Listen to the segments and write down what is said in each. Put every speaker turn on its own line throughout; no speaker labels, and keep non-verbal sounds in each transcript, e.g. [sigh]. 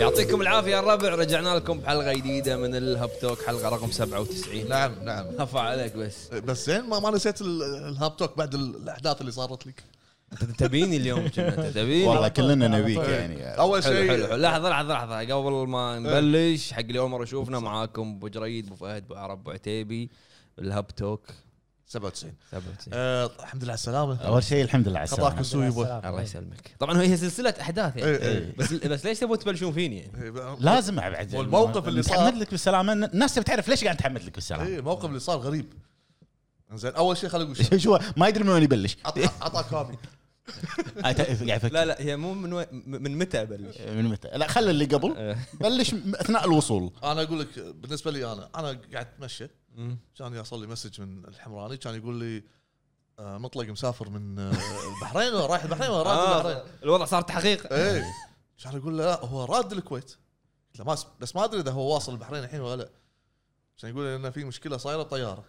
يعطيكم العافيه يا الربع رجعنا لكم بحلقه جديده من الهب توك حلقه رقم 97 لا
نعم نعم
خفى عليك بس
بس زين ما, ما نسيت ال- الهاب توك بعد ال- الاحداث اللي صارت لك
انت تبيني اليوم كنا، انت
إيه،
تبيني
والله كلنا نبيك يعني
اول
حلو حلو
شيء إيه.
حلو لحظه لحظه لحظه قبل ما نبلش حق اللي اول مره شوفنا معاكم ابو جريد ابو فهد ابو عرب ابو عتيبي الهب توك
97
97.
آه، الحمد لله على السلامه
اول شيء الحمد لله على
خطاك
السلامه
وسوي يبا
الله يسلمك طبعا هي سلسله احداث يعني
إيه، إيه.
بس, بس ليش تبون تبلشون فيني يعني
لازم بعد
والموقف اللي صار.
نتحمد لك بالسلامه الناس تبي تعرف ليش قاعد نتحمد لك
اي
بالسلامه
إيه، الموقف اللي صار غريب زين اول شيء خليني اقول شيء
[laughs] شو ما يدري من وين يبلش
[laughs]
عطا- عطاك هابي
قاعد أفكر.
لا لا هي مو من وين- من متى
إيه.
ابلش
من متى لا خلي اللي قبل بلش م- اثناء الوصول
انا اقول لك بالنسبه لي انا انا قاعد اتمشى كان يوصل لي مسج من الحمراني كان يقول لي آه، مطلق مسافر من آه، البحرين ولا رايح البحرين ولا رايح
آه،
البحرين
الوضع صار تحقيق
إيه.
ايه كان اقول له لا هو راد الكويت قلت له ما س- بس ما ادري اذا هو واصل البحرين الحين ولا لا كان يقول لي انه في مشكله صايره بطياره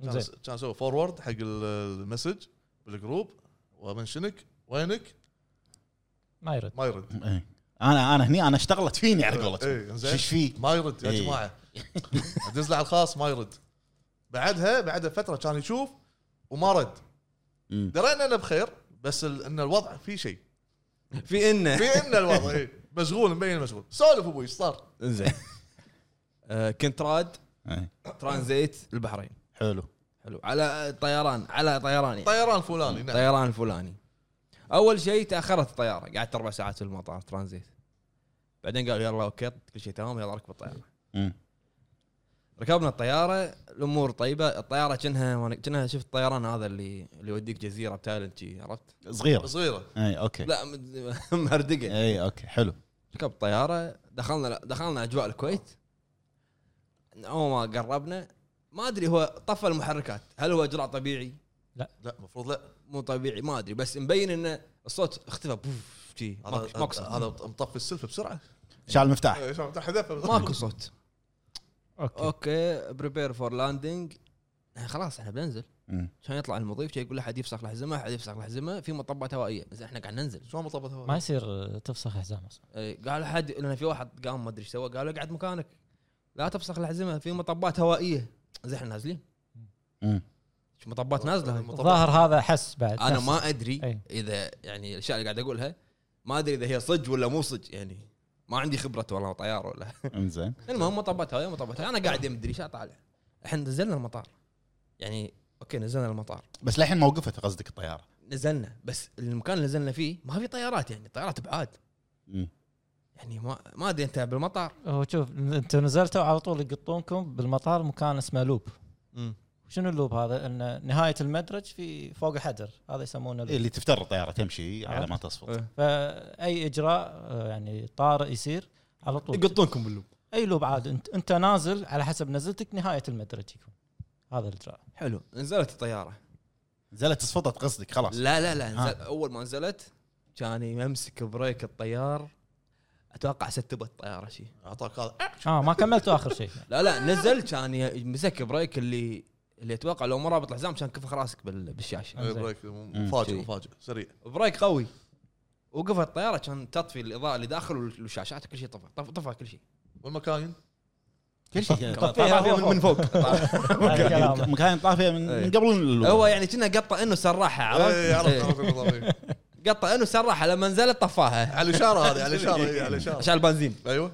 كان
زين.
كان اسوي فورورد حق ال- المسج بالجروب ومنشنك وينك
ما يرد
ما يرد
إيه. انا انا هني انا اشتغلت فيني على
إيه،
قولتهم
إنزين.
شو فيه
ما يرد يا
إيه.
جماعه ادز له على الخاص ما يرد بعدها بعدها فتره كان يشوف وما رد
مم.
درينا انه بخير بس ال- ان الوضع في شيء
في انه
في ان الوضع إيه. مشغول مبين مشغول سولف ابوي ايش صار؟
زين آه، كنت راد
إيه.
ترانزيت البحرين
حلو
حلو على طيران على طيران يعني.
طيران فلاني نعم
طيران فلاني اول شيء تاخرت الطياره قعدت اربع ساعات في المطار ترانزيت بعدين قالوا يلا اوكي كل شيء تمام يلا اركب الطياره
مم.
ركبنا الطياره الامور طيبه الطياره كأنها كأنها شفت الطيران هذا اللي اللي يوديك جزيره بتايلند شي، عرفت؟
صغير إيه،
صغيره
اي اوكي
لا [laughs] مد- مهردقه
اي اوكي حلو
ركب الطياره دخلنا دخلنا اجواء الكويت اول ما قربنا ما ادري هو طفى المحركات هل هو اجراء طبيعي
لا المفروض لا
مو طبيعي ما ادري بس مبين انه الصوت اختفى بوف شي
هذا
ماكو- ماكو
هذا-
صوت
هذا مطفي السلفه بسرعه
شال
[laughs]
المفتاح
إيه، شلون فتح حذفها
ماكو
[laughs]
صوت
اوكي
اوكي بريبير فور لاندنج آه، خلاص احنا بننزل
مم.
عشان يطلع المضيف شي يقول له حد يفسخ الحزمه حد يفسخ الحزمه في مطبات هوائيه زين احنا قاعد ننزل
شلون مطبت
ما
هواء؟
يصير تفسخ حزام اصلا
إيه، قال حد لان في واحد قام ما ادري ايش سوى قال له اقعد مكانك لا تفسخ الحزمه في مطبات هوائيه زين احنا نازلين
مم.
شو مطبات نازله
مطبات.
الظاهر هذا حس بعد
انا
نفسه.
ما ادري
أي.
اذا يعني الاشياء اللي قاعد اقولها ما ادري اذا هي صج ولا مو صج يعني ما عندي خبره والله طيار ولا
انزين
المهم مطبات هاي مطبات هاي انا قاعد مدري ايش طالع احنا نزلنا المطار يعني اوكي نزلنا المطار
بس للحين موقفت قصدك الطياره
نزلنا بس المكان اللي نزلنا فيه ما في طيارات يعني طيارات ابعاد
إيه.
مم.
يعني ما ما ادري انت بالمطار
هو شوف انتم نزلتوا على طول يقطونكم بالمطار مكان اسمه لوب شنو اللوب هذا؟ ان نهايه المدرج في فوق حدر هذا يسمونه
إيه،
لوب
اللي تفتر الطياره تمشي على ما تصفط
إيه.
فاي اجراء آه، يعني طارئ يصير على طول
يقطونكم باللوب
اي لوب عاد انت انت نازل على حسب نزلتك نهايه المدرج يكون هذا الاجراء
حلو نزلت الطياره
نزلت تصفطت قصدك خلاص
لا لا لا
ها.
نزل اول ما نزلت كان يمسك بريك الطيار اتوقع ستبت الطياره شيء
اعطاك هذا
أه،
اه ما كملتوا اخر
[laughs]
شيء
لا لا نزل كان ي- مسك بريك اللي اللي اتوقع لو مو رابط الحزام كان كفخ راسك بال- بالشاشه
إيه، بريك مفاجئ
شي.
مفاجئ سريع
بريك قوي وقفت الطياره كان تطفي الاضاءه اللي داخل والشاشات كل شيء طفى طفى, طفى كل شيء
والمكاين
كل شيء
كان
طفيها
طافية
هو
من, من فوق
مكان- مكان طافيه من
إيه.
من قبل ال-
هو يعني كنا قطه انه سراحه عرفت؟
إيه، عرفت
إيه.
عرفت الموضوع.
قطه انه سراحه لما نزلت طفاها
على الاشاره هذه على الاشاره إيه، على
[laughs]
الاشاره
عشان البنزين
ايوه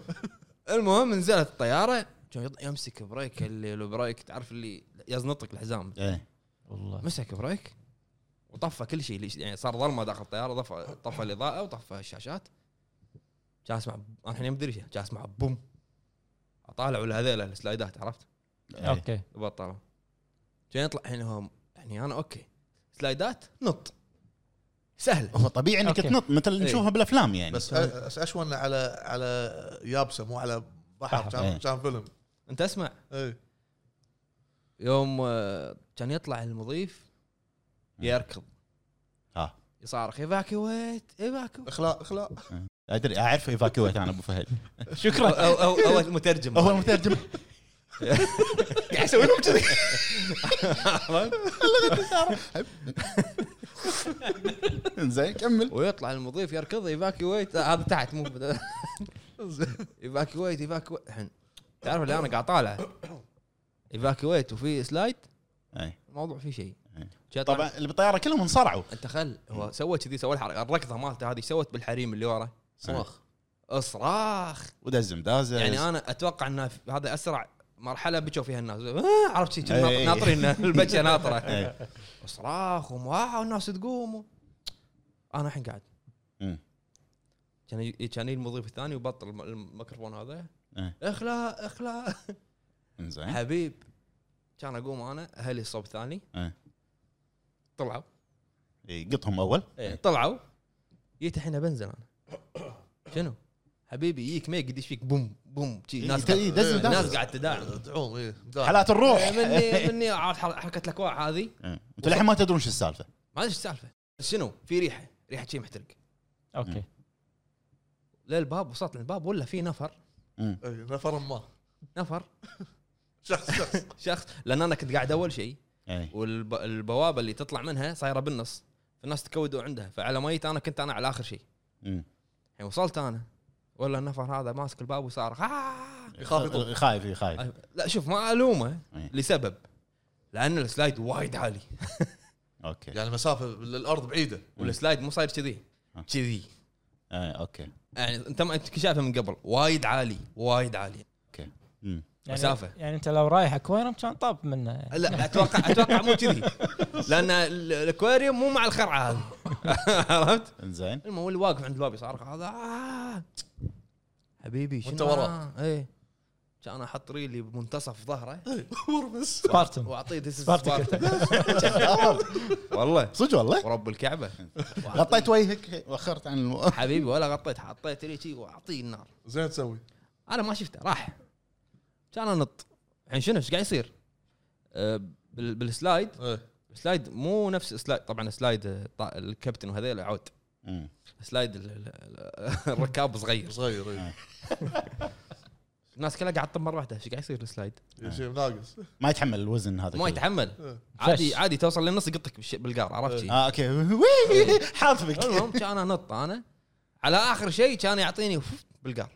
المهم نزلت الطياره كان يط- يمسك بريك اللي البريك تعرف اللي يزنطك الحزام
إيه.
والله
مسك بريك وطفى كل شيء ليش- يعني صار ظلمه داخل الطياره طفى طفى الاضاءه وطفى الشاشات كان اسمع انا الحين ما ادري إيش، كان اسمع بوم اطالع ولا هذيلا السلايدات عرفت
إيه.
اوكي
بطلوا كان يطلع الحين هو يعني انا اوكي سلايدات نط سهل
هو طبيعي انك
أوكي.
تنط مثل اللي
إيه.
نشوفها بالافلام يعني
بس بس اشون على على يابسه مو على بحر
بحر،
كان
إيه.
كان فيلم
انت اسمع
إيه.
يوم آه، كان يطلع المضيف يركض
ها
يصارخ ايفاكويت ايفاكو
اخلاء اخلاء
ادري اعرف ايفاكويت انا ابو فهد
شكرا او او او المترجم
هو المترجم
قاعد يسوي لهم كذي
زين كمل
ويطلع المضيف يركض ايفاكيويت هذا تحت مو ايفاكيويت ايفاكيويت الحين تعرف اللي انا قاعد طالع ايفاكيويت وفي سلايد
أي.
الموضوع فيه شيء
أي.
جاء طلع-
طبعا اللي بالطياره إيه. كلهم انصرعوا
انت خل هو سوى كذي سوى الحركه الركضه مالته هذه سوت بالحريم اللي ورا
صراخ
اصراخ
ودز مدازز
يعني انا اتوقع ان في- هذا اسرع مرحله بكوا فيها الناس آه، عرفت شي كنا
أي.
ناطرين البكه
[laughs]
ناطره
إيه.
اصراخ ومواع والناس تقوم و- انا الحين قاعد
مم.
كان ي- كان يجي المضيف الثاني وبطل الم- الميكروفون هذا
إيه.
اخلا اخلا
زين
حبيب كان اقوم انا اهلي الصوب الثاني
إيه.
طلعوا
إيه، قطهم اول
إيه، طلعوا جيت الحين بنزل انا شنو؟ حبيبي يجيك ميك قديش فيك بوم بوم شي ناس
إيه،
قاعد-
دز
إيه،
ناس
مدازز
قاعد تداعم
دعوم إيه. اي
حالات الروح
إيه، مني مني عاد حر- حركه الاكواع هذه
إيه. انتوا للحين ما تدرون شو السالفه
ما ادري ايش السالفه بس شنو في ريحه ريحه شيء محترق
اوكي
للباب وصلت للباب ولا في نفر
مم.
نفر إيه، ما
نفر
شخص شخص
شخص لان انا كنت قاعد اول شيء
إيه.
والبوابه اللي تطلع منها صايره بالنص فالناس تكودوا عندها فعلى ما جيت انا كنت انا على اخر شيء
مم.
يعني وصلت انا ولا النفر هذا ماسك الباب وصارخ آه!
يخاف يطلع.
خايف إيه، خايف
لا شوف ما الومه
إيه.
لسبب لان السلايد وايد عالي
اوكي
يعني المسافه للارض بعيده
والسلايد مو صاير كذي
آه.
كذي
إيه، اوكي
يعني انت ما انت شايفه من قبل وايد عالي وايد عالي
اوكي مم.
يعني
مسافة.
يعني انت لو رايح اكويرم كان طاب منه
لا اتوقع اتوقع مو كذي لان ال- الاكواريوم مو مع الخرعه هذه عرفت؟ [laughs]
زين
المهم اللي واقف عند الباب يصارخ هذا آه. حبيبي شنو
وأنت وراه.
آه، ايه كان احط ريلي بمنتصف ظهره
ورمس
سبارتم
واعطيه [laughs] دس
سبارتك
والله
صدق والله
ورب الكعبه
غطيت وجهك وخرت عن الم...
حبيبي ولا غطيت حطيت لي شي واعطيه النار
زين تسوي
انا ما شفته راح كان انط الحين شنو ايش قاعد يصير؟ أه، بال- بالسلايد
إيه.
سلايد مو نفس سلايد طبعا سلايد آه، طا- الكابتن وهذيل عود
مم.
سلايد ال- ال- ال- [laughs] الركاب صغير
صغير [laughs] إيه.
الناس كلها قاعد تطب مره واحده ايش قاعد يصير السلايد؟
يعني شيء ناقص
ما يتحمل الوزن هذا
ما
كله.
يتحمل
إيه.
عادي
فش.
عادي توصل للنص يقطك بالش- بالقار عرفت شي؟
اه اوكي [laughs] وي، حاطفك
المهم كان انط انا على اخر شيء كان يعطيني وف- بالقار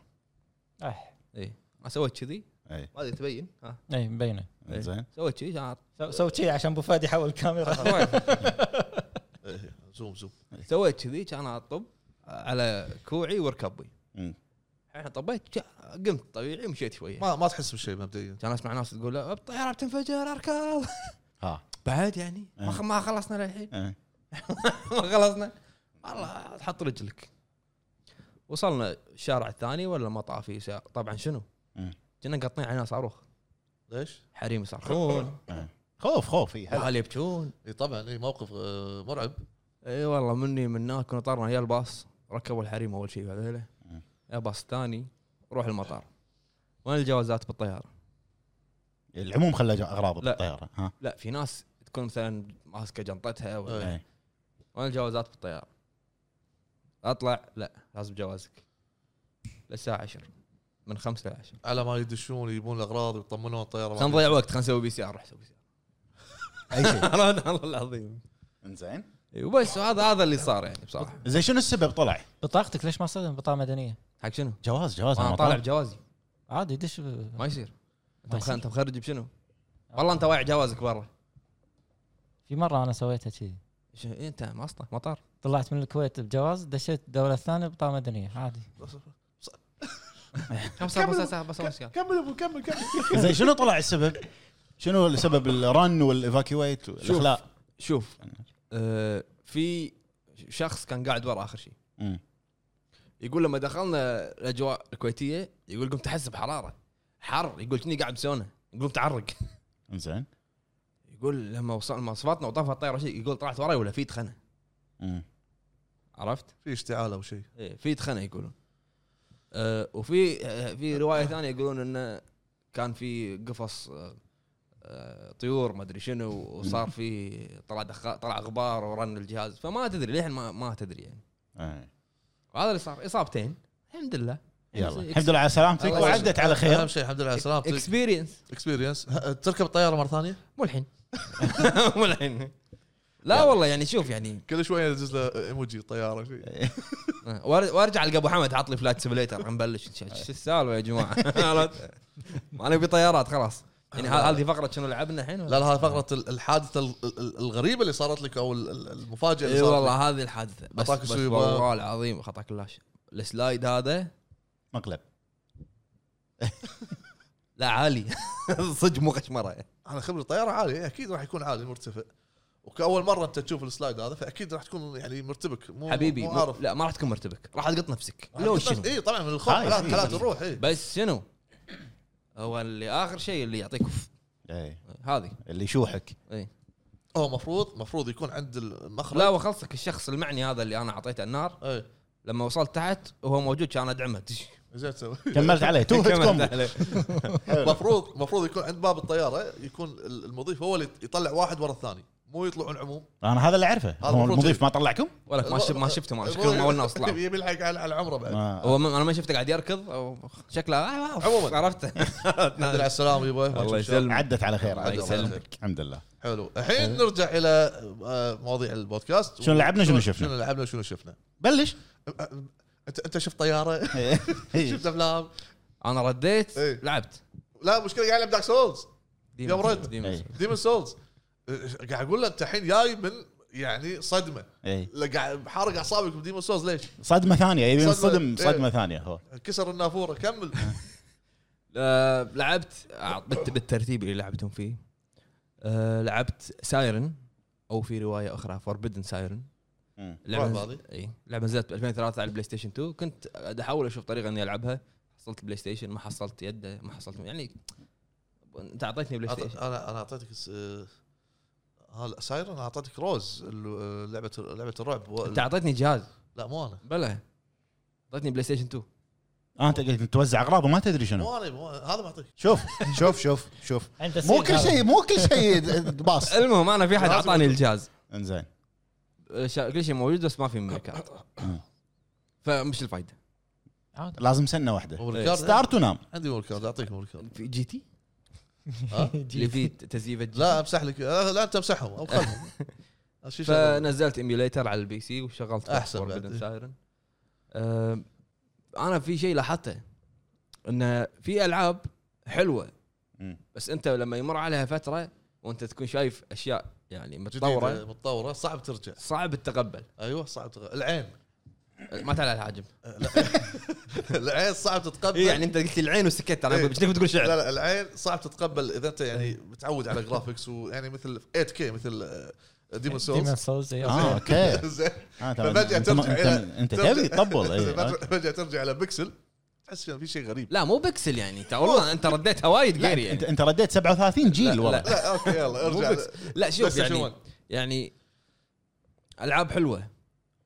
أح،
اي انا سويت كذي
إيه،
ما ادري تبين ها
اي مبينه
زين
سويت كذي كان
سو- سوي شي عشان ابو فهد يحول الكاميرا
إيه. زوم زوم
[laughs] سويت كذي كان اطب على كوعي وركبي
مم.
الحين طبيت جا- قمت طبيعي ومشيت شويه
ما ما تحس بشيء مبدئيا
كان اسمع ناس تقول لا، الطياره بتنفجر اركض
ها
بعد يعني ما خ- ما خلصنا للحين ما [laughs] خلصنا والله تحط رجلك وصلنا الشارع الثاني ولا ما طاف فيه سيارة. طبعا شنو؟
مم.
كنا قاطعين علينا صاروخ
ليش؟
حريم يصرخون
خوف خوف إيه، هلا.
وهل يبكون
اي طبعا اي موقف آه، مرعب
اي والله مني مناك ونطرنا يا الباص ركبوا الحريم اول شيء هذول
مم.
يا باص ثاني روح المطار وين الجوازات بالطياره؟
العموم خلى جو- اغراضه
لا.
بالطياره ها
لا في ناس تكون مثلا ماسكه جنطتها ولا
إيه.
إيه.
وانا جوازات بالطياره اطلع لا لازم جوازك للساعه 10 من 5 ل 10
على ما يدشون يجيبون الاغراض ويطمنون الطياره
خلينا نضيع وقت خلينا نسوي بي سي ار روح سوي بي سي
اي شيء
ار [laughs] والله العظيم
زين
إي إيه، وبس هذا هذا اللي صار يعني بصراحه
زين شنو السبب طلع؟
[laughs] بطاقتك ليش ما صدمت بطاقه مدنيه؟
حق شنو؟
جواز جواز
انا آه، طالع بجوازي
عادي دش ب-
ما يصير انت
ما
مخ-
يصير.
انت مخرج بشنو؟ والله انت واعي جوازك برا
في مره انا سويتها كذي
ش- إيه انت مصنع مطار
طلعت من الكويت بجواز دشيت الدوله الثانيه بطاقه مدنيه عادي
خمسة ساعة ساعة بس أمس كان.
كمل ابو كمل كمل
زين شنو طلع السبب؟ شنو السبب الرن والايفاكيويت والاخلاء؟
شوف آه، في شخص كان قاعد ورا اخر شيء
مم.
يقول لما دخلنا الاجواء الكويتيه يقول قمت احس بحراره حر يقول كني قاعد بسونا يقول قمت اعرق
زين
يقول لما وصلنا لما صفطنا وطافت الطياره شيء يقول طلعت وراي ولا في تخنه
مم.
عرفت؟
[laughs] في اشتعال او شيء
إيه في تخنه يقولون أه وفي آه، في روايه ثانيه يقولون انه كان في قفص آه، آه، طيور ما ادري شنو وصار في طلع دخا طلع غبار ورن الجهاز فما تدري للحين ما, ما تدري يعني
إيه.
وهذا اللي صار اصابتين الحمد لله
يلا الحمد لله على سلامتك
الله
وعدت على
اهم
خير
شيء الحمد لله على سلامتك
اكسبيرينس [laughs]
اكسبيرينس تركب الطياره مره ثانيه
مو الحين مو الحين لا والله يعني شوف يعني
كل شويه يدز له ايموجي طياره شيء
آه، وار- وارجع لقى ابو حمد عطلي فلايت سيميليتر خلينا نبلش شو شو السالفه يا جماعه [laughs] عرفت؟ ما نبي طيارات خلاص يعني ه- هذه فقره شنو لعبنا الحين
لا لا هذه فقره ال- الحادثه ال- ال- الغريبه اللي صارت لك او ال- ال- المفاجاه
اي
اللي صارت
والله هذه الحادثه بس
خطاك
بس
السويبر.
والله العظيم خطاك كلاش السلايد هذا
[laughs] مقلب
لا عالي [laughs] صدق مو قشمره
لك. انا خبري الطياره عاليه اكيد إيه، راح يكون عالي مرتفع وكاول مره انت تشوف السلايد هذا فاكيد راح تكون يعني مرتبك مو
حبيبي
مو
مو-
عارف
لا ما راح تكون مرتبك راح تقط نفسك لو شنو
اي طبعا من الخوف
خايف،
حالات
إيه.
حالات الروح اي
بس شنو هو اللي اخر شيء اللي يعطيك أوف.
اي
هذه
إيه. اللي يشوحك
اي
هو المفروض المفروض يكون عند المخرج إيه.
لا وخلصك الشخص المعني هذا اللي انا اعطيته النار
اي
لما وصلت تحت وهو موجود كان ادعمه دش.
زين تسوي
كملت عليه تو هيت
كملت
كومبو
عليه.
إيه.
المفروض المفروض يكون عند باب الطياره يكون ال- المضيف هو اللي يطلع واحد ورا الثاني مو يطلعون عموم
انا هذا اللي اعرفه هو
المفروض
المضيف ما طلعكم؟
ولك ما شف- ما شفته ما عشان كذا ما ولنا اصلا
[laughs] يبي يلحق على على عمره بعد
ما-
هو ما- انا ما شفته قاعد يركض أو شكله آه، آه،
عموماً.
عرفته [laughs]
الحمد لله على السلامه يبا ما
الله
تشوف شر.
يسلمك
عدت على خير
الله
عدت على خير.
يسلمك.
الحمد لله
حلو الحين نرجع الى آه، مواضيع البودكاست
إيه. شنو لعبنا، شنو شفنا؟
شنو لعبنا وشنو شفنا [laughs]
بلش
انت انت شفت [laughs] طياره
إيه.
شفت افلام
انا رديت
إيه.
لعبت
لا مشكله قاعد العب دارك سولز يوم
Demon's-
رد.
Demon's.
إيه.
ديمون سولز قاعد اقول له انت الحين جاي من يعني صدمه
إيه.
لا، قاعد حارق اعصابك بديمون سولز ليش؟
صدمه ثانيه يبي
صدمة.
صدم
إيه.
صدمه ثانيه هو
كسر النافوره كمل
آه، لعبت آه، بالت- بالترتيب اللي لعبتهم فيه آه، لعبت سايرن او في روايه اخرى فوربدن سايرن
مم.
رعب
لعبه
هذه؟
اي لعبه نزلت ب 2003 على البلاي ستيشن 2 كنت قاعد احاول اشوف طريقه اني العبها حصلت بلاي ستيشن ما حصلت يده ما حصلت يعني انت اعطيتني بلاي
أعط-
ستيشن
انا انا اعطيتك س- آه، ها سايرن أنا اعطيتك روز ال- آه، لعبه لعبه الرعب و-
انت اعطيتني جهاز
لا مو انا
بلى اعطيتني بلاي ستيشن 2
آه، انت قلت توزع اغراض وما تدري
[laughs]
شنو
مو انا مو أنا. هذا معطيك
شوف شوف شوف شوف
عنده
[laughs] مو
سيل
كل
هذا.
شيء مو كل شيء د- باص
المهم انا في احد
لازم
اعطاني
أقول.
الجهاز
انزين
آه، شا- كل شيء موجود بس ما في [coughs] مملكات فمش الفايده
عاد.
لازم سنه واحده [laughs]
مو الكارد.
ستارت ونام
عندي مول كارد اعطيك مول
[laughs]
كارد
في جي تي
ها؟
اللي فيه تزييف جي
لا امسح لك لا لا، انت امسحهم او خلهم شو شغل؟
فنزلت ايميوليتر على البي سي وشغلت
أحسن
Forbidden
بعد.
Siren. أم، انا في شيء لاحظته انه في العاب حلوه
مم.
بس انت لما يمر عليها فتره وانت تكون شايف اشياء يعني
جديدة،
متطوره
متطوره صعب ترجع
صعب التقبل
ايوه صعب تغ... العين [laughs]
ما تعال على العاجب
العين صعب تتقبل
إيه، يعني انت قلت لي العين وسكت انا
إيه.
ايش تبي تقول
لا
شعر
لا العين صعب تتقبل اذا انت يعني متعود على جرافيكس ويعني مثل 8 كي مثل ديمون
ديمون
سولز
سولز إيه.
اه اوكي
[laughs] زين
آه، تمام.
ففجاه
انت ما-
ترجع
انت
الى
انت
ترجع- [laughs]
تبي تطبل إيه.
فجاه ترجع الى بيكسل تحس إن في شيء غريب
لا مو بكسل يعني انت والله انت رديتها وايد قير
انت
يعني
انت رديت 37
لا،
جيل والله
[laughs]
لا.
لا اوكي يلا
مو
ارجع
بكسل. لا شوف
PlayStation
يعني
1.
يعني العاب حلوه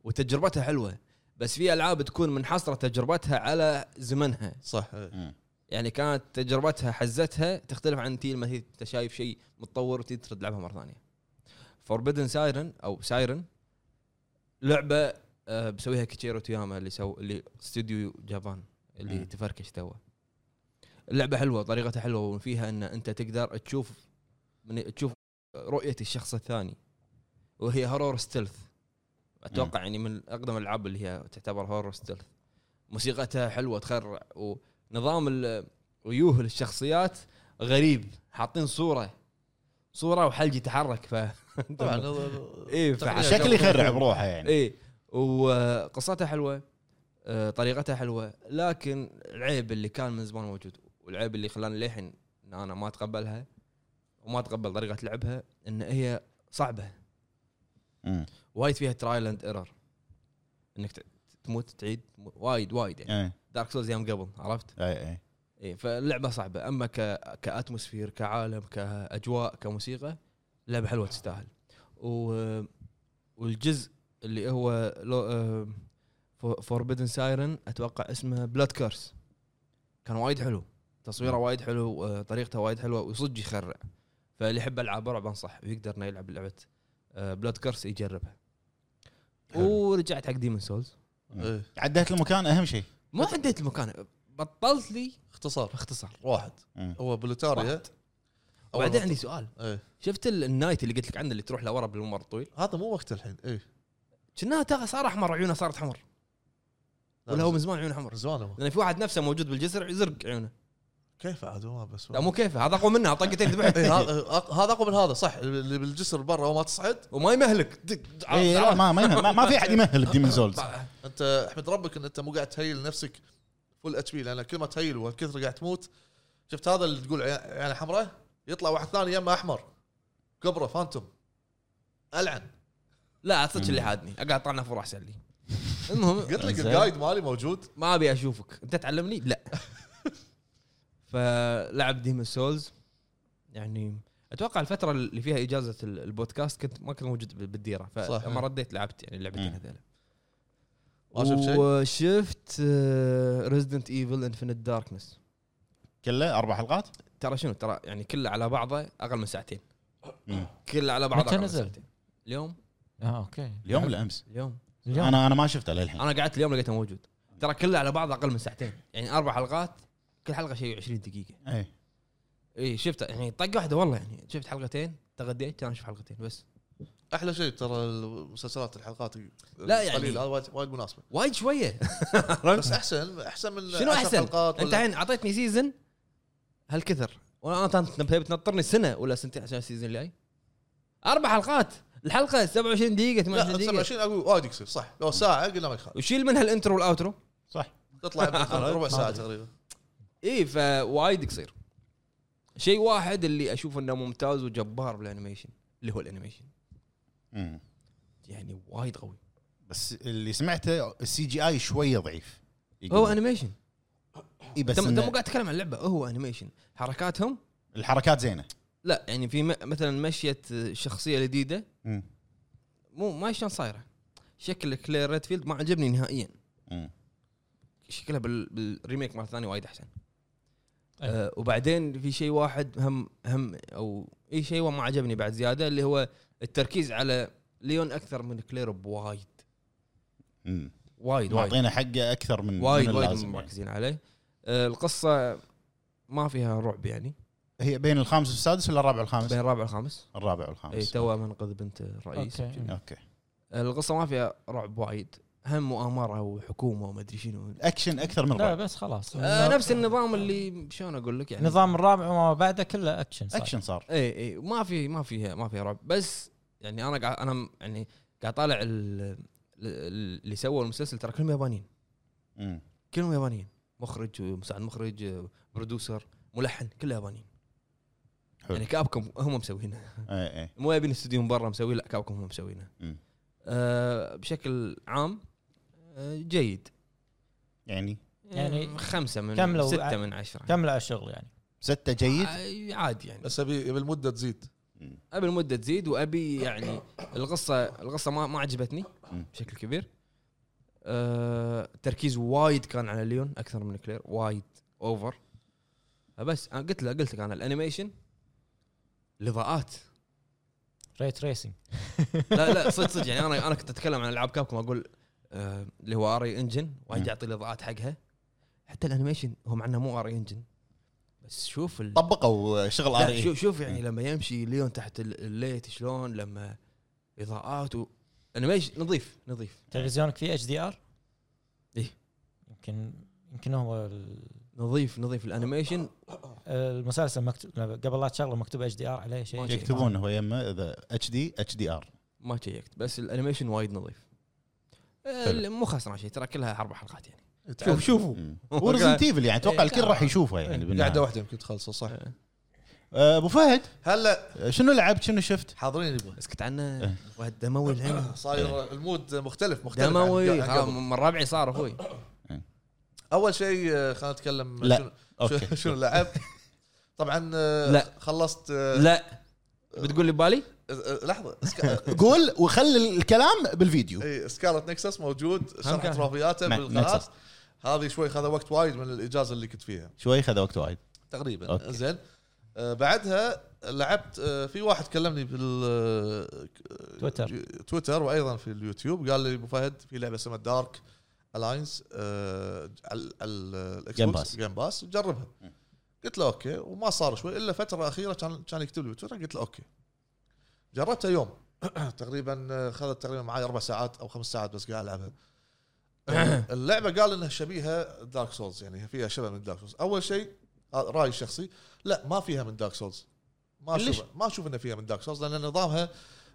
وتجربتها حلوه بس في العاب تكون منحصره تجربتها على زمنها
صح إيه.
مم.
يعني كانت تجربتها حزتها تختلف عن تي لما هي انت شايف شيء متطور وتي ترد لعبها مره ثانيه فوربدن سايرن او سايرن لعبه آه، بسويها كيتشيرو توياما اللي سو اللي استوديو جابان اللي
مم.
تفركش توه اللعبه حلوه طريقتها حلوه وفيها ان انت تقدر تشوف من تشوف رؤيه الشخص الثاني وهي هورور ستيلث اتوقع يعني من اقدم الالعاب اللي هي تعتبر هورور ستيلث موسيقتها حلوه تخرع ونظام ال- ويوه الشخصيات غريب حاطين صوره صوره وحلج يتحرك ف
طبعا
[laughs] إيه،
تقنية
فعشان
شكلي يخرع بروحه
إيه.
يعني
ايه وقصتها حلوه آه، طريقتها حلوه لكن العيب اللي كان من زمان موجود والعيب اللي خلاني للحين ان انا ما اتقبلها وما اتقبل طريقه لعبها ان هي صعبه
مم.
وايد فيها ترايل اند ايرور انك ت- تموت تعيد وايد وايد يعني
ايه
دارك سولز ايام قبل عرفت؟
ايه ايه
اي فاللعبه صعبه اما ك... كاتموسفير كعالم كاجواء كموسيقى لعبه حلوه تستاهل و... والجزء اللي هو لو... آه، فوربدن سايرن اتوقع اسمه بلاد كارس كان وايد حلو تصويره وايد حلو آه، طريقته وايد حلوه وصدق يخرع فاللي يحب العاب رعب انصح ويقدر انه يلعب لعبه بلاد كارس يجربها
حلو.
ورجعت حق ديمون سولز
إيه.
عديت المكان اهم شيء
ما عديت المكان بطلت لي
اختصار
اختصار
واحد
مم.
هو بلوتاريا أول
بعدين
ما-
عندي سؤال
إيه.
شفت ال- النايت اللي قلت لك عنه اللي تروح لورا بالممر الطويل
هذا مو وقت الحين إيه. اي
كنا ترى صار احمر عيونه صارت حمر ولا هو من زمان عيونه حمر
زمان هو.
لان في واحد نفسه موجود بالجسر يزرق عيونه
كيف عاد هو بس
لا مو كيفه هذا اقوى منه طقتين ذبحت
إيه، هذا أق- هذا اقوى من هذا صح اللي بالجسر برا وما تصعد
[laughs] وما يمهلك دق دق-
اي إيه، لا ما ما, يهم- ما, ما في احد يمهل الديمن زولز
انت احمد ربك ان انت مو قاعد تهيل نفسك فول اتش بي لان كل ما تهيل وكثر قاعد تموت شفت هذا اللي تقول عيا- عياله حمراء يطلع واحد ثاني يمه احمر كبره فانتوم العن
[laughs] لا صدق اللي حادني اقعد طعنه في راس علي المهم
قلت لك
زين.
الجايد مالي موجود
ما ابي اشوفك انت تعلمني لا فلعب ديمون سولز يعني اتوقع الفتره اللي فيها اجازه ال- البودكاست كنت ما كنت موجود بال- بالديره
صح.
فلما رديت لعبت يعني اللعبتين
مم.
هذول
ما شفت شيء؟
وشفت آه، ريزدنت ايفل انفنت داركنس
كله اربع حلقات
ترى شنو ترى يعني كله على بعضه اقل من ساعتين
مم.
كله على بعضه
متى
أقل من
نزل؟
ساعتين. اليوم
اه اوكي
اليوم ولا امس؟
اليوم
اليوم
انا انا ما شفته للحين
انا قعدت اليوم لقيته موجود ترى كله على بعضه اقل من ساعتين يعني اربع حلقات كل حلقه شيء 20 دقيقه
اي
اي شفت يعني طقه واحده والله يعني شفت حلقتين تغديت كان اشوف حلقتين بس
احلى شيء ترى المسلسلات الحلقات
لا يعني.
قليلة، هذا وايد وايد مناسبه
وايد
[laughs]
شويه
بس احسن احسن من
شنو
عشر
احسن؟
حلقات
انت
ولا
الحين اعطيتني سيزن هالكثر وانا أنت- انت تبي تنطرني سنه ولا سنتين عشان السيزون اللي جاي اربع حلقات الحلقه 27 دقيقه 28
لا
دقيقه
27 اقول وايد يكسر صح لو ساعه قلنا ما يخالف
وشيل منها الانترو والاوترو
صح
[laughs]
تطلع بالخمس- ربع ساعه
ما أدري.
تقريبا
اي فوايد قصير شيء واحد اللي اشوف انه ممتاز وجبار بالانيميشن اللي هو الانيميشن
مم.
يعني وايد قوي
بس اللي سمعته السي جي اي شويه ضعيف
هو انيميشن
اي بس
انت أنت
إنه
مو قاعد تتكلم عن اللعبه هو انيميشن حركاتهم
الحركات زينه
لا يعني في م- مثلا مشيت شخصيه جديده
مم.
مو ما شلون صايره شكل كلير ريدفيلد ما عجبني نهائيا
مم.
شكلها بال- بالريميك مال الثاني وايد احسن
أي.
أه وبعدين في شيء واحد هم هم او اي شيء هو ما عجبني بعد زياده اللي هو التركيز على ليون اكثر من كلير بوايد
مم.
وايد وايد
معطينا حقه اكثر من
وايد
من
وايد
اللازم يعني.
مركزين عليه أه القصه ما فيها رعب يعني
هي بين الخامس والسادس ولا الرابع والخامس؟
بين الرابع والخامس
الرابع
اي
والخامس
تو منقذ بنت الرئيس
اوكي
اوكي
القصه ما فيها رعب وايد هم مؤامره وحكومه وما ادري شنو
اكشن اكثر من
لا
رعب
بس خلاص
أه،
آه نفس النظام اللي شلون اقول لك يعني
النظام الرابع وما بعده كله اكشن صار.
اكشن صار
اي اي ما في ما فيها ما فيها رعب بس يعني انا قاعد انا م- يعني قاعد طالع ال- ال- اللي سووا المسلسل ترى كلهم يابانيين
مم.
كلهم يابانيين مخرج ومساعد مخرج آه، برودوسر ملحن كله يابانيين
حلو.
يعني كابكم هم مسوينها
اي اي
مو يبين استوديو من برا مسوي لا كابكم هم مسوينها
مم.
آه بشكل عام آه جيد
يعني
يعني
خمسة من
كم لو-
ستة من عشرة
كمل على الشغل يعني
سته جيد
آه، عادي يعني
بس ابي ابي المده تزيد
مم.
ابي المده تزيد وابي يعني القصه القصه ما ما عجبتني
مم.
بشكل كبير أه تركيز وايد كان على ليون اكثر من كلير وايد اوفر بس انا قلت له قلت لك انا الانيميشن الاضاءات
ريت ريسنج
لا لا صدق صدق يعني انا انا كنت اتكلم عن العاب كابكم اقول آه، اللي هو اري انجن وايد
مم.
يعطي الاضاءات حقها حتى الانيميشن هو مع انه مو اري انجن بس شوف ال...
طبقوا شغل
لا،
ار
شوف شوف يعني لما يمشي ليون تحت ال- الليت شلون لما اضاءات و... انيميشن نظيف نظيف
تلفزيونك فيه اتش دي ار؟
إيه.
يمكن يمكن هو ال-
نظيف نظيف الانيميشن
المسلسل مكتوب قبل لا تشغله مكتوب اتش دي ار عليه شيء
ما
يكتبون هو يمه اذا اتش دي اتش دي ار
ما شيكت بس الانيميشن وايد نظيف آه،
حلو.
مو خسران شيء ترى كلها اربع حلقات يعني
تعال-
شوفوا
ورزنت ايفل يعني اتوقع
إيه،
الكل راح يشوفه يعني
قاعده
بالنهاية.
واحده يمكن تخلصه
نعم.
صح
طيب.
آه، ابو فهد
هلا
شنو لعبت شنو شفت؟
حاضرين
[coughs]
يبا
اسكت عنه دموي الحين
صاير المود مختلف مختلف عن-
دموي
عن
خلاص،
قبل.
من ربعي صار اخوي
اول شيء آه، خلينا نتكلم
لا.
شنو- شنو- [laughs]
اوكي [laughs]
شنو لعب طبعا آه،
لا.
خلصت آه،
لا أه. بتقول لي ببالي
آه، لحظه سكا-
قول وخلي الكلام بالفيديو
اي سكارلت نكسس موجود شرح
كان.
تروفياته
مع-
بالقناه
نكسس.
هذه شوي خذ وقت وايد من الاجازه اللي كنت فيها
شوي خذ وقت وايد
تقريبا
أوكي.
زين آه، بعدها لعبت آه، في واحد كلمني بال
تويتر.
ج- تويتر وايضا في اليوتيوب قال لي ابو فهد في لعبه اسمها آه، دارك الاينس على على الاكس
Game
بوكس
Pass.
جيم باس جربها قلت له اوكي وما صار شوي الا فتره اخيره كان كان يكتب لي بتويتر قلت له اوكي جربتها يوم [clears throat] تقريبا آه، خذت تقريبا معي اربع ساعات او خمس ساعات بس قاعد العبها [clears throat] اللعبه قال انها شبيهه دارك سولز يعني فيها شبه من دارك سولز اول شيء آه، رايي الشخصي لا ما فيها من دارك سولز ما
ليش؟
اشوف ما اشوف انها فيها من دارك سولز لان نظامها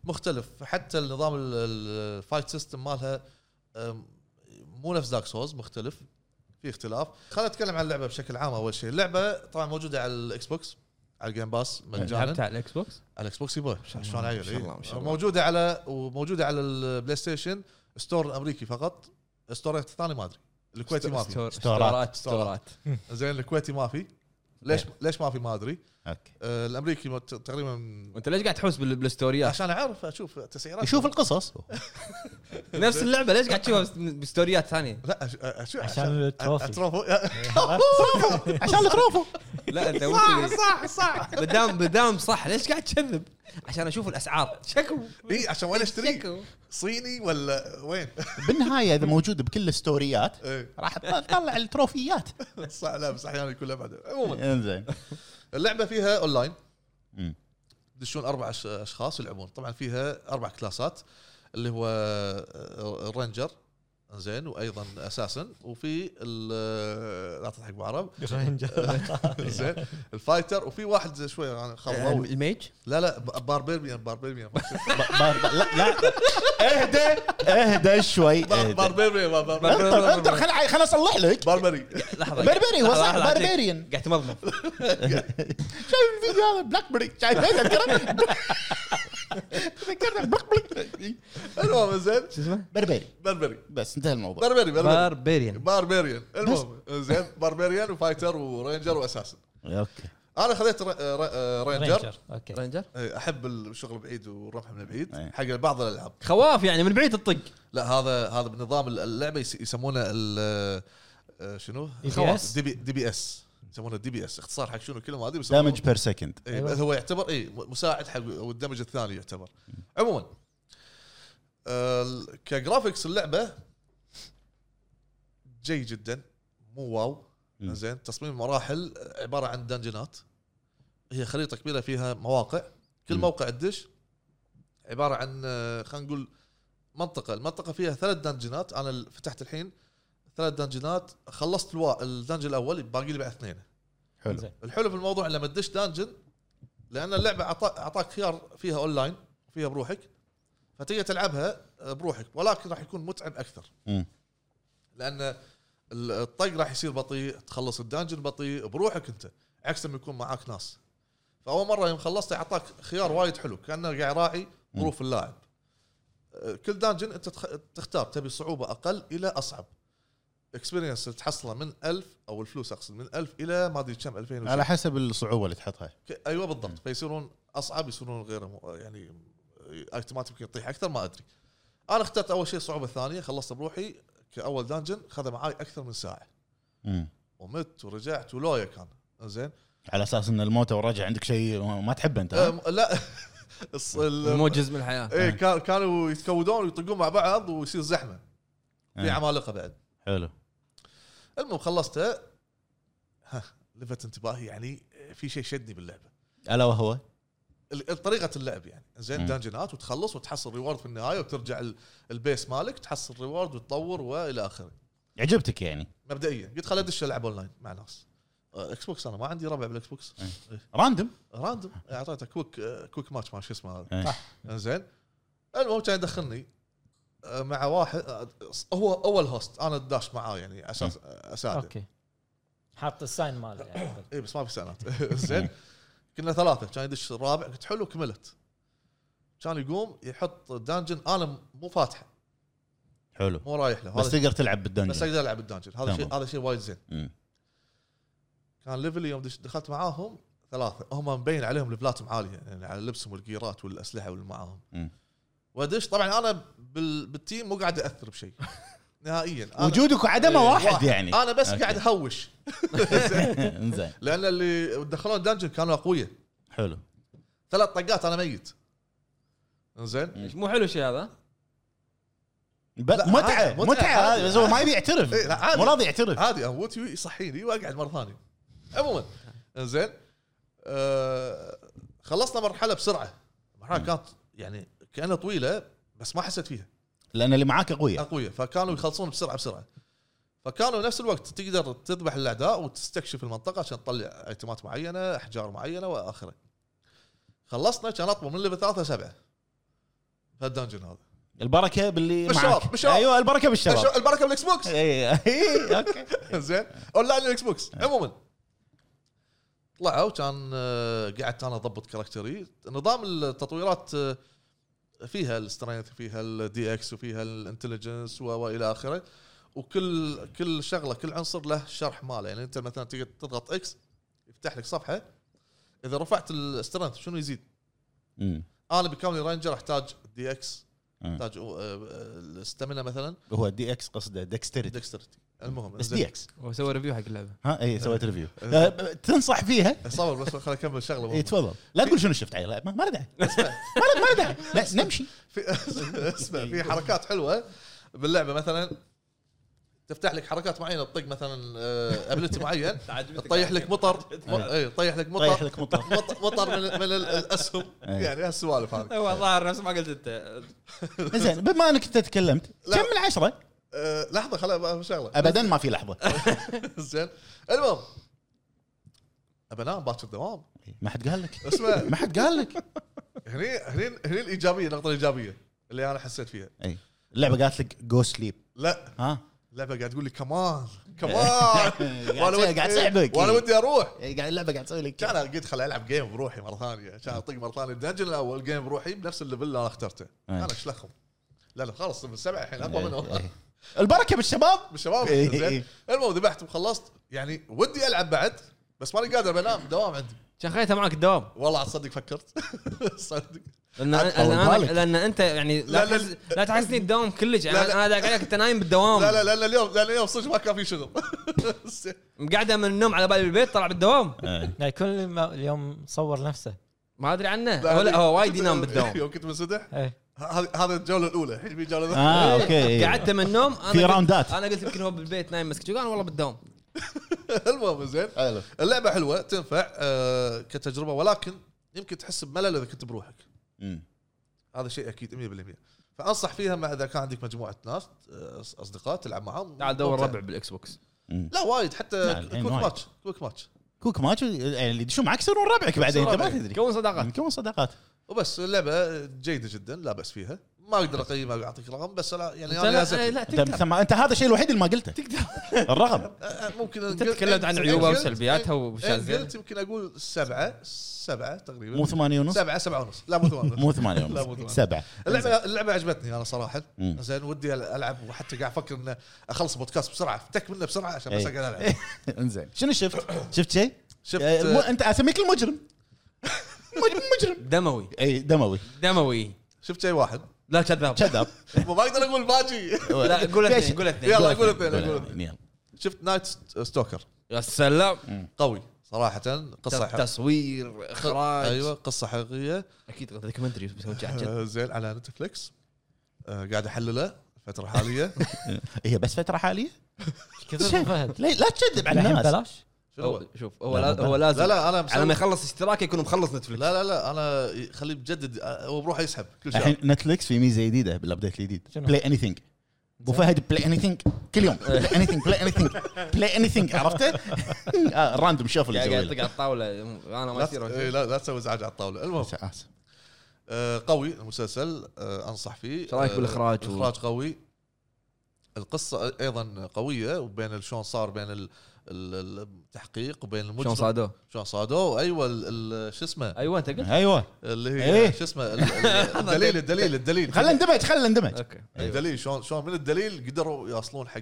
مختلف حتى النظام ال- ال- الفايت سيستم مالها أم، مو نفس دارك سولز مختلف في اختلاف خلينا نتكلم عن اللعبه بشكل عام اول شيء اللعبه طبعا موجوده على الاكس بوكس على الجيم باس
يعني
مجانا
لعبتها على الاكس بوكس
على الاكس بوكس يبا
شاء الله،
شلون
ما شاء الله، ما
عيل
شاء الله.
موجوده على وموجوده على البلاي ستيشن ستور الامريكي فقط ستور الثاني ما ادري الكويتي ما في
ستور- ستورات
ستورات.
ستورات
زين الكويتي ما في ليش
إيه.
ليش ما في ما ادري
اوكي
آه، الامريكي مت- تقريبا
وانت ليش قاعد تحوس بال- [laughs] بالستوريات؟
عشان اعرف اشوف تسعيرات
يشوف القصص
نفس اللعبه ليش قاعد تشوفها بستوريات ثانيه؟
لا أش- أش-
عشان
عشان
التروفي.
التروفي [laughs]
عشان التروفو
لا انت صح صح [laughs] صح مدام مدام صح ليش قاعد تكذب؟ عشان اشوف الاسعار شكو
اي إيه، عشان وين اشتري
[laughs] شكو
صيني ولا وين؟ [laughs]
بالنهايه اذا موجود بكل الستوريات
إيه،
راح تطلع التروفيات
صح لا بس احيانا يكون له بعد عموما
انزين
اللعبه فيها اونلاين
مم.
يدشون اربع أش- اشخاص يلعبون طبعا فيها اربع كلاسات اللي هو الرنجر زين وايضا اساسن وفي ال- آه، لا تضحك
[laughs]
بعرب [laughs] زين الفايتر وفي واحد شوي يعني إيه، خضراوي
آه، الميج
لا لا ب- باربيريان [laughs] باربيريان
ب- ب- لا لا اهدى اهدى شوي اهدى.
باربيريان إيه. باربيريان
انطر انطر خل خل اصلح لك
باربري [laughs]
لحظه
بربري هو
لحظة،
صح
لحظة،
بربريان
قاعد تمضمض
شايف الفيديو هذا بلاك بري شايف تذكره تذكرت بلاك بري
المهم زين
شو اسمه؟
بربري
بربري
بس انتهى الموضوع
بربري بربري [laughs]
باربيريان
باربيريان المهم زين باربيريان وفايتر ورينجر واساسن
اوكي
انا خذيت ر- ر- رينجر
رينجر اوكي
رينجر
إيه، احب الشغل بعيد والرمح من بعيد
إيه.
حق بعض الالعاب
خواف يعني من بعيد الطق
لا هذا هذا بنظام اللعبه يس- يسمونه ال- آه، شنو؟
DPS.
خواص. دي بي دي بي اس يسمونه دي بي اس اختصار حق شنو كلمه هذه بس
دامج بير سكند
اي
أيوة.
بس هو يعتبر اي مساعد حق او الدمج الثاني يعتبر عموما آه كجرافيكس اللعبه جيد جدا مو واو
مم.
زين تصميم مراحل عباره عن دنجنات هي خريطه كبيره فيها مواقع كل
مم.
موقع تدش عباره عن آه، خلينا نقول منطقه المنطقه فيها ثلاث دنجنات انا ال- فتحت الحين ثلاث دنجنات خلصت الوا... الدنجن الاول باقي لي بعد اثنين
حلو
زين.
الحلو في الموضوع لما تدش دانجن لان اللعبه أعطا- اعطاك خيار فيها اونلاين فيها بروحك فتقدر تلعبها آه، بروحك ولكن راح يكون متعب اكثر
مم.
لان ال- الطق راح يصير بطيء تخلص الدانجن بطيء بروحك انت عكس لما يكون معاك ناس فاول مره يوم خلصت اعطاك خيار وايد حلو كانه قاعد يراعي ظروف اللاعب أه، كل دانجن انت تخ- تختار تبي صعوبه اقل الى اصعب اكسبيرينس تحصله من 1000 او الفلوس اقصد من 1000 الى ما ادري كم 2000 وشي.
على حسب الصعوبه اللي تحطها
ك- ايوه بالضبط فيصيرون اصعب يصيرون غير مو- يعني ايتمات يمكن تطيح اكثر ما ادري انا اخترت اول شيء الصعوبه الثانيه خلصت بروحي كاول دانجن خذ معاي اكثر من ساعه
مم.
ومت ورجعت ولويا كان زين
Hmm. على اساس ان الموت وراجع عندك شيء ما تحبه انت ها؟
أم، لا [laughs] الص- ال-
موجز من الحياه
ايه كان- كانوا يتكودون ويطقون مع بعض ويصير زحمه في
آه.
عمالقه بعد
حلو
المهم خلصتها ها لفت انتباهي يعني في شيء شدني باللعبه
الا وهو
ال- طريقه اللعب يعني زين
مم.
دانجنات وتخلص وتحصل ريورد في النهايه وترجع ال- البيس مالك تحصل ريورد وتطور والى اخره
عجبتك يعني
مبدئيا قلت خل ادش العب اونلاين مع ناس آه، اكس بوكس انا ما عندي ربع بالاكس بوكس
راندوم [laughs]
راندوم اعطيته كويك آه، كويك ماتش ما شو اسمه هذا آه،
إيه.
زين المهم كان يدخلني آه، مع واحد آه، هو اول هوست انا داش معاه يعني اساس اساعده
اوكي حاط الساين ماله يعني.
اي إيه، بس ما في
[laughs]
سنات [laughs] زين كنا ثلاثه كان يدش الرابع قلت حلو كملت كان يقوم يحط دانجن انا مو فاتحه
حلو
مو رايح له
بس
هذا
تقدر تلعب Hmm.
بس
بالدنجن
اقدر العب الدانجن هذا
تمام.
شيء هذا شيء وايد زين
مم.
كان ليفل يوم دش- دخلت معاهم ثلاثه هم مبين عليهم ليفلاتهم عاليه يعني على لبسهم والجيرات والاسلحه واللي معاهم
مم.
وادش طبعا انا بال... بالتيم مو قاعد اثر
[laughs]
بشيء نهائيا أنا-
وجودك وعدمه
إيه،
واحد يعني [laughs]
انا بس
أوكي.
قاعد اهوش
انزين
لان اللي دخلون دانجن كانوا اقوياء
حلو
ثلاث طقات انا ميت زين
إيش مو حلو الشيء هذا
ب-
لا،
متعه
عادي، متعة،
متعه
عادي.
هذا بس هو ما يبي يعترف
إيه، لا، عادي.
مو راضي يعترف
عادي اموت يصحيني واقعد مره ثانيه عموما زين آه خلصنا مرحله بسرعه المرحله
مم.
كانت يعني كانها طويله بس ما حسيت فيها
لان اللي معاك اقوياء
اقوياء فكانوا يخلصون بسرعه بسرعه فكانوا نفس الوقت تقدر تذبح الاعداء وتستكشف المنطقه عشان تطلع ايتمات معينه احجار معينه واخره خلصنا كان اطمن من ليفل ثلاثه سبعه فالدنجن هذا
البركه باللي
بالشباب،
معاك
بالشباب.
ايوه البركه بالشباب إيه،
البركه بالاكس بوكس
اي إي، اوكي
[laughs] زين اون لاين الاكس بوكس عموما طلعوا كان آه، قعدت انا اضبط كاركتري نظام التطويرات آه، فيها السترينث فيها الدي اكس وفيها الانتليجنس والى اخره وكل كل شغله كل عنصر له شرح ماله يعني انت مثلا تقدر تضغط اكس يفتح لك صفحه اذا رفعت السترينث شنو يزيد؟
أمم.
انا بكوني رينجر احتاج دي اكس
أمم.
احتاج آه، آه، الستامينا مثلا
هو دي اكس قصده ديكستريتي
دexterity المهم
بس
زين.
دي اكس
هو سوى ريفيو حق اللعبه
ها اي سويت ريفيو
[laughs]
آه، ب- تنصح فيها
صبر بس خليني اكمل شغله
اي تفضل لا تقول شنو شفت عيل لا، ما ما له
[laughs]
داعي ما له- ما له داعي لا، نمشي
في [laughs] اسمع في حركات حلوه باللعبه مثلا تفتح لك حركات معينه تطق مثلا ابلتي
[laughs]
معين
[laughs]
تطيح لك مطر م- اي تطيح لك
طيح
مطر
لك إيه. مطر
[laughs] مط- مطر من من ال- الاسهم
[laughs] أي.
يعني هالسوالف هذه
هو ظاهر أيوة، نفس ما قلت انت
زين بما انك انت تكلمت
لا.
كم من عشره
أه، لحظه خليني أفهم شغله
ابدا ما في لحظه
[laughs] زين المهم بنام باكر دوام
إيه، ما حد قال لك
اسمع
ما حد قال لك
هني هني هني الايجابيه النقطه الايجابيه اللي انا حسيت فيها
اي اللعبه إيه. قالت لك جو سليب
لا
ها
[laughs] اللعبه قاعد تقول لي كمان كمان
إيه. [laughs] قاعد تسوي- قاعد تسحبك
وانا ودي اروح
إي، قاعد اللعبه قاعد تسوي لك
كان قلت خل العب جيم بروحي مره ثانيه كان اطق مره ثانيه الدنجن الاول جيم بروحي بنفس الليفل اللي انا اخترته
إيه.
انا شلخهم لا لا خلاص من سبعه الحين اقوى منهم [laughs]
إي. البركه بالشباب
بالشباب
إيه.
إي.
زين المهم ذبحت وخلصت يعني ودي العب بعد بس ماني قادر بنام دوام عندي
شخيتها معك الدوام
والله على صدق فكرت [laughs] صدق
لان
عاد طول بالك.
لان, لأن انت يعني لا
لا، لا.
تحس لا تحسني الدوام كلش يعني
لا، لا.
انا أنا قاعد انت نايم بالدوام
لا لا لا لا اليوم لا لا، اليوم صدق ما كان في شغل [laughs]
مقعده من النوم على بالي بالبيت طلع بالدوام
لا كل ما- اليوم صور نفسه
ما ادري عنه هو لا هو وايد ينام بالدوام
[laughs] يوم كنت منسدح
ايه
هذه هذه الجوله الاولى الحين في جوله ثانية. [laughs]
اه اوكي
قعدت من النوم انا
في
قلت-
راوندات.
انا قلت يمكن هو بالبيت نايم مسك قال والله بالدوام
المهم زين
حلو
اللعبه حلوه تنفع آه، كتجربه ولكن يمكن تحس بملل اذا كنت بروحك
أمم.
هذا شيء اكيد 100% فانصح فيها مع اذا كان عندك مجموعه ناس آه، اصدقاء تلعب معاهم
تعال دور
ممتع.
ربع بالاكس بوكس
أمم.
لا وايد حتى
لا، الحين
كويك
وايد.
ماتش كويك ماتش
كوك ماتش يعني اللي يدشون معك يصيرون ربعك بعدين انت ما
يصيرون
تدري
كون صداقات
كون صداقات
وبس اللعبه جيده جدا لا باس فيها ما اقدر اقيمها واعطيك رقم بس لا يعني انا
لا, لا,
لازم
لا
انت
تقدر
مثل ما- انت هذا الشيء الوحيد اللي ما قلته تقدر الرقم
آه، ممكن
انت تكلمت عن عيوبها وسلبياتها واشياء زينه
قلت يمكن اقول سبعه سبعه تقريبا
مو ثمانية ونص
سبعه سبعه ونص لا مو ثمانيه
مو ثمانية
لا، مو ثمانية.
ونص سبعة
اللعبه اللعبه عجبتني انا صراحه
مم.
زين ودي العب وحتى قاعد افكر ان اخلص بودكاست بسرعه افتك منه بسرعه عشان بس
إي.
اقعد
[laughs]
العب
انزين إيه. شنو شفت؟ شفت شيء؟
شفت
آه، مو-
آه،
انت اسميك المجرم مجرم مجرم
دموي
اي دموي
دموي
شفت شيء واحد
لا كذاب
كذاب
ما اقدر اقول
[laughs]
باجي
لا
[laughs]
قول
فيها
اثنين
شيء.
قول اثنين
يلا قول اثنين قول
يعني.
اثنين.
يلا.
شفت نايت ستوكر
يا سلام
قوي صراحه قصه حق-
تصوير اخراج
ايوه قصه حقيقيه
اكيد دوكيومنتري بيسوون شيء عن جد.
آه، زين على نتفلكس آه، قاعد احلله الفتره [laughs] الحاليه
هي بس فترة حالية
ايش كثر من فهد
لا لا تكذب على
الحين
الناس
ببلاش
شنو هو؟
أو- شوف هو
لا،
لا
مو
هو
بلا.
لازم
لا لا انا
على
مسوي-
ما يخلص اشتراكه يكون مخلص نتفلكس
لا لا لا انا خليه مجدد آه، هو بروحه يسحب كل شيء
الحين نتفلكس في ميزة جديدة بالابديت الجديد
شنو؟
بلاي اني ثينج ابو فهد بلاي اني ثينج كل يوم بلاي اني ثينج بلاي اني ثينج بلاي اني ثينج عرفته؟ راندوم شافل
قاعد
يسوي
يطق
له.
على الطاوله انا ما
لا
يصير
ت- إيه، لا لا تسوي ازعاج على الطاوله المهم
آسف.
آه، قوي المسلسل آه، انصح فيه
إيش رأيك
آه،
بالإخراج و-
الاخراج قوي القصه ايضا قويه وبين ال- شلون صار بين ال- ال- التحقيق وبين المجرم
شلون صادوه
شلون صادوه ايوه ال- ال- شو اسمه
ايوه انت قلت
ايوه
اللي هي
إيه.
شو اسمه ال- [laughs] ال- الدليل الدليل الدليل
خله اندمج خله اندمج
اوكي أيوة.
الدليل شلون شلون من الدليل قدروا يوصلون حق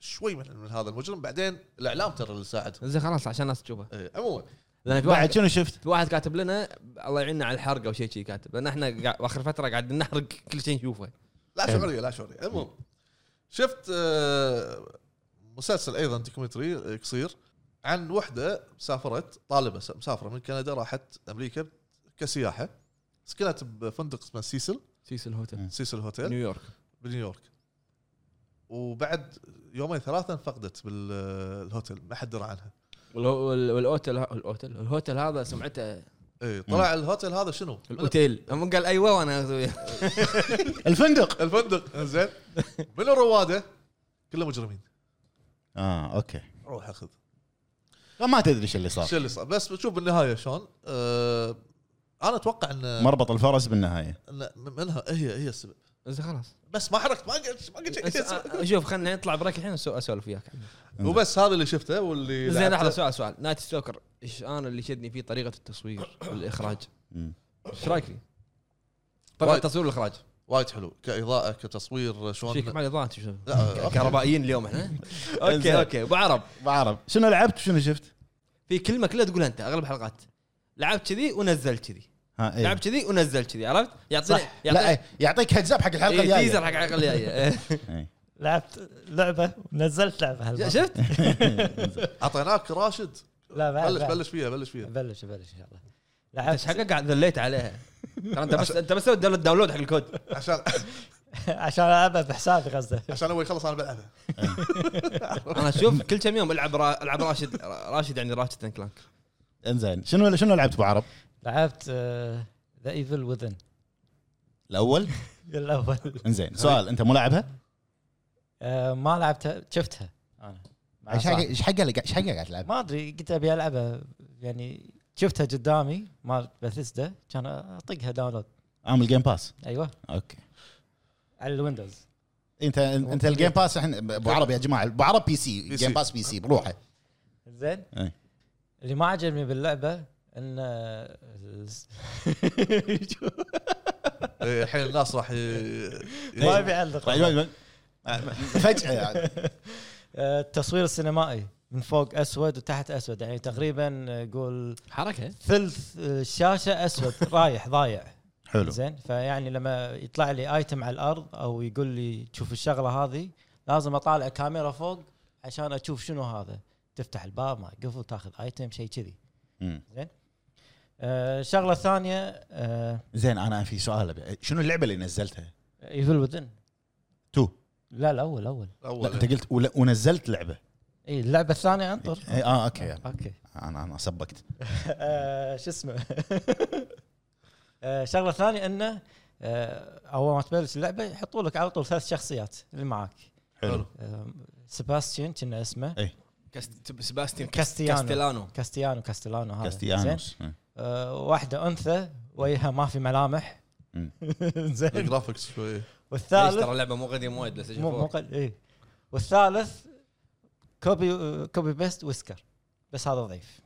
شوي من, من هذا المجرم بعدين الاعلام ترى اللي ساعدهم
زين خلاص عشان الناس تشوفه
إيه، عموما
لان في
بعد
واحد
شنو شفت؟
في واحد كاتب لنا الله يعيننا على الحرق او شيء شي كاتب لان احنا قاعد- اخر فتره قاعد نحرق كل شيء نشوفه
لا شعوريه لا شعوريه المهم شفت آه، مسلسل ايضا دوكيومنتري آه، قصير عن وحده سافرت طالبه س- مسافره من كندا راحت امريكا كسياحه سكنت بفندق اسمه سيسل
سيسل هوتل
سيسل هوتيل
نيويورك
بنيويورك وبعد يومين ثلاثه انفقدت بالهوتيل ما حد درى عنها
والهو- وال- والاوتل ه- الاوتل الهوتل هذا سمعته
اي إيه، طلع الهوتيل هذا شنو؟
الاوتيل هم قال ايوه وانا أسوي.
الفندق
الفندق زين منو رواده؟ كله مجرمين
اه اوكي
روح اخذ
ما تدري ايش اللي
طيب.
صار
شو اللي صار بس بتشوف بالنهايه شلون أه انا اتوقع ان
مربط الفرس بالنهايه
إن منها هي هي السبب
زين [laughs] خلاص
بس ما حركت ما قلت ما قلت شيء. هي السبب.
آه،
أس- شوف خلينا نطلع بريك الحين وأسو- اسولف وياك
[laughs] وبس هذا اللي شفته واللي
زين
لعبته.
لحظه سؤال سؤال نايت ستوكر ايش انا اللي شدني فيه طريقه التصوير والاخراج
مم.
ايش رايك فيه؟ طبعا
وايد.
التصوير والاخراج
وايد حلو كاضاءه كتصوير
فيك
شلون
مع الاضاءه شو
لا، أوكي.
كهربائيين اليوم [laughs] احنا اوكي اوكي ابو عرب
بعرب شنو لعبت وشنو شفت؟
في كلمه كلها تقولها انت اغلب الحلقات لعبت كذي ونزلت كذي
ها اي
لعبت كذي ونزلت كذي عرفت؟ يعطيني
إيه. صح لا
يعطيني
إيه، يعطيك هيدز اب حق الحلقه
إيه،
الجايه
تيزر حق الحلقه الجايه
إيه.
لعبت لعبه ونزلت لعبه هالمرة.
شفت؟
اعطيناك راشد
لا بعد
بلش
بعد.
بلش فيها بلش فيها
بلش بلش ان شاء الله
بس
لعبت
حقك قاعد ذليت عليها ترى انت بس انت بس سويت داونلود- داونلود حق الكود
[laughs] عشان
[laughs] عشان العبها بحسابي قصده
عشان هو يخلص انا بلعبها
انا اشوف كل كم يوم العب را- العب راشد راشد يعني راشد اند كلانك
انزين شنو شنو لعبت ابو عرب؟
لعبت آه، ذا ايفل [laughs] وذن
الاول
الاول
انزين سؤال انت مو لاعبها؟
آه، ما لعبتها شفتها انا مع
ايش حق
صاحبي.
ايش حق ايش حق قاعد تلعب؟
ما ادري قلت ابي العبها يعني شفتها قدامي مال باثيسدا كان اطقها داونلود
عامل جيم باس
ايوه
اوكي
على الويندوز
انت انت الجيم باس الحين ابو عرب يا جماعه ابو عرب بي سي جيم باس بي سي بروحه
زين
أي.
اللي ما عجبني باللعبه
[laughs]
ان
إيه، الحين الناس راح ي-
ما
ي-
ابي اعلق
طيب، فجاه يعني
آه، التصوير السينمائي من فوق اسود وتحت اسود يعني تقريبا آه، قول
حركه
ثلث الشاشه اسود [laughs] رايح ضايع
[laughs] حلو
زين فيعني لما يطلع لي ايتم على الارض او يقول لي شوف الشغله هذه لازم اطالع كاميرا فوق عشان اشوف شنو هذا تفتح الباب ما قفل تاخذ ايتم شيء كذي
مم.
آه، الشغله الثانيه
زين انا في سؤال أبي. شنو اللعبه اللي نزلتها؟
ايفل وذن
تو
لا الاول اول
لا
أول.
انت قلت ول- ونزلت لعبه
اي اللعبه الثانيه انطر
إيه، اه اوكي
اوكي
انا انا سبقت
آه، شو اسمه [laughs] آه، شغله ثانيه انه آه، اول ما تبلش اللعبه يحطوا لك على طول ثلاث شخصيات اللي معاك
حلو
آه، سيباستيان كنا اسمه
كاست- سباستين
كاستيانو.
كاستيلانو
كاستيانو كاستيلانو هذا زين؟
كاستيانوس إيه.
آه، واحده انثى وجهها ما في ملامح
مم.
[laughs] زين
الجرافكس إيه، شوي
ليش
والثالث
ترى اللعبه مو قديم وايد بلاي ستيشن
مو مو
4
قل- اي والثالث كوبي آه، كوبي بيست ويسكر بس هذا ضعيف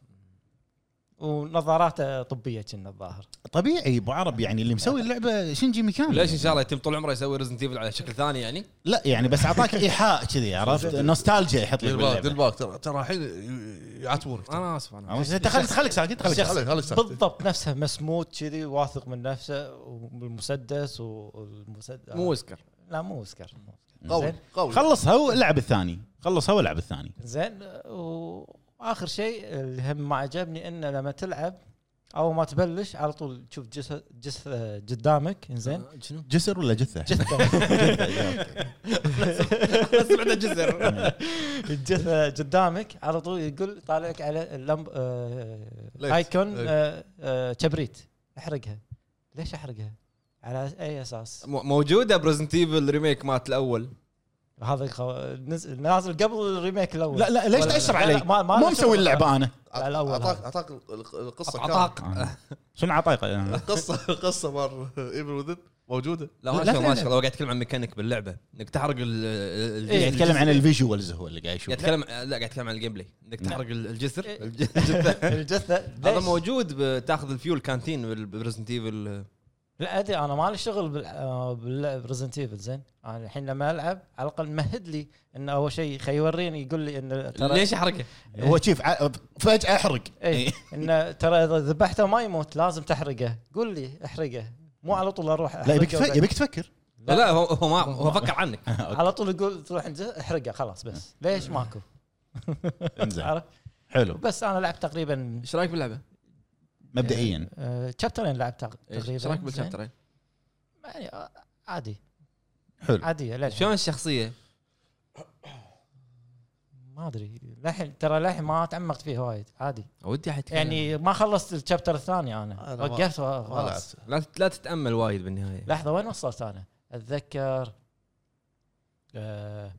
ونظاراته طبيه كنا الظاهر
طبيعي ابو عرب يعني اللي مسوي اللعبه شنجي ميكان
ليش ان شاء الله يتم طول عمره يسوي ريزنت ايفل على شكل ثاني يعني
لا يعني بس اعطاك ايحاء كذي عرفت نوستالجيا يحط لك
ديل باك ديل
باللعبة.
باك ترى ترى الحين ي- يعاتبونك ترى.
انا اسف انا
عرفت؟ انت خليك خليك ساكت خليك
خليك
ساكت.
خليك ساكت.
بالضبط نفسه مسموت كذي واثق من نفسه والمسدس والمسدس
مو اسكر
لا مو ويسكر مو ويسكر.
قوي
زين؟
قوي
خلص هو العب الثاني خلص هو العب الثاني
زين واخر شيء اللي هم ما عجبني انه لما تلعب اول ما تبلش على طول تشوف جسد جسد قدامك زين
[laughs]
آه، شنو؟
جسر ولا جثه؟
سمعنا جزر
[laughs] الجثه قدامك على طول يقول طالع لك على اللمب آه
ليت.
ايكون
ليت.
آه، آه، كبريت احرقها ليش احرقها؟ على اي اساس؟
مو- موجوده بريزنت ايفل ريميك مات الاول
هذا الخو- نزل نازل قبل الريميك الاول
لا لا ليش
ولا-
تاشر
لا،
علي؟
لا، ما- ما يعني.
مو
نشر
مسوي اللعبه انا
على الأول
اعطاك
هذا.
اعطاك ال- القصه كاملة.
عطاق
[laughs]
لا
شنو
يعني؟
عطايقه؟
القصه القصه مال ايفل وذن موجوده
ما
لا،
شاء الله
لا،
ما شاء الله هو قاعد يتكلم عن ميكانيك باللعبه انك تحرق ال- ال
إيه،
قاعد
الجزء.
يعني يتكلم عن الفيجوالز هو اللي قاعد
قاعد
يشوف
يتكلم لا قاعد يتكلم عن الجيم بلاي انك تحرق ال- الجسر
إيه.
الج- الجثة.
[laughs] الجثه
هذا
ليش؟
موجود بتاخذ الفيول كانتين بريزنت ايفل
لا ادري انا مالي شغل بال- آه، باللعب ريزنت ايفل زين انا الحين لما العب على الاقل مهد لي انه اول شيء خي يوريني يقول لي انه ترى
ليش احرقه؟
هو شيف ع- إيه. فجاه احرق
اي انه ترى اذا ذبحته ما يموت لازم تحرقه قول لي احرقه مو على طول اروح
لا
أحرقه
يبيك تف-
[laughs] وأقعد.
يبيك تفكر
لا لا هو هو ما هو
[laughs]
فكر عنك
على طول يقول تروح عند احرقه خلاص بس
نعم.
ليش ماكو
انزين
عرفت
[laughs] حلو
بس انا لعبت تقريبا
ايش رايك باللعبه؟
مبدئيا
آه، تشابترين لعبت تق- تقريبا
ايش رايك
زين.
بالشابترين؟
يعني آه، عادي
حلو
عاديه للحين
شلون الشخصيه؟
ما ما ادري للحين ترى للحين ما تعمقت فيه وايد عادي
ودي احد يتكلم.
يعني ما خلصت الشابتر الثاني انا,
إيه. أنا ما-
وقفت
ما
خلاص
لعبت
لا لا تتامل وايد بالنهايه
لحظه وين وصلت انا؟ اتذكر آه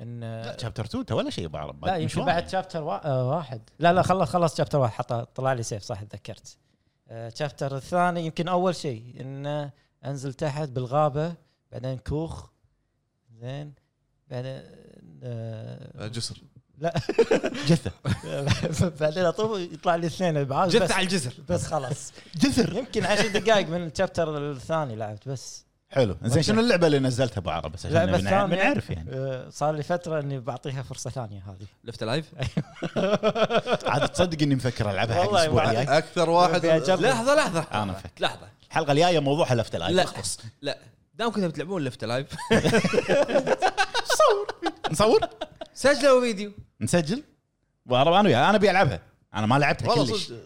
ان
لا شابتر 2 انت ولا شيء بعرف
آه. لا يمكن بعد شابتر وا- آه، واحد لا لا خلص خلص شابتر واحد حط طلع لي سيف صح تذكرت شابتر الثاني يمكن اول شيء انه انزل تحت بالغابه بعدين كوخ زين بعدين آه،
جسر
جثه
[laughs] بعدين اطوف يطلع لي اثنين ابعاد بس
جثة على الجسر
بس خلاص
جزر
[laughs] يمكن عشر دقائق من الشابتر الثاني لعبت بس
حلو زين شنو اللعبه اللي نزلتها ابو عرب بس عشان
اللعبه الثانيه
بنع- بنعرف يعني
آه، صار لي فتره اني بعطيها فرصه ثانيه هذه
لفت لايف
[laughs]
عاد تصدق اني مفكر العبها حق
والله
الاسبوع
ما-
الجاي
اكثر واحد
أبي أجرب.
لحظه لحظه
انا مفكر
لحظه
الحلقه الجايه موضوعها لفت
لا.
العاب اختص
لا دام كنتوا بتلعبون لفت لايف
نصور
[laughs] سجلوا فيديو
نسجل ابو عرب انا وياه انا ابي العبها انا ما لعبتها
والله
كلش
صدق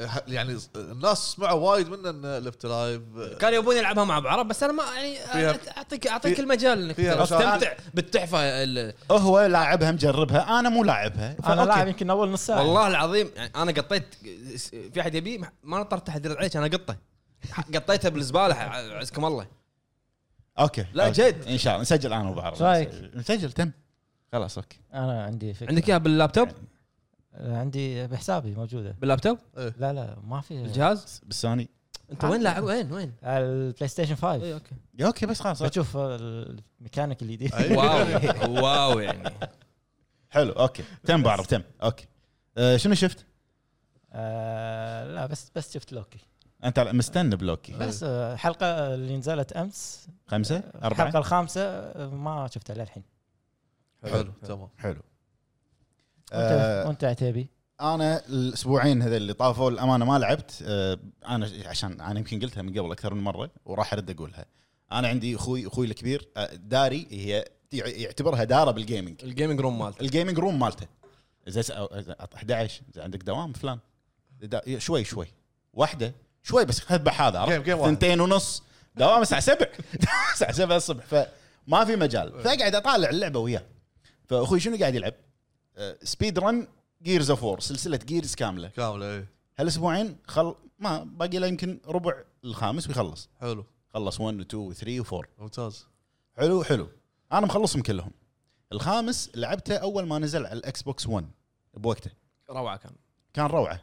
آه، يعني الناس سمعوا وايد منه ان لفت لايف آه،
كانوا يبون يلعبها مع بعض بس انا ما يعني
فيها-
اعطيك اعطيك
في-
المجال انك
فيها
استمتع بالتحفه ال-
هو لاعبها مجربها انا مو لاعبها
انا
فأوكي.
لاعب يمكن اول نص ساعه
والله العظيم يعني انا قطيت في احد يبي ما نطرت احد يرد عليك انا قطه قطيتها بالزباله عزكم الله
اوكي
لا،
أوكي.
جد.
ان شاء الله نسجل انا وابو عرب
شو رأيك؟
نسجل تم خلاص اوكي
انا عندي فكره
عندك إيه؟ اياها باللابتوب
آه، عندي بحسابي موجوده
باللابتوب
لا لا ما في
الجهاز
بالسوني
انت وين لاعب وين وين
على البلاي ستيشن 5
اي اوكي
يا اوكي بس خلاص أوكي.
بشوف الميكانيك الجديد
واو واو يعني
حلو اوكي تم بعرف تم اوكي أه شنو شفت؟
آه، لا بس بس شفت لوكي
انت مستني بلوكي
بس آه، الحلقه اللي نزلت امس
خمسه
الحلقه
اربعه
الخامسه آه، ما شفتها للحين
حلو تمام
حلو
وانت
أه
وانت عتيبي
انا الاسبوعين هذول اللي طافوا الامانه ما لعبت أه انا عشان انا يمكن قلتها من قبل اكثر من مره وراح ارد اقولها انا عندي اخوي اخوي الكبير أه، داري هي يعتبرها داره بالجيمنج
الجيمنج روم مالته
الجيمنج روم مالته زي س- أو- زي 11 زي عندك دوام فلان دا- شوي شوي واحده شوي بس هذبح هذا
جيم- جيم واحد.
ثنتين ونص دوام الساعه [laughs] 7 الساعه 7 الصبح فما في
إيه.
مجال فاقعد اطالع اللعبه وياه فاخوي شنو قاعد يلعب؟ آه، سبيد رن جيرز اوف وور سلسله جيرز كامله
كامله اي
هالاسبوعين خل ما باقي له يمكن ربع الخامس ويخلص
حلو
خلص 1 و 2 و 3 و 4
ممتاز
حلو حلو انا مخلصهم كلهم الخامس لعبته اول ما نزل على الاكس بوكس 1 بوقته
روعه كان
كان روعه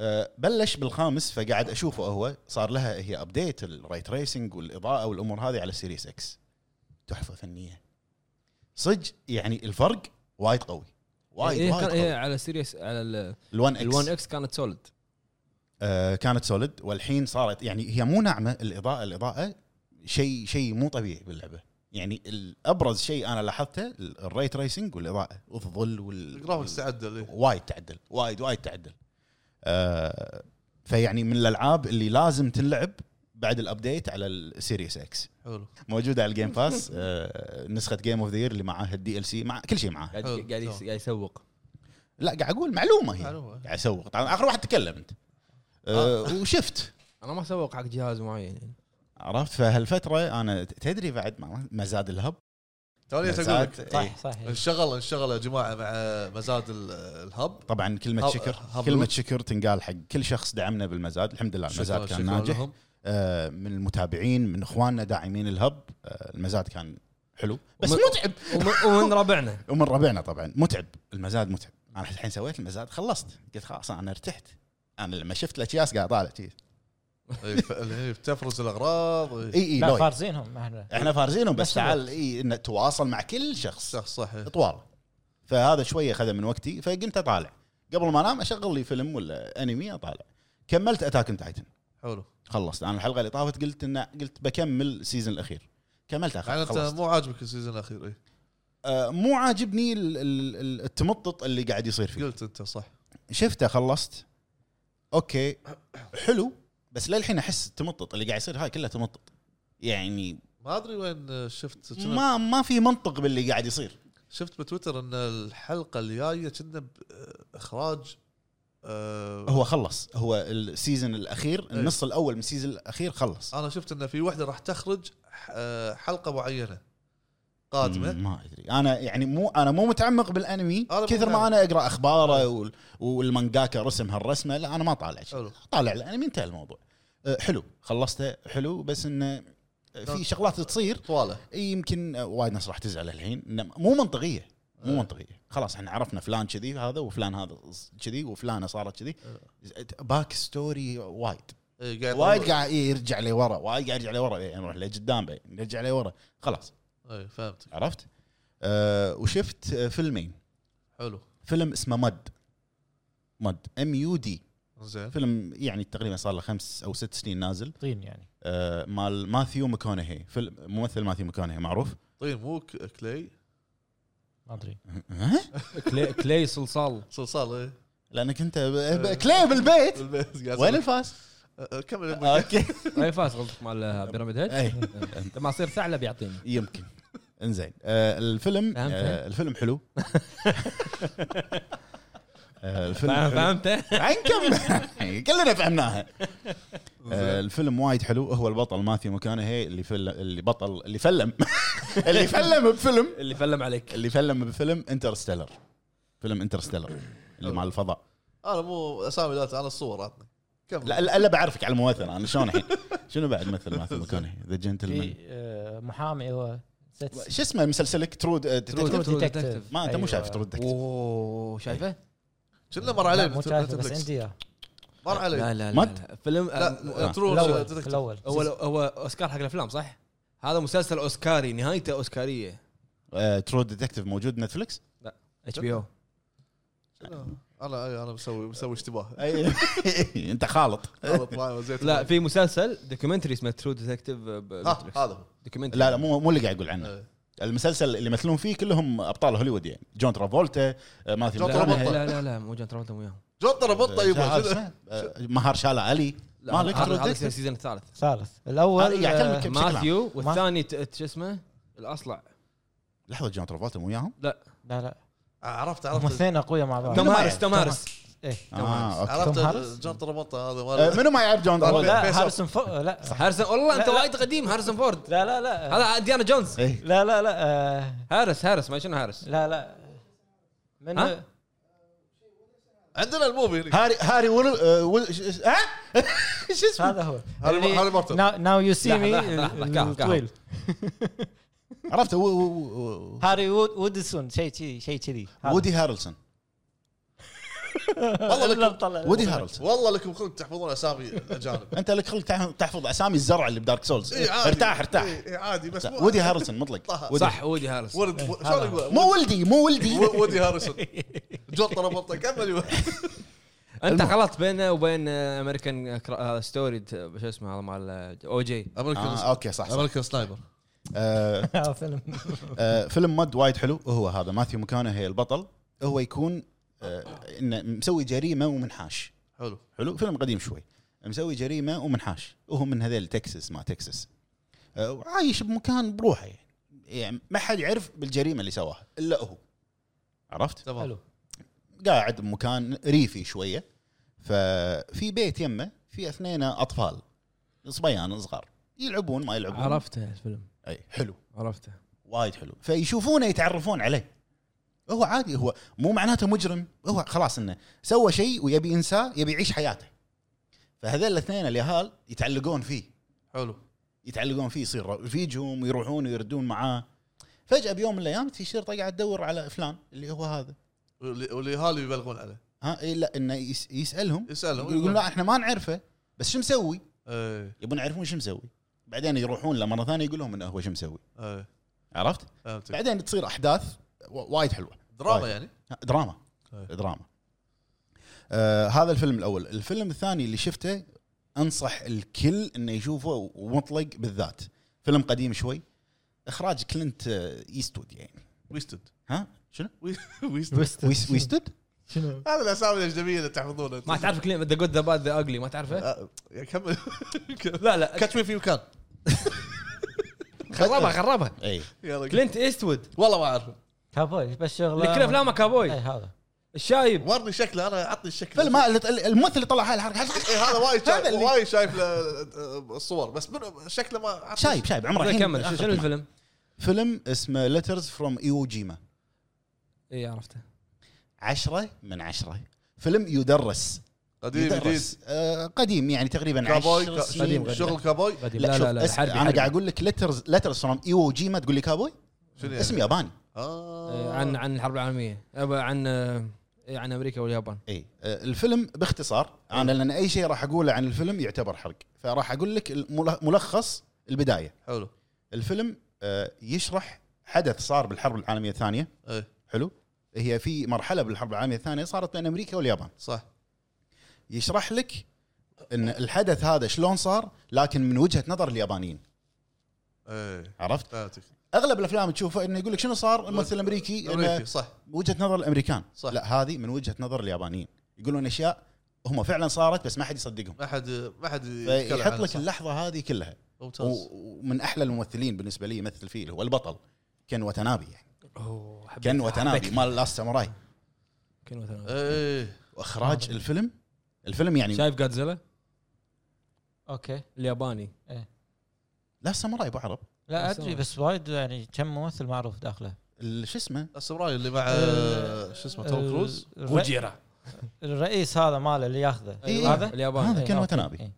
أه بلش بالخامس فقاعد اشوفه هو صار لها هي ابديت الريت ريسنج والاضاءه والامور هذه على سيريس اكس تحفه فنيه صدق يعني الفرق وايد قوي وايد
إيه،
وايد
كان- إيه،
قوي
على سيريس على
الوان
ال1
اكس
اكس كانت سوليد
أه كانت سوليد والحين صارت يعني هي مو ناعمه الاضاءه الاضاءه شيء شيء مو طبيعي باللعبه يعني الابرز شيء انا لاحظته الريت ريسنج والاضاءه والظل وال
الجرافكس تعدل إيه.
وايد تعدل وايد وايد تعدل آه فيعني من الالعاب اللي لازم تنلعب بعد الابديت على السيريس اكس
حلو
موجوده على الجيم باس آه نسخه جيم اوف ذا اللي معاها الدي ال سي مع كل شيء معاها
قاعد
حلو.
قاعد يس- قاعد يسوق
لا قاعد اقول معلومه هي
معلومة.
قاعد اسوق طبعا اخر واحد تكلم انت آه وشفت
انا ما اسوق حق جهاز معين يعني
عرفت فهالفتره انا تدري بعد ما ما زاد الهب
توني
ما
اقول لك
زاد- إيه.
صح صح
انشغل انشغل يا جماعه مع مزاد ال- الهب
طبعا كلمه
هب-
شكر
هب-
كلمه شكر تنقال حق كل شخص دعمنا بالمزاد الحمد لله المزاد كان ناجح
لهم.
آه، من المتابعين من اخواننا داعمين الهب آه، المزاد كان حلو بس
ومن-
متعب
ومن- ومن ربعنا
ومن ربعنا طبعا متعب المزاد متعب انا الحين سويت المزاد خلصت قلت خلاص انا ارتحت انا لما شفت الاكياس قاعد طالع شي.
إيه، ف- إيه، تفرز الاغراض إيه.
اي اي
لا
لوي.
فارزينهم احنا
احنا فارزينهم بس
بس
تعال اي انه تواصل مع كل شخص
صح صح إيه.
اطوال فهذا شويه اخذ من وقتي فقمت اطالع قبل ما انام اشغل لي فيلم ولا انمي اطالع كملت اتاك اون تايتن
حلو
خلصت انا الحلقه اللي طافت قلت انه قلت بكمل السيزون الاخير كملتها
يعني
خلصت
انت مو عاجبك السيزون الاخير إيه.
آه، مو عاجبني ال- ال- ال- التمطط اللي قاعد يصير فيه
قلت انت صح
شفته خلصت اوكي حلو بس للحين احس التمطط اللي قاعد يصير هاي كله تمطط يعني
ما ادري وين شفت كنا-
ما ما في منطق باللي قاعد يصير
شفت بتويتر ان الحلقه اللي جايه كنا باخراج آه،
هو خلص هو السيزون
إيه.
الاخير النص الاول من السيزون الاخير خلص
انا شفت ان في وحده راح تخرج ح- آه، حلقه معينه قادمه
ما ادري انا يعني مو انا مو متعمق بالانمي
أنا مو
كثر
متعمق.
ما انا اقرا اخباره وال- والمانجاكا رسم هالرسمه لا انا ما طالع شيء
حلو
طالع الانمي انتهى الموضوع أه، حلو خلصته حلو بس انه
أه.
في شغلات تصير
طواله
يمكن أه، وايد ناس راح تزعل الحين إنه مو منطقيه مو
أه.
منطقيه خلاص احنا عرفنا فلان كذي هذا وفلان هذا كذي وفلانه صارت كذي
أه.
باك ستوري وايد
إيه، قاعد
وايد قاعد يرجع لي ورا وايد قاعد يرجع لي ورا يعني نروح لقدام بعدين نرجع لي ورا خلاص
اي إيه، فهمت
عرفت أه وشفت آه، فيلمين
حلو
فيلم اسمه مد مد ام يو دي
زين
فيلم يعني تقريبا صار له خمس او ست سنين نازل
طين يعني
آه، مال ماثيو ماكونهي فيلم ممثل ماثيو ماكونهي معروف
طيب مو ك- كلي
ما ادري
ها
كلي, كلي صلصال
صلصال اي
لانك انت ب- ب- كلي بالبيت
بالبيت قاعد
وين
أسوي-
الفاس؟
أه، أه، كمل أبوي.
اوكي
اي فاس غلطك مال بيراميد هيد
اي
لما اصير ثعلب يعطيني
يمكن انزين آه، الفيلم
فهمت؟
آه، الفيلم
[laughs]
حلو آه، الفيلم
فاهم-
حلو.
فهمت
نكمل كلنا فهمناها آه،
زين.
الفيلم وايد حلو هو البطل ماثيو مكانهي اللي فل... اللي بطل اللي فلم اللي فلم بفيلم
اللي فلم عليك
اللي فلم بفيلم انترستيلر فيلم انترستيلر اللي مال الفضاء
انا مو اسامي ذات انا الصور عطني كمل
لا لا لا بعرفك على الممثل انا شلون الحين شنو بعد مثل ماثيو مكانهي ذا جنتلمان
في آه، محامي هو نسيت
شو اسمه مسلسلك ترو
True
ديتكتيف
Detective.
Detective.
ما انت مو
أيوة.
شايف ترو ديتكتيف
اوه شايفه؟
كنا مر علي
لا، مو شايفه بس
نتفلكس
عندي اياه
مر علي
لا لا لا,
مد؟
لا. فيلم
لا
آه،
ترو
الاول
Detective.
الاول
هو هو اوسكار حق الافلام صح؟ هذا مسلسل اوسكاري نهايته اوسكاريه
ترو ديتكتيف آه، موجود نتفلكس
اتش بي او
شنو؟ انا أي، انا مسوي مسوي اشتباه
[laughs] أي- انت إيه. خالط
غلط معي زيت
لا
لا
في مسلسل دوكيومنتري اسمه ترو ديتكتيف
آه، هذا هو
دوكيومنتري
لا لا مو مو اللي قاعد اقول عنه
إيه.
المسلسل اللي يمثلون فيه كلهم ابطال هوليوود يعني جون ترافولتا آه، ماثيو
جون
لا
ماكونهي،
ترافولتا. طيب،
لا لا, لا مو جون ترافولتا وياهم
جون ترابطه
آه،
يبا
اسمه؟ آه، مهار شالا علي
لا،
مالك
هذا-
ترو
هذا
ديتكتيف؟
السيزون الثالث
ثالث الاول
يعني
آه،
بشكل عام.
ماثيو والثاني ت- ت- شو اسمه الاصلع
لحظه جون ترافولتا مو وياهم؟
لا لا
عرفت
هم
عرفت
اثنين اقوياء مع بعض
توم
ما
هارس
يعرف.
توم هارس
إيه.
اه اوكي
عرفت
توم هاريس؟
جون ترابطه هذا
آه،
ماله.
منو ما يعرف جون
طيب. لا،
ترافولتا؟
لا
Face
هارسون فو... لا
هارسون والله انت
لا، لا.
وايد قديم هارسون فورد
لا لا لا
هذا ديانا جونز
إيه.
لا لا لا آه،
هارس هارس ما شنو هارس
لا لا من
ها؟
عندنا الموفي هنا
هاري هاري ول آه، ول- ش- ش- ها؟ [laughs] شو اسمه؟
هذا هو
هاري هاري مرتب
ناو يو سي
لحظة،
مي
لحظة، لحظة، كاهو، كاهو.
طويل
عرفته و- و- و-
هاري وود وودسون شيء كذي شيء كذي هذا.
وودي هارلسون
والله لك-
لا، طلع-
وودي هارلسون
والله لكم خلق تحفظون اسامي
[laughs]
اجانب
انت لك خلق تح- تحفظ اسامي الزرع اللي بدارك سولز
إيه، عادي.
ارتاح ارتاح
إيه، إيه، عادي بس مو-
وودي هارلسون مطلق
طه.
وودي-
صح وودي هارس
ورد شلون يقول
مو ولدي مو ولدي
و- وودي هاريسون جون ترابطه كمل يقول.
انت خلطت بينه وبين امريكان ستوري شو اسمه هذا مال او جي
آه،
امريكان
اوكي صح صح
امريكان سنايبر
آه،
[laughs] آه، فيلم
آه، فيلم مد وايد حلو وهو هذا ماثيو مكانه هي البطل هو يكون آه، انه مسوي جريمه ومنحاش
حلو
حلو فيلم قديم شوي مسوي جريمه ومنحاش وهو من هذيل تكساس ما تكساس آه، وعايش بمكان بروحه يعني. يعني ما حد يعرف بالجريمه اللي سواها الا هو عرفت
تمام
حلو
قاعد بمكان ريفي شويه ففي بيت يمه في اثنين اطفال صبيان صغار يلعبون ما يلعبون
عرفته الفيلم
اي حلو
عرفته
وايد حلو فيشوفونه يتعرفون عليه هو عادي هو مو معناته مجرم هو خلاص انه سوى شيء ويبي ينساه يبي يعيش حياته فهذول الاثنين اليهال يتعلقون فيه
حلو
يتعلقون فيه يصير رفيجهم ويروحون ويردون معاه فجاه بيوم من الايام في شرطه قاعد تدور على فلان اللي هو هذا
واللي واللي هالي يبلغون عليه
ها الا انه يس- يسالهم
يسالهم
يقولون لا احنا ما نعرفه بس شو مسوي؟
اي
يبون يعرفون شو مسوي بعدين يروحون له مره ثانيه يقول لهم انه هو شو مسوي
اي
عرفت؟
فهمتك
بعدين تصير احداث و- وايد حلوه
دراما
وايد.
يعني
دراما
أي.
دراما آه هذا الفيلم الاول الفيلم الثاني اللي شفته انصح الكل انه يشوفه ومطلق بالذات فيلم قديم شوي اخراج كلينت آه، ايستود يعني
ويستد [laughs]
ها شنو
ويستد
ويس ويستود
شنو
هذا الاسامي الاجنبيه اللي تحفظونها
ما تعرف كلمه ذا جود ذا باد ذا اجلي ما تعرفه؟
آه، يا
[laughs]
كمل
لا لا
كاتش مي في مكان
خربها خربها
اي
يلا.
كلينت ايستوود
والله ما اعرفه
كابوي بس شغله
اللي كل افلامه
اي
كابوي
إيه، هذا
الشايب
ورني شكله انا عطني الشكل
فيلم ما- الممثل اللي طلع هاي الحركه
إيه، هذا وايد شايف
هذا اللي-
وايد شايف له- آه، الصور بس منو- شكله ما عطني
شايب شايب عمره الحين
كمل شنو الفيلم؟
فيلم اسمه ليترز فروم ايوجيما
اي عرفته
عشرة من عشرة فيلم يدرس
قديم جديد
يدرس. آه قديم يعني تقريبا
كابوي
عشر
كا-
سنين
قديم.
شغل كابوي
قديم.
لا, لا, لا, لا
حربي،
انا
حربي.
قاعد اقول لك ليترز ليترز فروم ايوجيما تقول لي كابوي
شنو يعني؟
اسم ياباني
آه،
آه.
عن عن الحرب العالميه أبا- عن آه، عن امريكا واليابان
اي آه، الفيلم باختصار انا لان اي شيء راح اقوله عن الفيلم يعتبر حرق فراح اقول لك المل- ملخص البدايه
آه، حلو
الفيلم آه، يشرح حدث صار بالحرب العالميه الثانيه
ايه
حلو هي في مرحله بالحرب العالميه الثانيه صارت بين امريكا واليابان
صح
يشرح لك ان الحدث هذا شلون صار لكن من وجهه نظر اليابانيين
ايه
عرفت
فاتك
اغلب الافلام تشوفه انه يقول لك شنو صار
إيه.
الممثل الامريكي
امريكي
إنه
صح
وجهه نظر الامريكان
صح.
لا هذه من وجهه نظر اليابانيين يقولون اشياء هم فعلا صارت بس ما حد يصدقهم
ما حد ما حد يتكلم
فيحط
عنه،
لك
صح.
اللحظه هذه كلها
ممتاز
و- ومن احلى الممثلين بالنسبه لي يمثل فيه اللي هو البطل كان وتنابي يعني
اوه حبيت-
كان
حبيت.
وتنابي مال لاست ساموراي
كان وتنابي
ايه
واخراج الفيلم الفيلم يعني
آه. شايف جادزيلا
اوكي
الياباني
لاست ساموراي ابو عرب
لا
بس
ادري
هو-
بس وايد يعني كم ممثل معروف داخله
ال- شو اسمه
السمراي اللي مع
آه،
شو اسمه توم كروز
الر-
وجيرا
الرئيس هذا ماله اللي ياخذه
إيه.
هذا
الياباني
هذا كان
أوكي.
وتنابي.
إيه.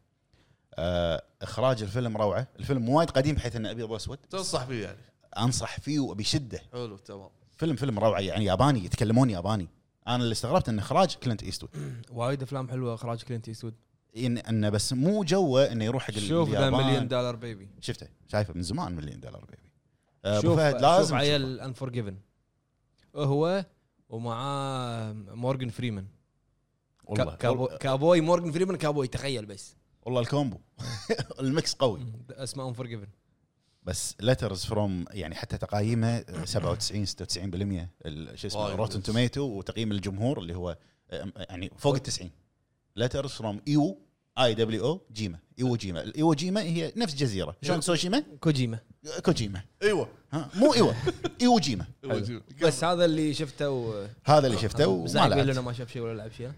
آه اخراج الفيلم روعه الفيلم مو وايد قديم بحيث انه ابيض واسود
تنصح فيه يعني
انصح فيه وبشده
حلو تمام
فيلم فيلم روعه يعني ياباني يتكلمون ياباني انا اللي استغربت ان اخراج كلينت ايستوود
وايد افلام حلوه اخراج كلينت ايستود
إن انه بس مو جوه انه يروح حق
شوف ذا
اليابان.
مليون دولار بيبي
شفته شايفه من زمان مليون دولار بيبي آه، أبو
شوف
فهد
لازم
لازم
شوف
تشوفه.
عيال انفورجيفن هو ومعاه مورجن فريمان
والله
كا- كابو- كابوي مورجن فريمان كابوي تخيل بس
والله الكومبو [laughs] الميكس قوي
اسمه انفورجيفن
بس ليترز فروم يعني حتى تقايمه آه، 97 96% ال- شو اسمه
وايد.
روتن توميتو وتقييم الجمهور اللي هو آه، يعني فوق ال 90 ليترز فروم ايو اي دبليو او جيما ايو جيما الايو جيما هي نفس جزيره شلون سوشيما
كوجيما
كوجيما
ايوه
ها مو ايوه ايو جيما
ايوه
حلو.
جيب.
بس هذا اللي شفته و...
هذا اللي شفته وما
وما
لعبت
لنا ما شاف شيء ولا لعب
[laughs]
شيء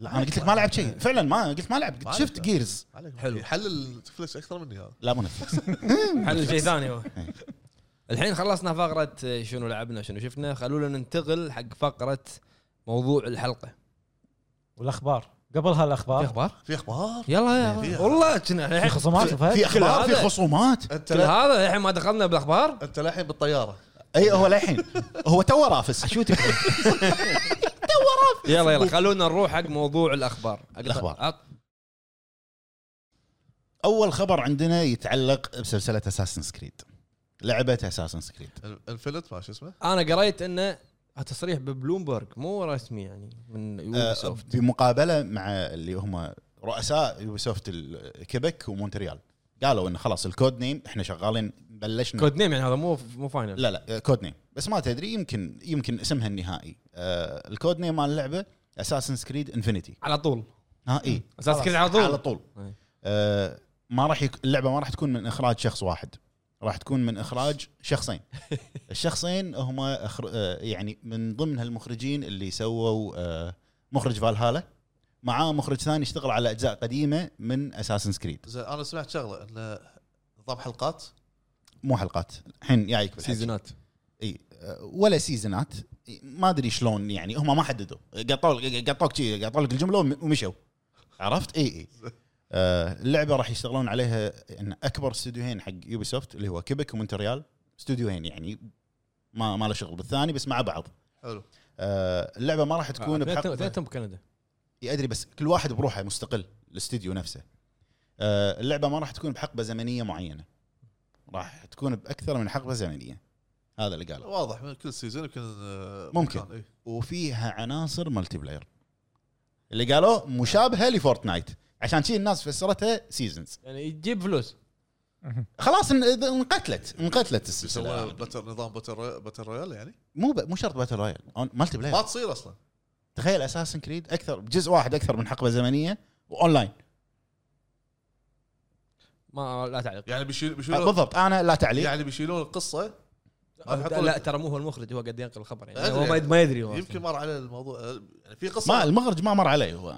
لا انا قلت لك ما لعبت شيء فعلا ما قلت ما لعبت
ما
قلت شفت
لعبت.
جيرز
عليك.
حلو.
يحلل نتفلكس اكثر مني هذا
لا مو نتفلكس
حل شيء ثاني هو
إيه.
الحين خلصنا فقره شنو لعبنا شنو شفنا خلونا ننتقل حق فقره موضوع الحلقه
والاخبار قبلها الاخبار
اخبار
في اخبار
يلا
إيه،
في
يلا والله كنا
في
الحين
خصومات
في
وفهد
اخبار في
هذا.
خصومات
انت
كل
لا
هذا الحين ما دخلنا بالاخبار
انت للحين بالطياره
اي هو للحين هو تو رافس شو تبي
يلا يلا خلونا نروح حق موضوع الاخبار
الأخبار.
عط-
اول خبر عندنا يتعلق بسلسله اساسن سكريد لعبه اساسن سكريد
انفنت ما شو اسمه
انا قريت انه تصريح ببلومبرج مو رسمي يعني من يوبي سوفت
بمقابله آه، مع اللي هم رؤساء يوبيسوفت الكيبك ومونتريال قالوا انه خلاص الكود نيم احنا شغالين بلشنا
كود نيم يعني هذا مو مو فاينل
لا لا آه، كود نيم بس ما تدري يمكن يمكن اسمها النهائي آه الكود نيم مال اللعبه اساسن سكريد انفينيتي
على طول
ها اي
اساس كذا على
على
طول
طول
أي.
آه ما راح يك... اللعبه ما راح تكون من اخراج شخص واحد راح تكون من اخراج [laughs] شخصين الشخصين هم أخر... آه يعني من ضمن هالمخرجين اللي سووا آه مخرج فالهالا معاه مخرج ثاني اشتغل على اجزاء قديمه من اساسن سكريد
زين انا سمعت شغله انه نظام حلقات
مو حلقات الحين جايك بالحكي.
سيزونات
اي آه، ولا سيزونات إي، ما ادري شلون يعني هم ما حددوا قطوا قطوك شي، قطوا لك الجمله وم- ومشوا عرفت اي اي آه، اللعبه راح يشتغلون عليها ان اكبر استوديوهين حق يوبي سوفت اللي هو كيبك ومونتريال استوديوهين يعني ما ما له شغل بالثاني بس مع بعض
حلو
آه، اللعبه ما راح تكون بحق
ثلاثتهم بكندا
إي ادري بس كل واحد بروحه مستقل الاستديو نفسه آه، اللعبه ما راح تكون بحقبه زمنيه معينه راح تكون باكثر من حقبه زمنيه هذا اللي قاله
واضح من كل سيزون يمكن آه،
ممكن.
مكان، إيه.
وفيها عناصر ملتي بلاير اللي قالوا مشابهه لفورتنايت عشان شي الناس فسرتها سيزونز
يعني يجيب فلوس
خلاص ان- إذا انقتلت انقتلت
يسوون
السلسله
بتر نظام بتر بتر رويال يعني
مو ب... مو شرط باتل رويال أون- ملتي
ما
بلاير
تصير اصلا
تخيل اساسن كريد اكثر جزء واحد اكثر من حقبه زمنيه واونلاين
ما لا تعليق
يعني بيشيل بيشيلون
بالضبط انا لا تعليق
يعني بيشيلون القصه أنا بحط
لا
لك-
ترى مو هو المخرج هو قاعد ينقل الخبر يعني
أدري
هو ما-
يعني.
ما يدري هو
يمكن مر على الموضوع آه، يعني في قصه
أيوة، ما المخرج ما مر علي هو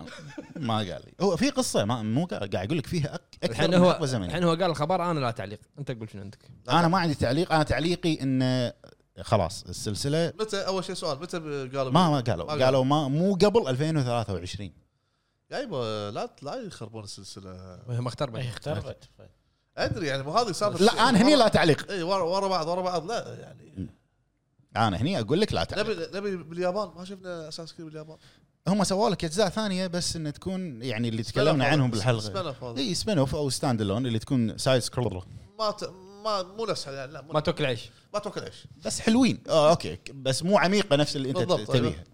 ما قال لي هو في قصه ما مو قاعد قاعد اقول لك فيها أك- اكثر
الحين
من
هو
حقبه زمنيه
الحين هو قال الخبر انا لا تعليق انت قول شنو عندك
انا ما عندي تعليق انا تعليقي انه خلاص السلسله
متى اول شيء سؤال متى قالوا
ما ما قالوا
ما قالوا.
قالوا ما مو قبل 2023
يا يبا لا لا يخربون السلسله
ما اختار
إيه،
بعد.
اختربت
ادري يعني مو هذه صارت
لا انا هني لا تعليق
اي ورا ورا بعض ورا بعض لا يعني
انا هني اقول لك لا تعليق
نبي نبي باليابان ما شفنا اساس كذا باليابان
هم سووا لك اجزاء ثانيه بس ان تكون يعني اللي تكلمنا عنهم بالحلقه
سبين أوف هذا.
اي سبين اوف او ستاند الون اللي تكون سايد سكرولر
ما ت... ما مو نفسها يعني لا مو
ما تاكل عيش
ما توكل ايش
بس حلوين اه اوكي ك- بس مو عميقه نفس اللي انت
بالضبط،
ت- تبيها
أيوة.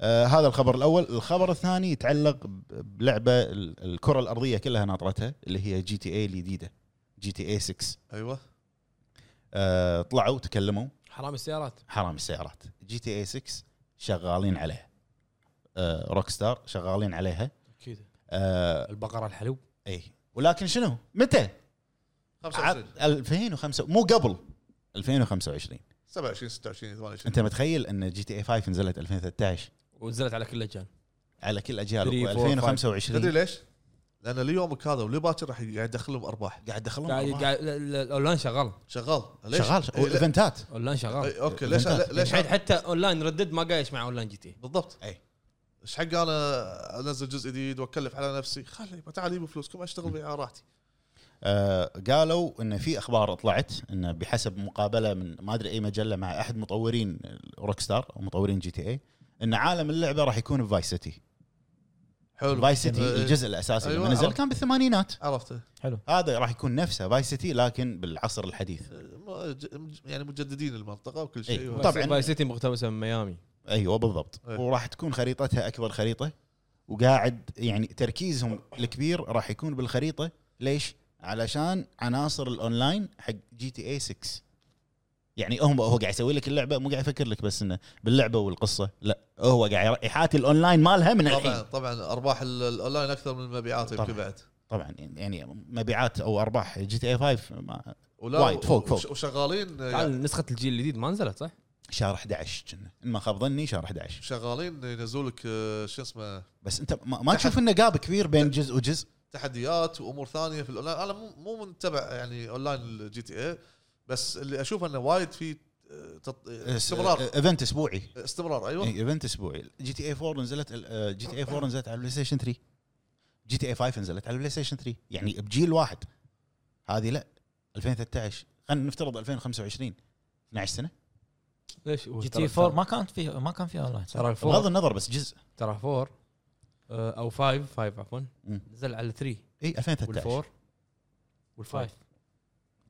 آه هذا الخبر الاول الخبر الثاني يتعلق ب- بلعبه ال- الكره الارضيه كلها ناطرتها اللي هي جي تي اي الجديده جي تي اي 6
ايوه
آه طلعوا تكلموا
حرام السيارات
حرام السيارات جي تي اي 6 شغالين عليها آه روك ستار شغالين عليها
اكيد
آه
البقره الحلو
اي إيه. ولكن شنو متى
25
عاد 2005 مو قبل 2025
27 26 28
انت متخيل ان جي تي اي 5 نزلت 2013
ونزلت على كل الاجيال
على كل اجيال
3 4
تدري
2025
ليش؟ لان ليومك هذا ولباكر راح قاعد يدخلهم ارباح
قاعد دخلهم
قاعد
أرباح.
قاعد- لا- لا- الاونلاين شغال
شغال ليش؟
شغال
إي، لا-
ايفنتات
اونلاين شغال
إي، اوكي ليش
إيفنتات.
ليش
الحين حتى اونلاين ردد ما قايش مع اونلاين جي تي
بالضبط
إي.
ايش حق انا انزل جزء جديد واكلف على نفسي خلي تعال جيبوا فلوسكم اشتغل بها على راحتي
آه، قالوا ان في اخبار طلعت ان بحسب مقابله من ما ادري اي مجله مع احد مطورين روك ستار او مطورين جي تي اي ان عالم اللعبه راح يكون بفاي سيتي
حلو
فاي سيتي
إي،
الجزء الاساسي
أيوة،
لما نزل
عرفت.
كان بالثمانينات
عرفت
هذا راح يكون نفسه فاي سيتي لكن بالعصر الحديث
ما- ج- يعني مجددين المنطقه وكل
إي.
شيء
طبعاً.
باي سيتي مقتبسه من ميامي
ايوه بالضبط
أي.
وراح تكون خريطتها اكبر خريطه وقاعد يعني تركيزهم الكبير راح يكون بالخريطه ليش؟ علشان عناصر الاونلاين حق جي تي اي 6 يعني هم هو قاعد يسوي لك اللعبه مو قاعد يفكر لك بس انه باللعبه والقصه لا هو قاعد يحاتي الاونلاين مالها من
طبعا
الحين
طبعا ارباح ال- الاونلاين اكثر من المبيعات
طبعاً.
يمكن بعد
طبعا يعني مبيعات او ارباح جي تي اي 5 ما-
ولا
وايد، فوق، فوق.
وش- وشغالين يعني
تعال نسخه الجيل الجديد ما نزلت صح؟
شهر 11 كنا إن ما خاب ظني شهر 11
شغالين ينزلوا لك آه، شو اسمه
بس انت ما, ما تشوف انه جاب كبير بين جزء وجزء
تحديات وامور ثانيه في الاونلاين انا مو مو منتبع يعني اونلاين الجي تي اي بس اللي اشوف انه وايد في آه، تط- استمرار
ايفنت اسبوعي
استمرار ايوه
طيب.
اي ايفنت اسبوعي إيه، جي تي اي 4 نزلت آه، جي تي اي 4 نزلت على البلاي ستيشن 3 جي تي اي 5 نزلت على البلاي ستيشن 3 يعني بجيل واحد هذه لا 2013 خلينا نفترض 2025 12 سنه
ليش؟
جي تي 4 ما كانت فيه ما كان فيه اونلاين
ترى
بغض
الفور
النظر بس جزء
ترى فور آه، او فايف فايف عفوا
مم.
نزل على 3
اي 2013
والفور والفايف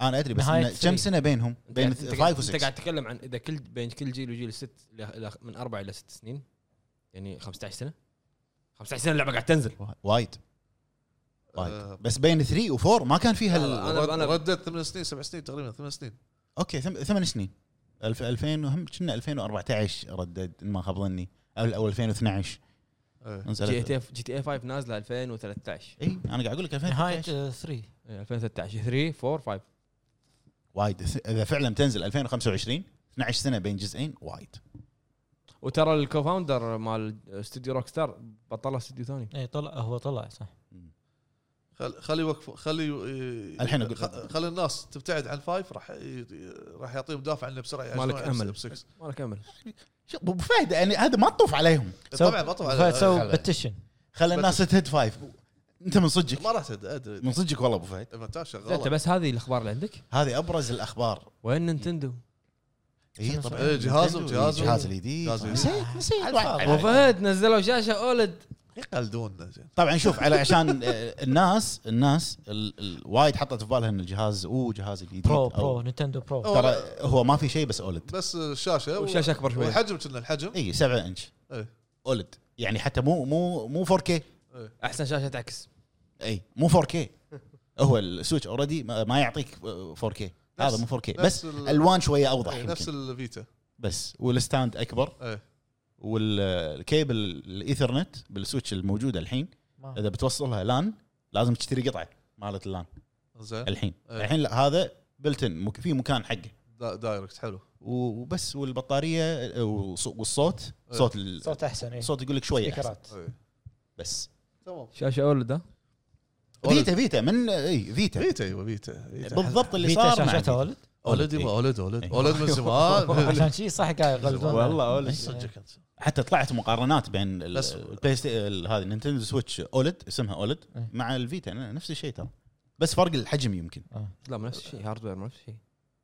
انا ادري بس
نهاية
إنه كم
3.
سنه بينهم
أنت
بين
قاعد- أنت قاعد-
5
انت
و6
قاعد تتكلم عن اذا كل بين كل جيل وجيل ست إلى- إلى- من اربع الى ست سنين يعني 15 سنه 15 سنه اللعبه قاعد تنزل
وايد
آه.
وايد بس بين 3 و4 ما كان فيها
لا، لا،
ال-
أنا-
رد-
أنا-
ردت ثمان سنين سبع سنين تقريبا ثمان سنين
اوكي ثم- ثمان سنين 1000 2000 وهم كنا 2014 ردد إن ما خاب ظني او او 2012
إيه.
جي
نزلت
تي إيه، جي تي اي 5 نازله 2013
اي انا قاعد اقول لك 2013
نهايه 3
إيه، 2013 3 4 5
وايد إذ- اذا فعلا تنزل 2025 12 سنه بين جزئين وايد
وترى الكوفاوندر مال استوديو روك ستار بطلها استوديو ثاني
اي إيه، طلع هو طلع صح
خل- خلي وقف خلي ي-
الحين أقول.
خ- خلي الناس تبتعد عن فايف راح ي- راح يعطيهم دافع يعني انه بسرعه
مالك
يعيشون على
أمل.
بسكس.
ما كمل
شوف ابو فهد يعني هذا ما تطوف عليهم
طبعا ما طبعا
فسو
خلي.
بتشن
خلي الناس تهد فايف انت من
ما
صدقك
راح تد- ادري
من صدقك والله ابو فهد
ممتاز
انت
شغال
بس هذه الاخبار اللي عندك
هذه ابرز الاخبار
وين نينتندو
اي
إيه،
طبعا
جهازهم- جهازهم.
الجهاز الجديد
جهاز الجديد.
نسيت نسيت
ابو
واحد.
فهد نزلوا شاشه اولد
يقلدون
طبعا شوف على عشان آه، الناس الناس ال- ال- وايد حطت في بالها ان الجهاز او جهاز الجديد
برو
أو-
برو نينتندو برو
أو-
ترى هو ما في شيء بس إيه، اولد
بس الشاشه و-
والشاشه اكبر شوي
والحجم كنا الحجم
اي 7 انش
إيه.
اولد يعني حتى مو مو مو 4K
احسن شاشه تعكس
اي إيه، مو 4K هو السويتش اوريدي ما ما يعطيك 4K هذا مو 4K
نفس
بس
ال-
الوان شويه اوضح
إيه،
يمكن
نفس الفيتا
بس والستاند اكبر
ايه
والكيبل الايثرنت بالسويتش الموجوده الحين اذا بتوصلها لان لازم تشتري قطعه مالت اللان
زين
الحين
إيه.
الحين لا هذا بلتن في مكان حقه
دا- دايركت حلو
و- وبس والبطاريه آه، والص- والصوت صوت ال-
صوت إيه. احسن اي
صوت يقول لك شويه أحسن.
سبيكرات
إيه.
بس
تمام
شاشه اولد ها
فيتا فيتا من اي فيتا
فيتا ايوه فيتا فيتا.
بالضبط اللي
فيتا
صار مع
شاشتها
فيتا.
اولد
اولد
إيه.
يبا اولد اولد
إيه.
اولد من زمان
[laughs]
[laughs]
عشان شي صح قاعد يغلطون
والله أولد.
صدقك انت
حتى طلعت مقارنات بين ال-
بس-
البلاي ستي- ال- هذه نينتندو سويتش اولد اسمها اولد
إيه.
مع الفيتا نفس الشيء ترى بس فرق الحجم يمكن
لا مو نفس الشيء هاردوير مو نفس الشيء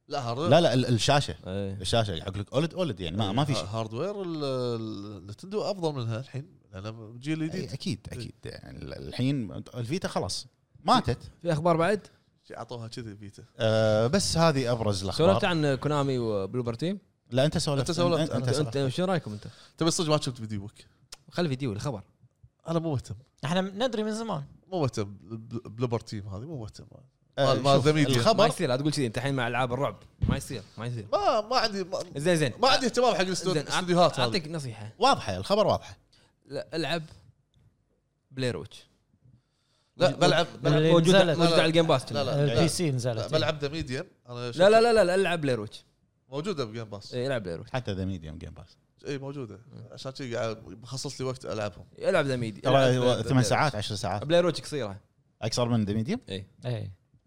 لا هاردوير
لا لا ال- الشاشه
إيه.
الشاشه حق لك اولد اولد يعني ما,
آه.
ما في شيء
هاردوير ال- ال- نتندو افضل منها الحين لان جيل
أي-
جديد
اكيد اكيد إيه، يعني ال- الحين الفيتا خلاص ماتت
في اخبار بعد
اعطوها كذي فيتا
أه بس هذه ابرز
سولفت
الاخبار
عن كونامي وبلوبر تيم
لا انت سولفت
أنت سولفت.
انت,
أنا-
انت
سولفت.
شو رايكم انت؟
تبي صدق ما شفت فيديوك
خلي فيديو الخبر
انا مو مهتم
احنا ندري من زمان
مو مهتم بل- بلوبر تيم هذه مو مهتم
أه،
ما- ما
شوف،
زميلي.
ما
الخبر
يصير لا تقول كذي انت الحين مع العاب الرعب ما يصير ما يصير
ما ما عندي ما,
زين زين
ما عندي اهتمام حق الاستو-
زين
الاستوديوهات
أعط-
هذه
اعطيك نصيحه
واضحه الخبر واضحه
لا العب بلاير ويتش
لا بلعب بلعب
اللي
موجود
نزلت.
موجود على الجيم باس
لا، لا.
البي سي نزلت
لا، بلعب ذا ميديم انا
لا لا لا لا لا، العب بلاير ويتش
موجوده بجيم باس
إيه، العب بلاير ويتش
حتى ذا ميديوم جيم باس
اي موجوده إيه،
إيه.
عشان كذي قاعد بخصص لي وقت العبهم
العب ذا ميدي
ترى هو ثمان ساعات 10 ساعات
بلاير ويتش قصيره
اكثر من ذا ميديوم
اي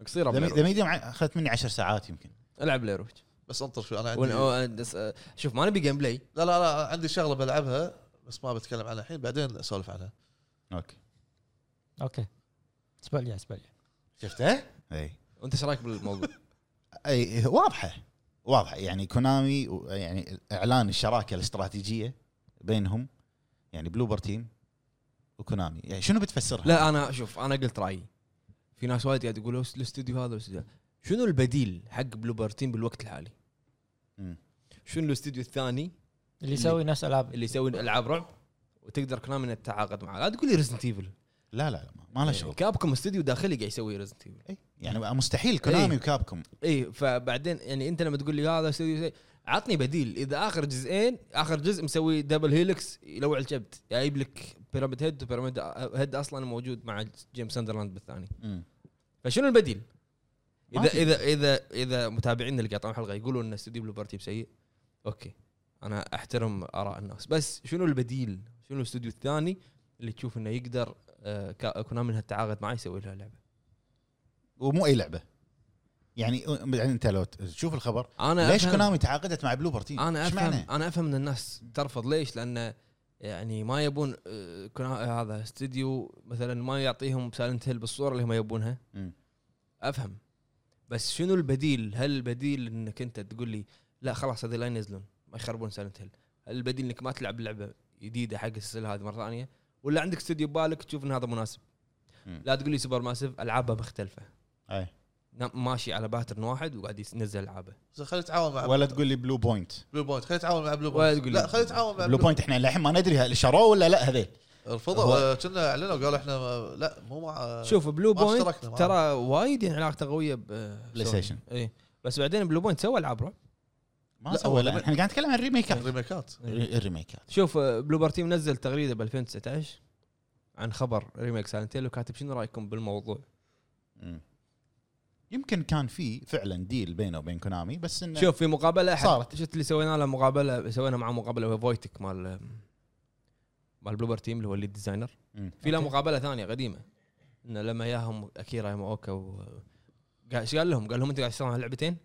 قصيره
ذا
بلاير
مي-
ويتش.
ذا ميديوم ع- اخذت مني 10 ساعات يمكن
العب بلاير ويتش
بس انطر شوي انا
ون-
عندي
أو- أند- أس- شوف ما نبي جيم بلاي
لا لا لا عندي شغله بلعبها بس ما بتكلم عنها الحين بعدين اسولف عنها
اوكي
اوكي الاسبوع الجاي الاسبوع الجاي
شفته؟ اي
وانت ايش رايك
[laughs]
بالموضوع؟
اي واضحه واضحه يعني كونامي و- يعني اعلان الشراكه الاستراتيجيه بينهم يعني بلوبر تيم وكونامي يعني شنو بتفسرها؟
لا انا شوف انا قلت رايي في ناس وايد قاعد يقولوا "أوس- الاستوديو هذا الاستوديو هذا". شنو البديل حق بلوبر تيم بالوقت الحالي؟
مم.
شنو الاستوديو الثاني
اللي يسوي نفس العاب
اللي يسوي العاب رعب وتقدر كونامي انك تتعاقد معاه لا تقول لي ريزنت ايفل
لا لا لا ما-
إيه.
ما له شغل
كابكم استوديو داخلي قاعد يسوي ريزنت ايفل
أي، يعني مستحيل كونامي
إي.
وكابكم
اي إيه، فبعدين يعني انت لما تقول لي هذا استوديو زي- عطني بديل اذا اخر جزئين اخر جزء مسوي دبل هيلكس يلوع الكبد جايب لك بيراميد هيد وبيراميد هيد اصلا موجود مع جيمس ساندرلاند بالثاني
مم.
فشنو البديل؟
ما
اذا
في.
اذا اذا اذا متابعينا اللي قاطعون الحلقه يقولوا ان استوديو بلوبر تيم سيء اوكي انا احترم اراء الناس بس شنو البديل؟ شنو الاستوديو الثاني اللي تشوف انه يقدر آه، كا- كونامي انها تتعاقد معاه يسوي لها لعبه؟
ومو اي لعبه يعني يعني انت لو تشوف الخبر
انا
ليش
أفهم-
كونامي تعاقدت مع بلوبر تيم؟
انا
إيش
افهم
معنى؟
انا افهم ان الناس ترفض ليش؟ لان يعني ما يبون آه، كنا- آه، هذا استوديو مثلا ما يعطيهم سايلنت هيل بالصوره اللي هم يبونها
مم.
افهم بس شنو البديل؟ هل البديل انك انت تقول لي لا خلاص هذول لا ينزلون ما يخربون سايلنت هيل؟ هل البديل انك ما تلعب لعبه جديده حق السلسله هذه مره ثانيه؟ ولا عندك استوديو ببالك تشوف ان هذا مناسب؟
مم.
لا تقول لي سوبر ماسيف العابها مختلفه
أي.
نا- ماشي على باترن واحد وقاعد ينزل العابه
زين خلي يتعاون مع
ولا تقول لي بلو بوينت
بلو بوينت خلي يتعاون مع بلو
ولا
بوينت
تقول
لا
لي.
خلي يتعاون مع
بلو بوينت احنا للحين ما ندري هل شروه ولا لا هذيل هو-
رفضوا آه، كنا اعلنوا قالوا احنا آه، لا مو مع آه،
شوف بلو
ما
بوينت
اشتركنا معاهم.
ترى وايد يعني علاقته قويه ب
بلاي ستيشن.
اي بس بعدين بلو بوينت سوى العاب رعب
ما
لا،
سوى
هو
لا
الريميك.
احنا قاعد نتكلم عن الريميكات
الريميكات
الريميكات
شوف آه، بلوبر تيم نزل تغريده ب 2019 عن خبر ريميك سايلنت هيل وكاتب شنو رايكم بالموضوع؟
مم. يمكن كان في فعلا ديل بينه وبين كونامي بس
نعم.
انه
شوف في مقابله أحد-
صارت.
شفت اللي سوينا له مقابله سوينا معه مقابله ويا فويتك مال آه، مال بلوبر تيم اللي هو الليد ديزاينر
مم.
في له مقابله ثانيه قديمه انه لما ياهم اكيرا ياماوكا و قال- ايش قال لهم؟ قال لهم انتوا قاعد تشتغلون على لعبتين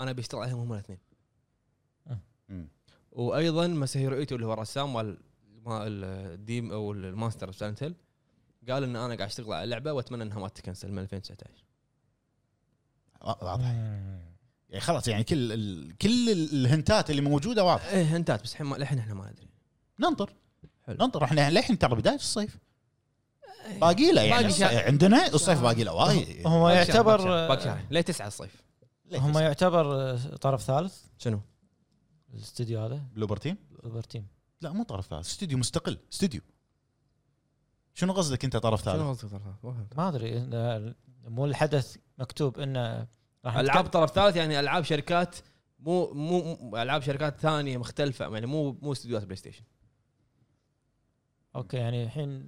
انا بيشتغل عليهم هم الاثنين
مم.
وايضا مساهيرو ايتو اللي هو الرسام مال مال الديم او الماستر سايلنت هيل قال ان انا قاعد اشتغل على لعبه واتمنى انها ما تكنسل من 2019
وا- واضح يعني خلاص يعني كل ال... كل ال- الهنتات اللي موجوده واضحه
ايه انتهت بس الحين ما- الحين احنا ما ندري
ننطر
حلو.
ننطر احنا للحين ترى بدايه الصيف باقي له يعني
باقي شهر.
عندنا الصيف باقي له وايد
هم
باقي شهر-
يعتبر
باقي شهر- باقي شهر لا 9 الصيف
هم يعتبر طرف ثالث
شنو؟
الاستوديو هذا
بلوبر تيم
اوفر تيم
لا مو طرف ثالث استوديو مستقل استوديو شنو قصدك انت طرف
شنو
ثالث؟
قصدك طيب، طرف ثالث؟ ما فهمت.
ما ادري إنه مو الحدث مكتوب انه راح
العاب
نتكلم-
طرف ثالث يعني العاب شركات مو مو مو- العاب شركات ثانيه مختلفه يعني مو مو استديوهات بلاي ستيشن
اوكي يعني الحين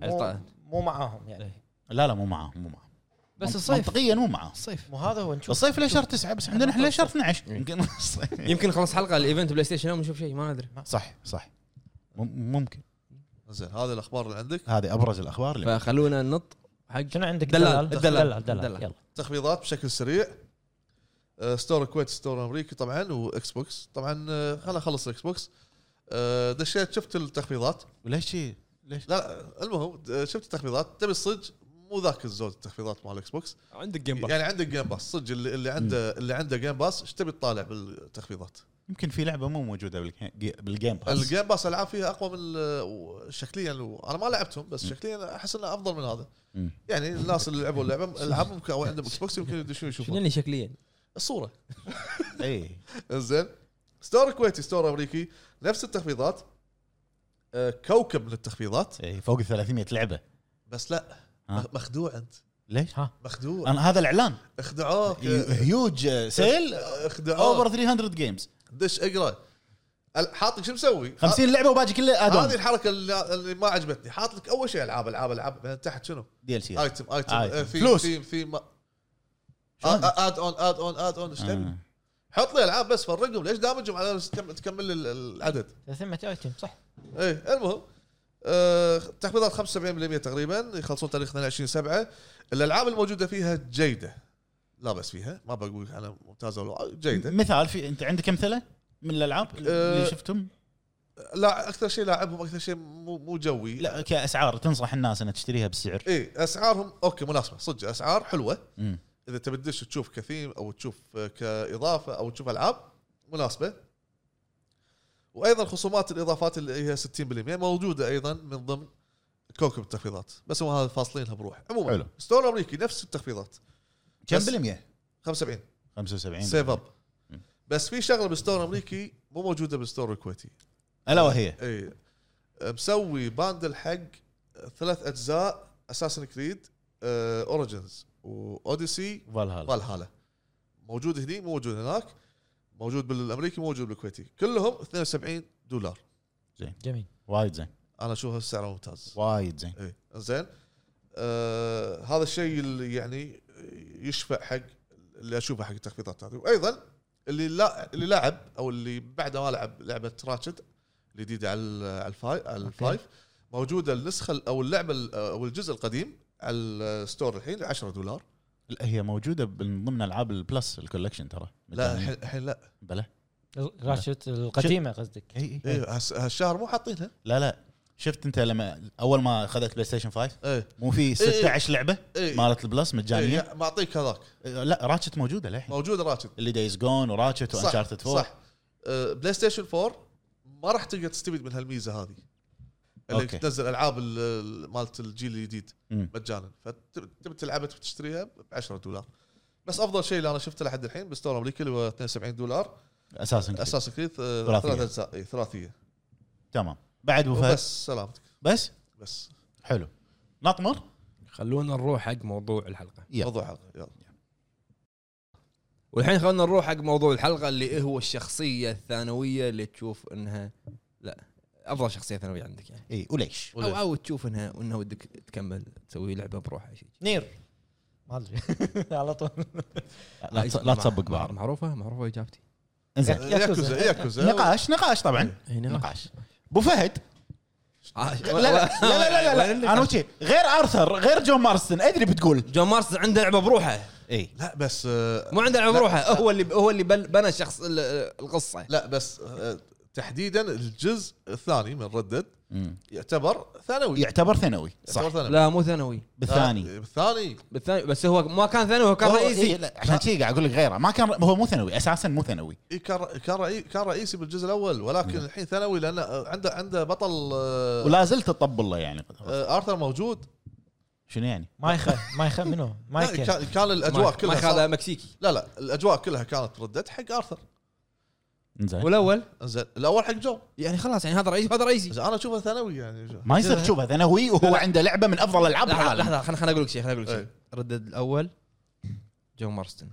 مو,
الطائرة.
مو معاهم يعني
إيه.
لا لا مو معاه مو معاه منط-
بس الصيف
منطقيا مو معاه
الصيف
مو هذا هو نشوف
الصيف له شهر تسعه بس عندنا احنا له شهر 12 يمكن [laughs] الصيف-
يمكن خلص حلقه الايفنت بلاي ستيشن يوم نشوف شيء ما ادري
صح صح مم- ممكن
زين هذه الاخبار اللي عندك
هذه ابرز الاخبار اللي
فخلونا ننط حق
شنو عندك
دلال.
دلال
الدلال.
دلال دلال
الدلال.
يلا
تخفيضات بشكل سريع آه، ستور الكويت ستور امريكي طبعا واكس بوكس طبعا آه، خلنا اخلص الاكس بوكس آه، دشيت شفت التخفيضات
ليش شي- ليش
لا المهم آه، شفت التخفيضات تبي الصج مو ذاك الزود التخفيضات مال الاكس بوكس
عندك جيم باس
يعني عندك جيم باس صج اللي, اللي عنده اللي عنده جيم باس ايش تبي تطالع بالتخفيضات
يمكن في لعبه مو موجوده بالجي- بالجيم باس
الجيم باس العاب فيها اقوى من ال- و- شكليا و- انا ما لعبتهم بس شكليا احس انه افضل من هذا
مم.
يعني الناس اللي لعبوا اللعبه العاب ممكن او عندهم اكس بوكس يمكن يدشون
شنو يعني
يشوفون
اللي شكليا؟
الصوره
اي
زين ستور كويتي ستور امريكي نفس التخفيضات آه، كوكب من التخفيضات
اي إيه، فوق ال 300 لعبه
بس لا
ها.
مخدوع انت
ليش؟ ها
مخدوع
انا هذا الاعلان
اخدعوك
أيوه. هيوج سيل اوفر
اخدعوك
300 جيمز
دش اقرا ال- حاطك شو مسوي؟
50 لعبه وباقي كله
هذه
ادون
الحركه اللي اللي ما عجبتني حاط لك اول شيء العاب العاب العاب بعدين تحت شنو؟
دي ال سي
ايتم ايتم
آيتم.
آه، في
فلوس.
في في ما-
شلون؟ آه.
آه، اد اون اد اون اد اون ايش تبي؟ حط لي العاب بس فرقهم ليش دامجهم على أساس تكم- تكمل لي ال- العدد؟
300 ايتم صح
ايه المهم آه، تخفيضات 75% تقريبا يخلصون تاريخ 22 7 الالعاب الموجوده فيها جيده لا بس فيها ما بقول انا ممتازه ولا جيده
مثال في انت عندك امثله من الالعاب اللي
أه.
شفتهم؟
لا اكثر شيء لاعبهم اكثر شيء مو مو جوي
لا كاسعار تنصح الناس انها تشتريها بالسعر
ايه اسعارهم اوكي مناسبه صدق اسعار حلوه
مم.
اذا تبي تدش تشوف كثيم او تشوف آه، كاضافه او تشوف العاب مناسبه وايضا خصومات الاضافات اللي هي 60% موجوده ايضا من ضمن كوكب التخفيضات بس هو هذا فاصلينها بروح عموما
حلو.
ستور امريكي نفس التخفيضات
كم
بس-
بالمية؟
75
75
سيف اب
مم.
بس في شغله بالستور الامريكي مو موجوده بالستور الكويتي
الا وهي
اي إيه. مسوي باندل حق ثلاث اجزاء اساسن كريد آه، اوريجنز واوديسي
فالهالا
فالهالا موجود هني مو موجود هناك موجود بالامريكي مو موجود بالكويتي كلهم 72 دولار
جميل
وايد زين
انا اشوف السعر ممتاز
وايد زين
اي زين آه هذا الشيء اللي يعني يشفع حق اللي اشوفه حق التخفيضات هذه وايضا اللي لا اللي لعب او اللي بعد ما لعب لعبه راتشت الجديده على ال- على الفاي على الفايف موجوده النسخه ال- او اللعبه ال- او الجزء القديم على الستور الحين 10 دولار
لا، هي موجوده من ضمن العاب البلس الكولكشن ترى
لا الحين الحين لا
بلا
راشد القديمه قصدك
اي اي
إيه هس- هالشهر مو حاطينها
لا لا شفت انت لما اول ما اخذت بلاي ستيشن 5
ايه
مو في 16 لعبه
إيه.
مالت البلس مجانيه
إيه، معطيك هذاك
لا راتشت موجوده للحين
موجود راتب
اللي دايز جون وراتشت وانشارتد 4
صح آه، بلاي ستيشن 4 ما راح تقدر تستفيد من هالميزه هذه اللي
أوكي.
تنزل العاب ال- ال- مالت الجيل الجديد
مم.
مجانا فتبي تلعبها تبي تشتريها ب 10 دولار بس افضل شيء اللي انا شفته لحد الحين بالستور الامريكي اللي هو 72 دولار
اساسا أساس.
اساس كريد آه،
ثلاثية.
ثلاث اجزاء إي، ثلاثيه
تمام بعد ابو فهد
بس سلامتك
بس
بس
حلو نطمر
خلونا نروح حق موضوع الحلقه
يلا.
موضوع حلقه يلا
والحين خلونا نروح حق موضوع الحلقه اللي هو الشخصيه الثانويه اللي تشوف انها لا افضل شخصيه ثانويه عندك يعني
اي إيه. وليش
او او تشوف انها انه ودك تكمل تسوي لعبه بروحها شيء
نير ما ادري [laughs] على طول
لا, تص- لا تصبق بعض
معروفه معروفه اجابتي
انزين
يا- ياكوزا.
ياكوزا ياكوزا
نقاش نقاش طبعا
إيه.
هنا
نقاش ابو فهد
إيه، نعم. آه، لا
لا لا لا لا, لا, لا. انا وجهي غير ارثر غير جون مارستن ادري بتقول إيه.
جون مارس عنده لعبه بروحه
اي
لا بس آه،
مو عنده لعبه بروحه هو اللي هو اللي بل- بنى الشخص ال- القصه
لا بس آه، تحديدا الجزء الثاني من ردد
مم.
يعتبر ثانوي
يعتبر ثانوي
يعتبر
صح
ثانوي
لا مو ثانوي
آه،
بالثاني
الثاني
بالثاني بس هو ما كان ثانوي هو كان
هو-
رئيسي
إيه، لا، عشان كذي قاعد اقول لك غيره ما كان هو مو ثانوي اساسا مو ثانوي
إيه كان كان رئي- كان رئيسي بالجزء الاول ولكن
مم.
الحين ثانوي لان عنده عنده بطل آه،
ولا زلت تطبل له يعني
آه، ارثر موجود
شنو يعني؟
مايخا مايخا منو
لا،
مايكل
كان كان الاجواء
ما- ما
كلها
كان هذا
صار-
مكسيكي
لا لا الاجواء كلها كانت ردت حق ارثر
زين
والاول
زين الاول حق جو
يعني خلاص يعني هذا رئيس وهذا رئيسي
زين انا اشوفه ثانوي يعني جو.
ما يصير تشوفه ثانوي وهو عنده لعبه من افضل العاب
لحظه
العالم
لحظه خليني خليني اقول لك شيء خليني اقول لك شيء
إيه.
ردد الاول جون مارستن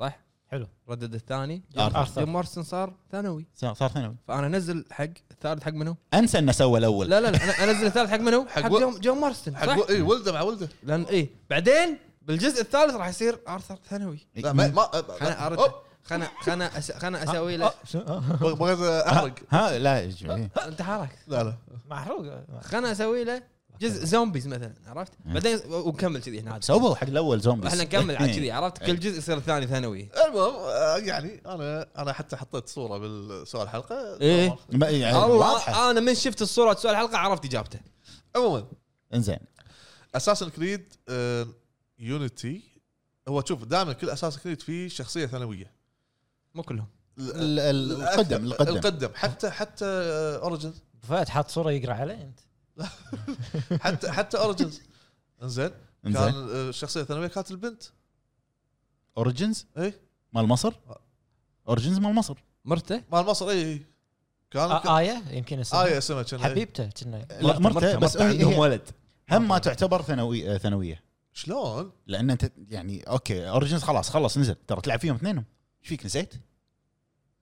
صح؟ آه،
حلو
ردد الثاني
آرثر.
جون مارستن صار ثانوي
صار صار ثانوي
فانا انزل حق الثالث حق منو؟
انسى انه سوى الاول
لا لا لا انا انزل الثالث حق منو؟ حق
طيب. و-
جون جون مارستن
حق
صح؟
و- اي ولده مع ولده
لان اي بعدين بالجزء الثالث راح يصير ارثر ثانوي
لا ما ما
خلنا
أوب،
ارد خلنا خلنا أس- خلنا اسوي
آه،
له
شنو؟
بغ- بغيت احرق
ها لا إيه. يا جماعة.
انت حالك
لا لا
محروق
خلنا اسوي له جزء زومبيز مثلا عرفت بعدين ونكمل كذي هنا عاد.
سووا حق الاول زومبيز
احنا نكمل على كذي عرفت كل جزء يصير الثاني ثانوي
المهم آه، يعني انا انا حتى حطيت صوره بالسؤال الحلقه
إيه.
[laughs] ما- يعني واضحه
الله انا من شفت الصوره سؤال الحلقه عرفت اجابته
عموما
انزين
اساسن كريد يونيتي uh, هو شوف دائما كل اساسن كريد فيه شخصيه ثانويه
مو كلهم
ال- ال- القدم القدم
القدم حتى حتى آه، اوريجنز
فهد حاط صوره يقرا عليه آه، انت
حتى حتى
[laughs]
اوريجنز انزين كان
انزين
آه، الشخصيه الثانويه كانت البنت
اوريجنز
اي
مال مصر اوريجنز مال مصر
مرته
مال مصر اي كان
آ- ايه يمكن اسمها
ايه اسمها كان إيه.
حبيبته كنا
لا مرته بس هي-
عندهم
هي
ولد
هم ما تعتبر ثانوي آه، ثانويه
شلون؟
لان انت يعني اوكي اوريجنز خلاص خلص نزل ترى تلعب فيهم اثنينهم ايش فيك نسيت؟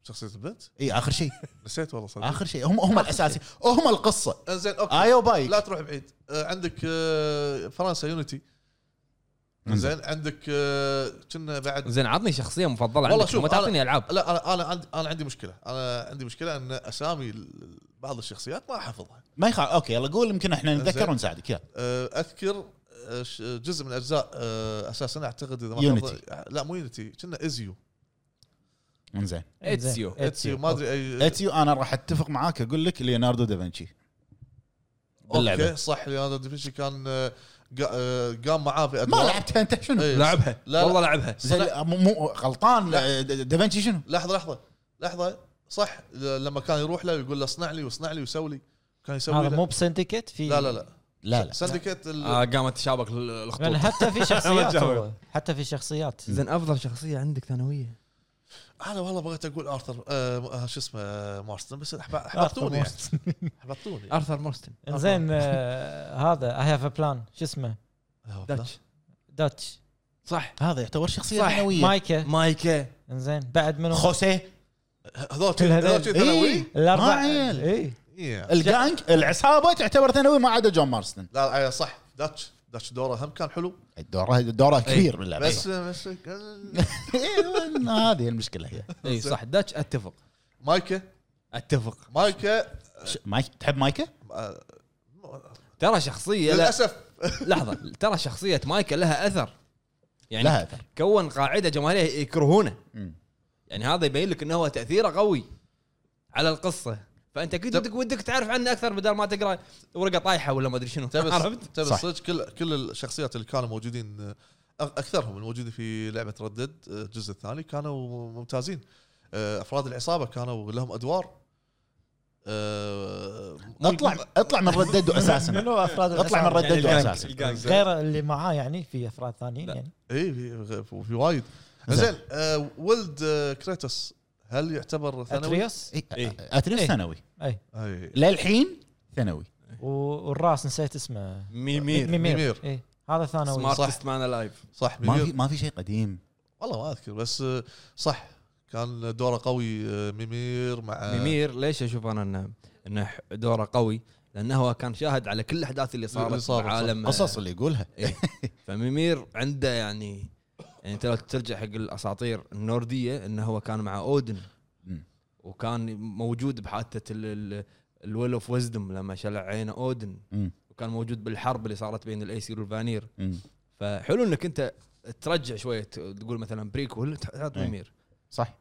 شخصيه البنت
اي اخر
[laughs]
شيء
نسيت والله صدق
اخر شيء هم هم الاساسي هم القصه
انزين اوكي
ايو باي
لا تروح بعيد آه، عندك آه، فرنسا يونيتي زين عندك آه، كنا بعد
زين عطني شخصيه مفضله
والله
عندك،
شوف،
ما تعطيني العاب
لا انا انا عندي انا عندي مشكله انا عندي مشكله ان اسامي ال- بعض الشخصيات ما احفظها
ما يخالف اوكي يلا قول يمكن احنا نتذكر
إنزين.
ونساعدك يلا
آه، اذكر آه، ش- جزء من اجزاء آه، اساسا اعتقد اذا ما
يونيتي.
حفظ- لا مو يونيتي كنا ازيو
انزين
إيه.
إتسيو.
إنزين.
اتسيو ما ادري اي
اتيو انا راح اتفق معاك اقول لك ليوناردو دافنشي
اوكي
باللعبه
صح ليوناردو دافنشي كان آه، قا- آه، قام معاه في
ما
أدوار.
لعبتها انت شنو؟
إيه.
لعبها
لا، لا.
والله لعبها
زين
لا.
مو- مو غلطان آه، دافنشي شنو؟
لحظه لحظه لحظه صح ل- لما كان يروح له يقول له اصنع لي واصنع لي وسوي لي كان يسوي
هذا مو
له
بسندكت في
لا لا لا
لا لا
سندكيت ال-
آه قامت تشابك ال- الخطوط
يعني
[laughs]
حتى في
ما
شخصيات
جاوب.
هو. حتى في شخصيات
زين افضل شخصيه عندك ثانويه
انا والله بغيت اقول ارثر آه آه، شو اسمه آه، مارستون بس أحب-
آه،
احبطوني يعني. [laughs] احبطوني
ارثر مورستن
انزين آه، هذا اي هاف ا بلان شو اسمه
آه،
داتش
داتش
صح
هذا يعتبر شخصيه
صح.
إيه.
ثانويه
مايكا
مايكا
انزين بعد منو
خوسيه
هذول
كل هذول.
هذول شي ثانوي
إيه.
الاربع
ما عيل.
اي
إيه.
الجانج العصابه تعتبر ثانوي ما عدا جون مارستن
لا آه، صح داتش داتش دوره هم كان حلو
دوره دوره كبير باللعبه
إيه. بس بس
[laughs] إيه، هذه المشكله هي
اي إيه، صح داتش اتفق
مايكا
اتفق
مايكا
ش- مايك تحب مايكا؟
آه،
ترى شخصيه لا
للاسف
لحظه ترى شخصيه مايكا لها اثر يعني
لها اثر
كون قاعده جماهيريه يكرهونه
مم.
يعني هذا يبين لك انه هو تاثيره قوي على القصه فانت اكيد
طب-
ودك ودك تعرف عنه اكثر بدل ما تقرا ورقه طايحه ولا ما ادري شنو
تبي
عرفت؟
تبي
صح.
صدق كل كل الشخصيات اللي كانوا موجودين آه، اكثرهم الموجودين في لعبه ردد الجزء الثاني كانوا ممتازين آه، افراد العصابه كانوا لهم ادوار آه،
اطلع اطلع من ردد اساسا
[laughs] منو افراد
اطلع من
العصابة؟
ردد
يعني الجانج.
اساسا
الجانج.
غير اللي معاه يعني في افراد ثانيين
لا.
يعني
اي إيه، في, في- في وايد
زين.
زين آه، ولد آه، كريتوس هل يعتبر ثانوي؟ إيه.
اتريوس
إيه.
اتريس
إيه.
ثانوي
اي
اي
للحين ثانوي
و- والراس نسيت اسمه
ميمير
ميمير.
اي إيه. هذا ثانوي
سمارتست مان لايف
صح
ما في
ميمير
ما في شيء قديم
والله ما اذكر بس آه، صح كان دوره قوي آه، ميمير مع
[laughs]
[laughs]
ميمير ليش اشوف انا انه انه ح- دوره قوي؟ لانه هو كان شاهد على كل الاحداث اللي
اللي
صارت في
صارت، صح.
عالم
قصص اللي يقولها
إيه. فميمير عنده يعني يعني انت لو ترجع حق الاساطير النورديه انه هو كان مع اودن
مم.
وكان موجود بحادثه الويل اوف ويزدم لما شلع عينه اودن
مم.
وكان موجود بالحرب اللي صارت بين الايسير والفانير
مم.
فحلو انك انت ترجع شويه ت- تقول مثلا بريكول تحط
إيه.
ميمير
[laughs]
صح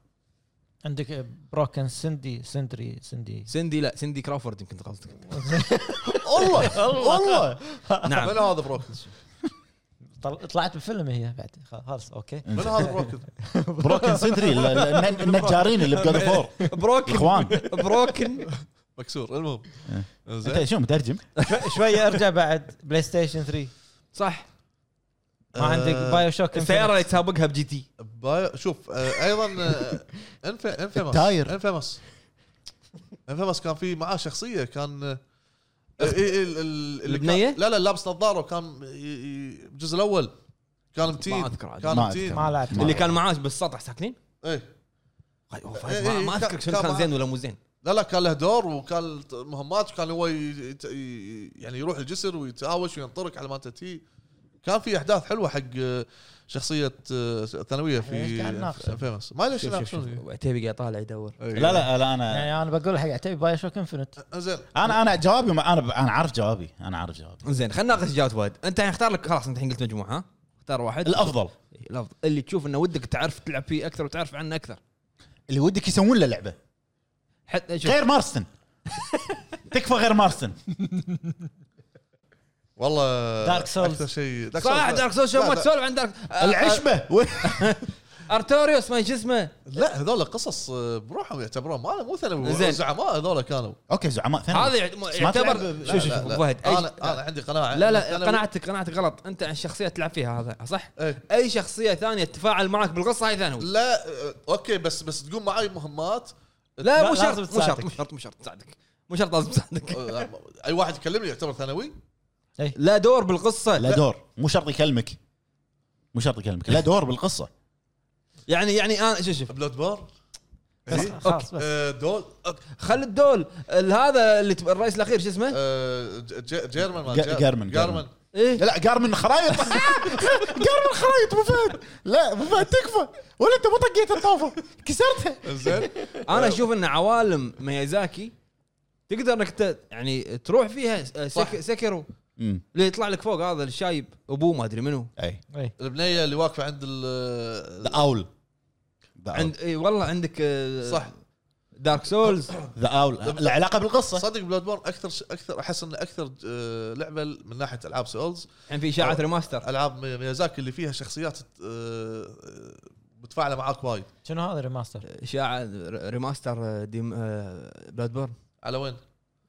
عندك بروكن سندي سندري سندي
سندي لا سندي كرافورد يمكن قصدك
والله والله
نعم من
نعم
هذا بروكن؟
طل- طلعت بفيلم هي بعد خلاص اوكي
[laughs] من هذا بروكن؟
بروكن سنتري
[laughs]
النجارين اللي بجود فور
إيه.
بروكن
اخوان
بروكن
مكسور المهم
انت
زين
شو
[laughs]
مترجم؟
شويه ارجع بعد بلاي ستيشن 3
صح
آه،
ما عندك بايو شوك
السياره اللي تسابقها بجي تي
بايو شوف آه، ايضا انفيمس
التاير.
انفيمس انفيمس كان في معاه شخصيه كان آه، إيه، إيه، ال- ال- اللي كان-
البنية؟
لا لا لابس نظاره وكان ي- ي- بالجزء الاول كان متين
ما أذكر عاد.
كان
ما
متين
أذكر.
ما لعبت
اللي كان معاه بالسطح ساكنين
إيه.
أيوه، فهد،
إيه،
ما,
إيه،
ما
كان-
اذكر شنو
كان
كان
معاه.
زين ولا مو زين
لا لا كان له دور وكان ت- مهمات وكان هو ي- يت- ي- يعني يروح الجسر ويتهاوش وينطرك على ما انت تي كان في احداث حلوه حق آه، شخصيه آه، ثانويه في
إيش قاعد ناقشه؟
فيمس ما إيه. ليش
شوف شوف شوف
يناقشون
عتيبي قاعد يطالع يدور
لا لا لا انا
يعني انا بقول حق عتيبي باي شوك انفنت
زين
انا انا جوابي ما- انا انا عارف جوابي انا عارف
[laughs]
جوابي
زين خلينا ناقش جات فهد انت اختار لك خلاص انت الحين قلت مجموعه ها اختار واحد
الافضل
إيه، الافضل اللي تشوف انه ودك تعرف تلعب فيه اكثر وتعرف عنه اكثر
اللي ودك يسوون له لعبه
حتى شوف
غير
[laughs]
مارستن تكفى غير مارستن
والله
Dark Souls.
اكثر شيء Dark
صراحه
Souls-
دارك سول شو
لا،
ما
لا.
تسولف عن دارك آه، [laughs]
[laughs] العشبه و-
آه، ارتوريوس ما شو اسمه
لا هذول قصص آه، بروحهم يعتبرون ما مو ثانوي
زين.
زعماء هذول كانوا
اوكي زعماء ثانوي
هذا يعت-
نعم. ما تلعب-
يعتبر
لا،
شوف شوف
لا، لا.
أبو فهد أي-
انا انا عندي قناعه
لا
إن
لا
الثانوي-
قناعتك قناعتك غلط انت عن الشخصيه تلعب فيها هذا صح؟
إيه.
اي شخصيه ثانيه تتفاعل معك بالقصه هاي ثانوي
لا آه، اوكي بس بس تقوم معاي مهمات
لا
لا،
مو شرط
لازم
مو شرط
تساعدك.
مو شرط مو شرط تساعدك مو شرط لازم تساعدك
آه، اي واحد يكلمني يعتبر ثانوي
لا دور بالقصه
لا دور مو شرط يكلمك مو شرط يكلمك لا دور بالقصه
يعني يعني انا شوف شوف
بلاد بار
بس
إيه؟
خلاص بس
آه، دول آه،
خل الدول ال- هذا اللي تب- الرئيس الاخير شو اسمه؟
آه، ج- ج- جيرمان ما
جا-
جا-
جارمن،
جارمن
ايه
لا قار من خرايط [laughs] قار من خرايط ابو فهد لا ابو فهد تكفى ولا انت مو طقيت الطوفه كسرتها
زين
انا اشوف ان عوالم ميازاكي تقدر انك ت- يعني تروح فيها س-
صح.
سك سكرو اللي يطلع لك فوق هذا الشايب ابوه ما ادري منو
اي
إيه.
البنيه اللي واقفه عند ال
ذا اول ذا
عند
عند
اي والله عندك آه،
صح
دارك سولز
ذا اول العلاقه بالقصه
صدق بلاد بورن اكثر ش- اكثر احس انه اكثر آه، لعبه من ناحيه العاب سولز
الحين في اشاعه ريماستر
العاب مي- ميازاكي اللي فيها شخصيات آه، آه، متفاعله معاك وايد
شنو هذا ريماستر؟
اشاعه ريماستر آه، ديم بلاد بورن
على وين؟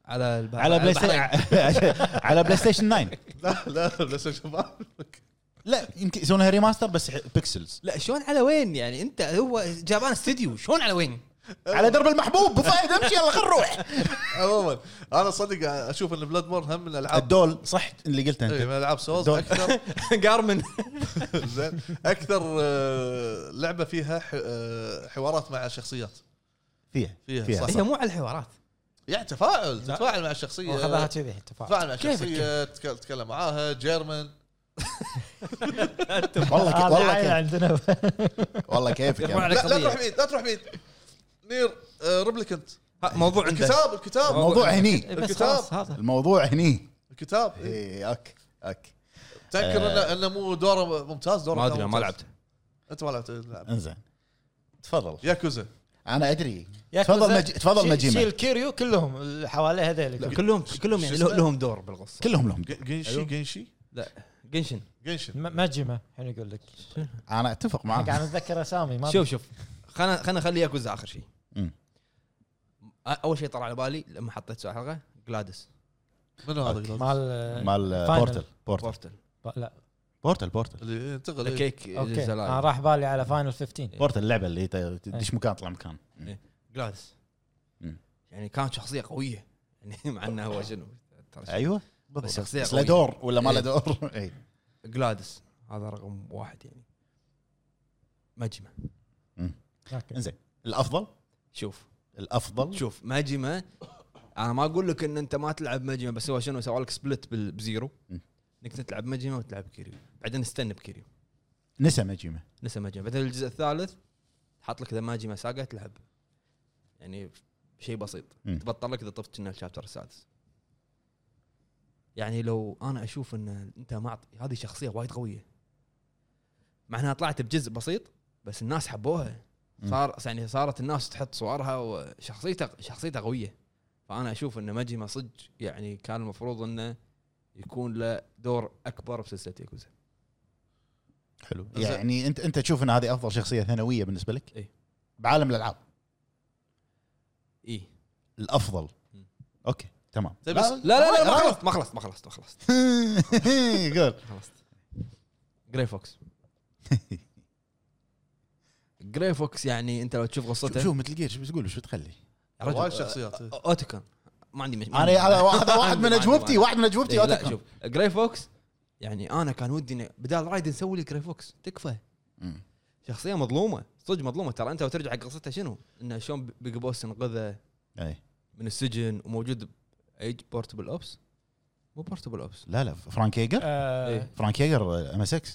على الب-
على بلاي ستيشن
البحرين.
[laughs] على بلاي ستيشن 9
[laughs] لا لا بلاي ستيشن ما عندك.
لا يمكن يسوونها ريماستر بس ح- بيكسلز
لا شلون على وين يعني انت هو جابان استديو شلون على وين؟
على درب المحبوب ابو فهد امشي يلا خل نروح
عموما انا صدق اشوف ان بلاد بورن هم من الالعاب
الدول صح اللي قلته
إيه،
انت
من العاب سولز [laughs]
دول.
اكثر
جارمن [laughs]
زين اكثر آه، لعبه فيها ح- آه، حوارات مع الشخصيات
فيها
فيها،
فيها
صح.
صح.
هي مو على الحوارات
يعني تفاعل
لا.
تتفاعل مع الشخصيه
واخذها كذي تفاعل
تفاعل مع
كيفك؟
الشخصيه تك- تتكلم معاها جيرمن
والله ك-
هذا
والله
عيل
كيف
[laughs]
عندنا
والله كيفك
يرفع
يعني.
عليك
لا لا
قضية.
تروح بعيد لا تروح بعيد نير ريبليكنت
ها، موضوع عنده
الكتاب الكتاب
الموضوع هني
بس
الكتاب.
خلاص هذا
الموضوع هني
الكتاب إيه.
اي اوك اوك
تذكر انه انه مو دوره ممتاز دوره
ما
كان
ادري ما
ممتاز.
لعبته
انت ما لعبت لعب.
انزين تفضل
ياكوزا
انا ادري
يا
تفضل
كوزا،
مج... تفضل
شيل- شيل
مجيمه
كيريو كلهم اللي حواليه هذول
كلهم كلهم يعني
شو اسمه؟
لهم دور بالقصه
كلهم لهم
ج- جنشي
أيوه.
جنشي
لا جنشن
جنشن
م- مجمة الحين اقول لك
انا اتفق
آه.
أنا
معاك
قاعد اتذكر اسامي ما
شوف شوف خلنا خلنا نخلي ياكوزا اخر شيء
أمم.
اول شيء طلع على بالي لما حطيت سؤال الحلقه جلادس
منو هذا
مال
مال
فاينل.
بورتل بورتل
بورتل
لا
بورتل بورتل
اللي انتقل إيه.
الكيك
اوكي انا
زلايا
راح بالي على فاينل 15
بورتل اللعبه اللي ت- تدش مكان تطلع مكان
إيه. جلادس
مم.
يعني كانت شخصيه قويه يعني [laughs] مع انه هو شنو ترى
ايوه
بس شخصية
بس لا
قوية.
دور ولا ما له
إيه.
دور [laughs] اي
جلادس هذا رقم واحد يعني مجمع
أوكي.
انزين الافضل
شوف
الافضل
شوف مجمع انا ما اقول لك ان انت ما تلعب مجمع بس هو شنو سوى لك سبلت بال- بزيرو
م.
انك تلعب مجمع وتلعب كيريو بعدين استنى بكيريو
نسى مجيمه
نسى مجمع بعدين الجزء الثالث حط لك ذا ماجمع ساقة تلعب يعني شيء بسيط
م.
تبطل لك اذا طفت كنا الشابتر السادس يعني لو انا اشوف ان انت معطي هذه شخصيه وايد قويه مع انها طلعت بجزء بسيط بس الناس حبوها
مم.
صار يعني صارت الناس تحط صورها وشخصيته شخصيته قويه فانا اشوف ان ماجما صدق يعني كان المفروض انه يكون له دور اكبر بسلسله ياكوزا
حلو
إنزين.
يعني انت انت تشوف ان هذه افضل شخصيه ثانويه بالنسبه لك؟
إيه.
بعالم الالعاب
اي
الافضل
م.
اوكي تمام [laughs]
طيب بس-
لا لا لا ما خلصت ما خلصت ما خلصت ما خلصت
قول
ما خلصت جراي [laughs] فوكس جراي فوكس يعني انت لو تشوف
شوف-
قصته
شوف مثل جير شو بتقول شو بتخلي؟
يا رجل،
وايد شخصيات، إيه.
أ- اوتوكن ما عندي مش... ما
انا
عندي-
هذا
[laughs]
هذا واحد
عندي-
من
عندي-
اجوبتي
عندي.
واحد من اجوبتي
إيه،
لا
لا شوف جراي فوكس يعني انا كان ودي إن بدال رايد نسوي لي جراي فوكس تكفى شخصيه مظلومه صدق مظلومه ترى انت وترجع حق قصتها شنو؟ انه شلون بيج بوس انقذه
اي
من السجن وموجود ايج بورتبل اوبس مو بورتبل اوبس
لا لا فرانك ييجر
إيه.
آه
فرانك ييجر ام اس 6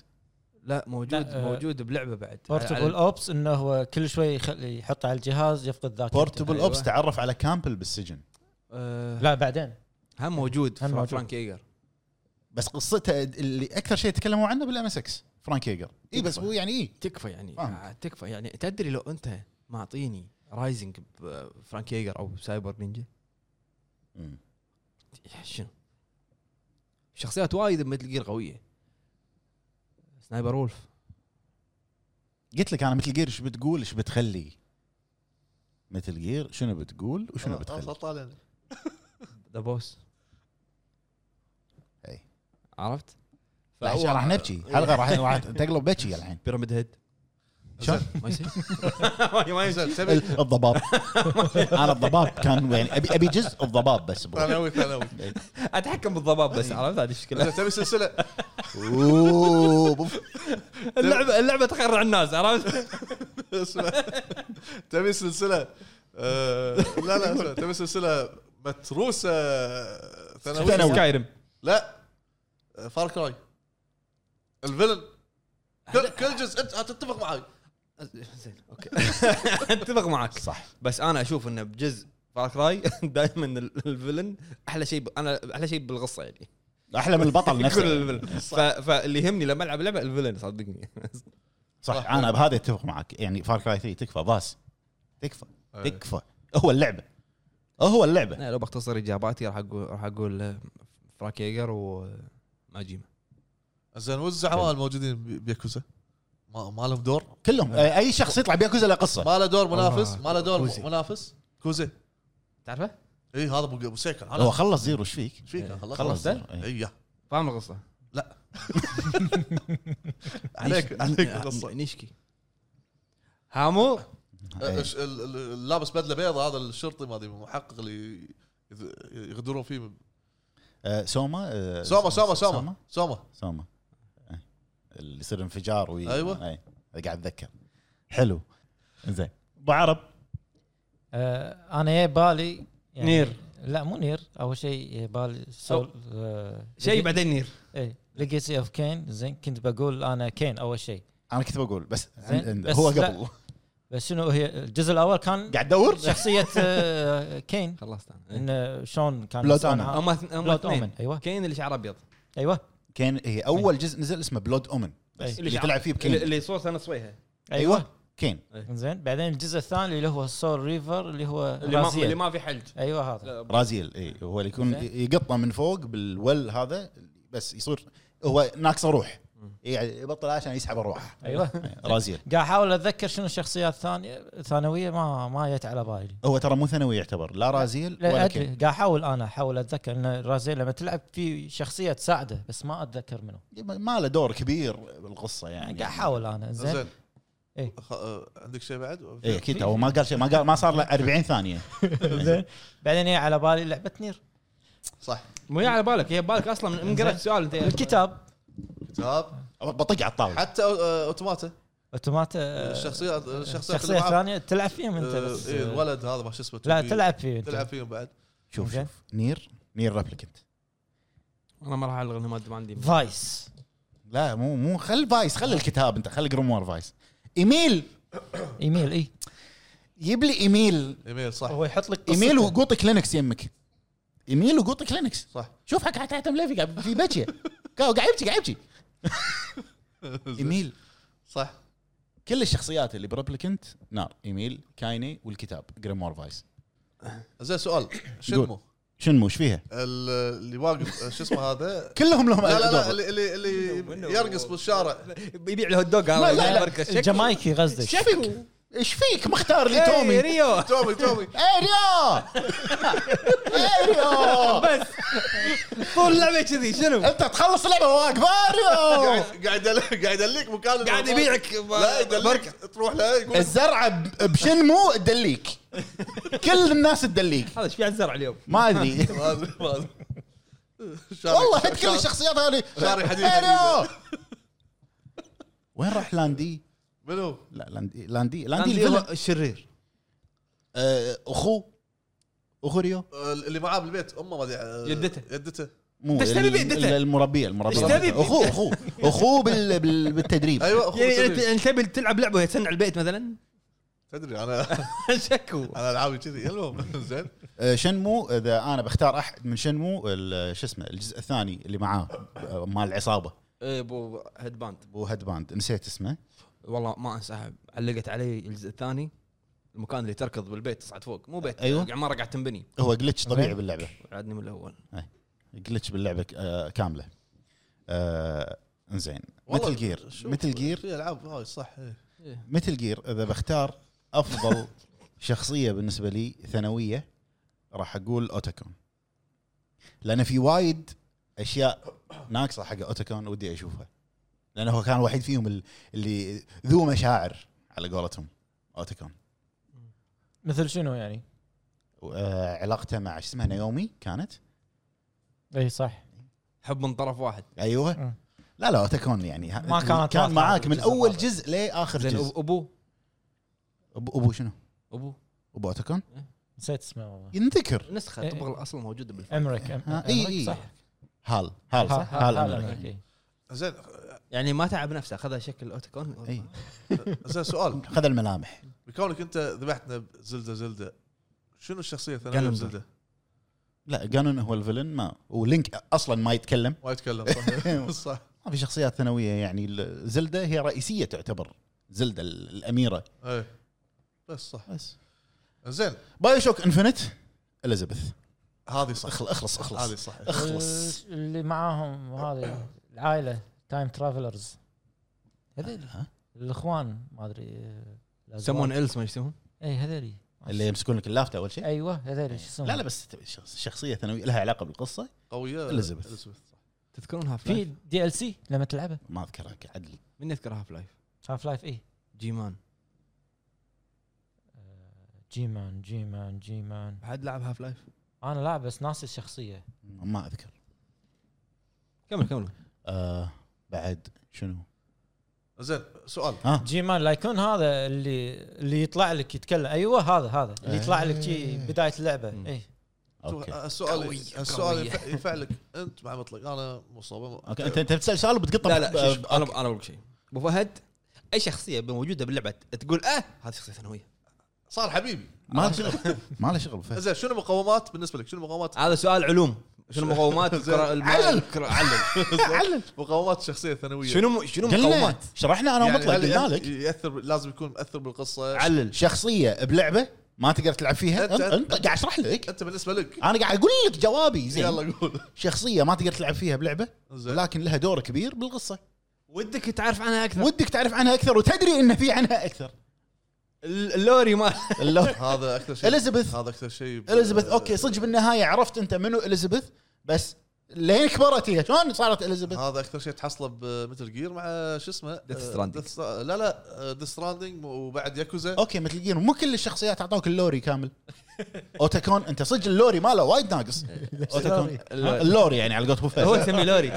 لا موجود
لا، آه،
موجود بلعبه بعد
بورتبل اوبس انه هو كل شوي يخل- يحطه على الجهاز يفقد ذاكرته إيه.
بورتبل
أيوة.
اوبس تعرف على كامبل بالسجن
اوبس
لا بعدين
آه، هم موجود
هم
هم
موجود.
فرانك ايجر
بس قصته اللي اكثر شيء تكلموا عنه بالام اس 6 فرانك ييجر اي بس هو يعني اي
تكفى يعني
فاهم.
آه، تكفى يعني تدري لو انت معطيني رايزنج بفرانك ايجر او سايبر نينجا شنو شخصيات وايد مثل جير قويه سنايبر وولف
قلت لك انا مثل جير ايش بتقول ايش بتخلي مثل جير شنو بتقول وشنو
آه،
بتخلي
بتخلي؟
ذا بوس
أي.
عرفت؟
لا، عشان راح نبكي حلقه راح راح تقلب بكي الحين [laughs]
بيراميد هيد
شلون؟
ما يصير [laughs] ما يصير
زين
[laughs]
تبي
ال- الضباب انا الضباب كان يعني ابي ابي جزء الضباب بس برو.
ثانوي ثانوي
اتحكم بالضباب بس عرفت هذه الشكل [laughs]
زين تبي سلسله
أوه، بوف.
اللعبه اللعبه تخرع الناس عرفت؟
اسمع. تبي سلسله آه، لا لا اسمع. تبي سلسله متروسه ثانوي
ثانوي.
سكايرم
لا فار كراي الفيلن كل كل جزء انت هتتفق معي
زين [laughs] اوكي اتفق معك
صح
بس انا اشوف انه بجزء فارك راي [laughs] دائما الفيلن احلى شيء ب- انا احلى شيء بالقصه [laughs] يعني
احلى من البطل
كل
نفسه
الفيلن ف- فاللي يهمني لما العب لعبه الفيلن صدقني [laughs]
صح انا بهذا اتفق معك يعني فار كراي 3 تكفى باس تكفى
أي.
تكفى هو اللعبه هو اللعبه
أنا لو بختصر اجاباتي راح اقول راح اقول فراك ييجر آه، وماجيما
زين والزعماء الموجودين بي- بياكوزا ما ما لهم دور
كلهم آه، اي شخص يطلع بياكوزا له قصه
إيه. ما له دور منافس ما له دور
كوزي.
منافس كوزي
تعرفه؟
اي هذا ابو ابو سيكل هذا
هو خلص زيرو ايش فيك؟
ايش فيك إيه. خلصت
خلص
خلصته؟
زيرو إي.
اي
فاهم القصه
[laughs] عليك عليك القصه
نشكي هامو
إي.
إيه.
إيش ال- ال- اللابس بدله بيضاء هذا الشرطي ما ادري محقق اللي يذ- يغدرون فيه
إيه،
آه، سوما آه،
سوما سوما سوما سوما
سوما إي. اللي يصير انفجار وي
أيوة.
أي. قاعد اتذكر حلو زين ابو عرب
آه انا يا بالي يعني
نير.
لا مو نير اول شيء يا بالي سول آه
شيء بعدين نير
ايه ليجاسي اوف كين زين كنت بقول انا كين اول شيء
انا كنت بقول بس
زين.
عند-
بس
هو
لا.
قبل
بس شنو هي الجزء الاول كان
قاعد تدور
[laughs] شخصيه
[laughs]
آه كين
خلصت انا
ان شلون كان
Blood
إنسان
Omen.
عا-
هم اثن- هم
Blood
اثنين
Omen، أيوة.
كين اللي شعره ابيض
ايوه
كان هي اول جزء نزل اسمه بلود اومن
أي. أيوة.
بس اللي
شعره-
طلع فيه
اللي-
بكين
اللي صورته انا صويها أيوه.
ايوه كين
زين بعدين الجزء الثاني اللي هو سول ريفر اللي هو
اللي ما,
رازيل.
اللي ما في حلج
ايوه هذا
لا،
رازيل اي إيه، هو اللي يكون
زين.
يقطه من فوق بالول هذا بس يصير هو ناقصه روح يعني يبطل عشان يسحب الروح [laughs]
ايوه
رازيل
قاعد احاول اتذكر شنو الشخصيات الثانيه الثانويه ما ما جت على بالي
هو ترى مو ثانوي يعتبر لا رازيل
لا
ولا
ادري
كين
قاعد احاول انا احاول اتذكر ان رازيل لما تلعب في شخصيه تساعده بس ما اتذكر منه
ما له دور كبير بالقصه يعني
قاعد احاول انا زين
زين
إيه.
خ- آه، عندك شيء بعد؟
اي اكيد إيه، هو ما قال شيء ما قال ما صار له يعني 40
[laughs]
ثانيه
زين بعدين هي على بالي لعبه نير
صح
مو هي على بالك هي بالك اصلا من- من قرأت السؤال انت
الكتاب
كتاب
بطق على الطاوله
حتى آه، اوتوماتا
اوتومات
الشخصيات
آه،
الشخصيات
الشخصيه
اللي معاه.
الثانيه تلعب فيهم انت
آه،
بس
إيه، الولد هذا ما شو اسمه
لا
تبي-
تلعب فيه
تلعب
انت
فيهم بعد
شوف
زين.
شوف نير نير ريبليكنت
انا ما راح الغي ما ما عندي
فايس
لا مو مو خل فايس خل الكتاب انت خل جريموار فايس ايميل
ايميل اي
جيب لي ايميل
ايميل صح
هو يحط لك
ايميل وقوطك لينكس يمك ايميل وقوطك لينكس
[laughs]
صح
شوف حق حق حاتم ليفي قاعد في بكي قاعد قاعد يبكي قاعد يبكي [laughs] ايميل
صح
كل الشخصيات اللي بريبليكنت نار ايميل كايني والكتاب جريموار فايس
زين سؤال شو
قول.
اسمه؟
شنو ايش فيها؟
ال- اللي واقف آه، شو اسمه
[laughs]
هذا؟
كلهم لهم
لا لا لا
دور.
اللي اللي, اللي يرقص بالشارع
بيبيع الهوت دوغ
لا، لا، لا.
الجمايكي قصدك
ايش فيك؟ ايش فيك مختار لي
تومي
تومي؟
إيه، ريو
تومي تومي
اريو اريو
بس طول اللعبه كذي شنو؟
انت تخلص اللعبه واقف اريو
قاعد قاعد يدل- [laughs] قاعد يدليك مكان
قاعد يبيعك ب-
لا يدليك
بركة.
تروح له يقول
الزرعه ب- بشنمو تدليك كل الناس تدليك
هذا ايش في على الزرع اليوم؟
ما ادري
[laughs] ما أدري- ما أدري. شارك-
والله هد كل
شارك-
الشخصيات هذه
شاري حديد.
أريو. وين راح لاندي؟
منو؟
لا لاندي لاندي لاندي
عندي
الفيلن.
هو الشرير
آه، اخوه اخو ريو
آه، اللي معاه بالبيت امه ما ادري آه،
يدته.
يدته
مو
إيش تبي
ال-
بيدته؟
ال- المربيه المربيه
إيش تبي
اخوه اخوه اخوه بال- بال- بالتدريب
ايوه أخوه
يعني انت
تدري.
انت تبي تلعب لعبه وهي تصنع البيت مثلا
تدري [laughs] انا
[laughs] شكو
انا العابي كذي المهم [laughs] زين
آه، شنمو اذا انا بختار احد من شنمو ال- شو اسمه الجزء الثاني اللي معاه آه، مال العصابه
اي ابو إيه، هيد باند
ابو هيد باند نسيت اسمه
والله ما انساها علقت علي الجزء الثاني المكان اللي تركض بالبيت تصعد فوق مو بيت
أيوة.
أيوة. عماره قاعد تنبني
هو جلتش طبيعي
زين.
باللعبه
عادني من الاول
جلتش باللعبه ك- آه، كامله آه، انزين
والله
مثل جير
شوف،
مثل جير
في العاب هاي صح إيه.
مثل جير اذا بختار افضل شخصيه بالنسبه لي ثانويه راح اقول اوتاكون لان في وايد اشياء ناقصه حق اوتاكون ودي اشوفها لانه هو كان وحيد فيهم ال- اللي ذو مشاعر على قولتهم اوتاكون
مثل شنو يعني؟
آه، علاقته مع شو اسمها نيومي كانت
اي صح
حب من طرف واحد
ايوه
مم.
لا لا اوتاكون يعني ها-
ما كانت
كان
واضحة
معاك من
بالجزء
اول
الرابع.
جزء لاخر
زين
جزء
أبو- ابوه
ابو أبو شنو؟
ابوه
ابو اوتاكون
نسيت اسمه والله
ينذكر
نسخه
إيه.
طبق الاصل موجوده بالفيلم
امريك
ها، إي، إي.
صح
هال هال صح؟
ها-
هال
ها-
أمريكي.
أمريكي.
زين [laughs]
يعني ما تعب نفسه اخذها شكل اوتوكون
إي.
زين سؤال
إيه. خذ الملامح
بكونك انت ذبحتنا بزلده زلده شنو الشخصيه الثانويه
جانندر.
بزلده؟
لا جانون هو الفيلن ما ولينك اصلا ما يتكلم
ما يتكلم
[laughs]
صح صح
ما في شخصيات ثانويه يعني ال- زلده هي رئيسيه تعتبر زلده ال- الاميره
اي إيه. بس صح
بس
زين
بايو شوك انفنت اليزابيث
هذه صح
اخلص اخلص
هذه
اخلص
صح
اخلص
اللي معاهم هذه العائله تايم ترافلرز هذول
ها؟
الاخوان ما ادري آه، الأزواج.
سمون ايلس ما يسمون
اي هذولي
اللي يمسكون لك اللافته اول شيء
ايوه هذولي شو اسمهم
لا لا بس تبي شخص- شخصيه ثانويه لها علاقه بالقصه
قويه
إليزابيث.
إليزابيث.
تذكرون هاف
في
لايف
دي ال سي لما تلعبه
ما اذكرها كعدل
من يذكر هاف لايف
هاف لايف اي
جيمان
آه، جيمان جيمان جيمان
حد لعب هاف لايف
انا لاعب بس ناسي الشخصيه
ما اذكر
كمل كمل
آه بعد شنو
زين سؤال
ها
جيمان الايكون هذا اللي اللي يطلع لك يتكلم ايوه هذا هذا اللي يطلع لك شي بدايه اللعبه
مم.
اي
شوف،
آه،
اوكي
السؤال
قوية،
السؤال
قوية.
يف- يفعلك انت مع مطلق انا مصاب
اوكي انت انت بتسال سؤال وبتقطع
لا لا شوف،
ب-
شوف، انا انا بقول لك شيء ابو فهد اي شخصيه موجوده باللعبه تقول اه هذه شخصيه ثانويه
صار حبيبي
ما له
[laughs]
شغل ما له شغل فهد.
زين شنو المقومات بالنسبه لك شنو المقومات
هذا سؤال علوم شنو مقومات الكرة- الم-
علل.
الكرة-
[laughs]
علل
مقومات الشخصيه الثانويه
شنو شنو
قلنا
مقومات يعني
شرحنا انا ومطلق
هل
قلنا
يأث-
لك
ياثر لازم يكون مؤثر بالقصه
علل
شخصيه بلعبه ما تقدر تلعب فيها
أنت-
أنت- انت قاعد اشرح لك
انت بالنسبه لك
انا قاعد اقول لك جوابي زين
يلا قول
شخصيه ما تقدر تلعب فيها بلعبه
زين
ولكن لها دور كبير بالقصه
ودك تعرف عنها اكثر
ودك تعرف عنها اكثر وتدري ان في عنها اكثر
اللوري ما
[laughs] اللو-
هذا اكثر شيء
اليزابيث
هذا اكثر شيء ب-
اليزابيث اوكي صدق بالنهايه عرفت انت منو اليزابيث بس لين كبرت هي شلون صارت اليزابيث
هذا اكثر شيء تحصله بمثل جير مع شو اسمه
Death
آه،
Stranding.
Death Stra- لا لا ديث ستراندنج وبعد ياكوزا
اوكي مثل جير مو كل الشخصيات اعطوك اللوري كامل اوتاكون انت صدق اللوري ماله وايد ناقص اوتاكون اللوري يعني على قولت أبو فهد.
هو يسميه لوري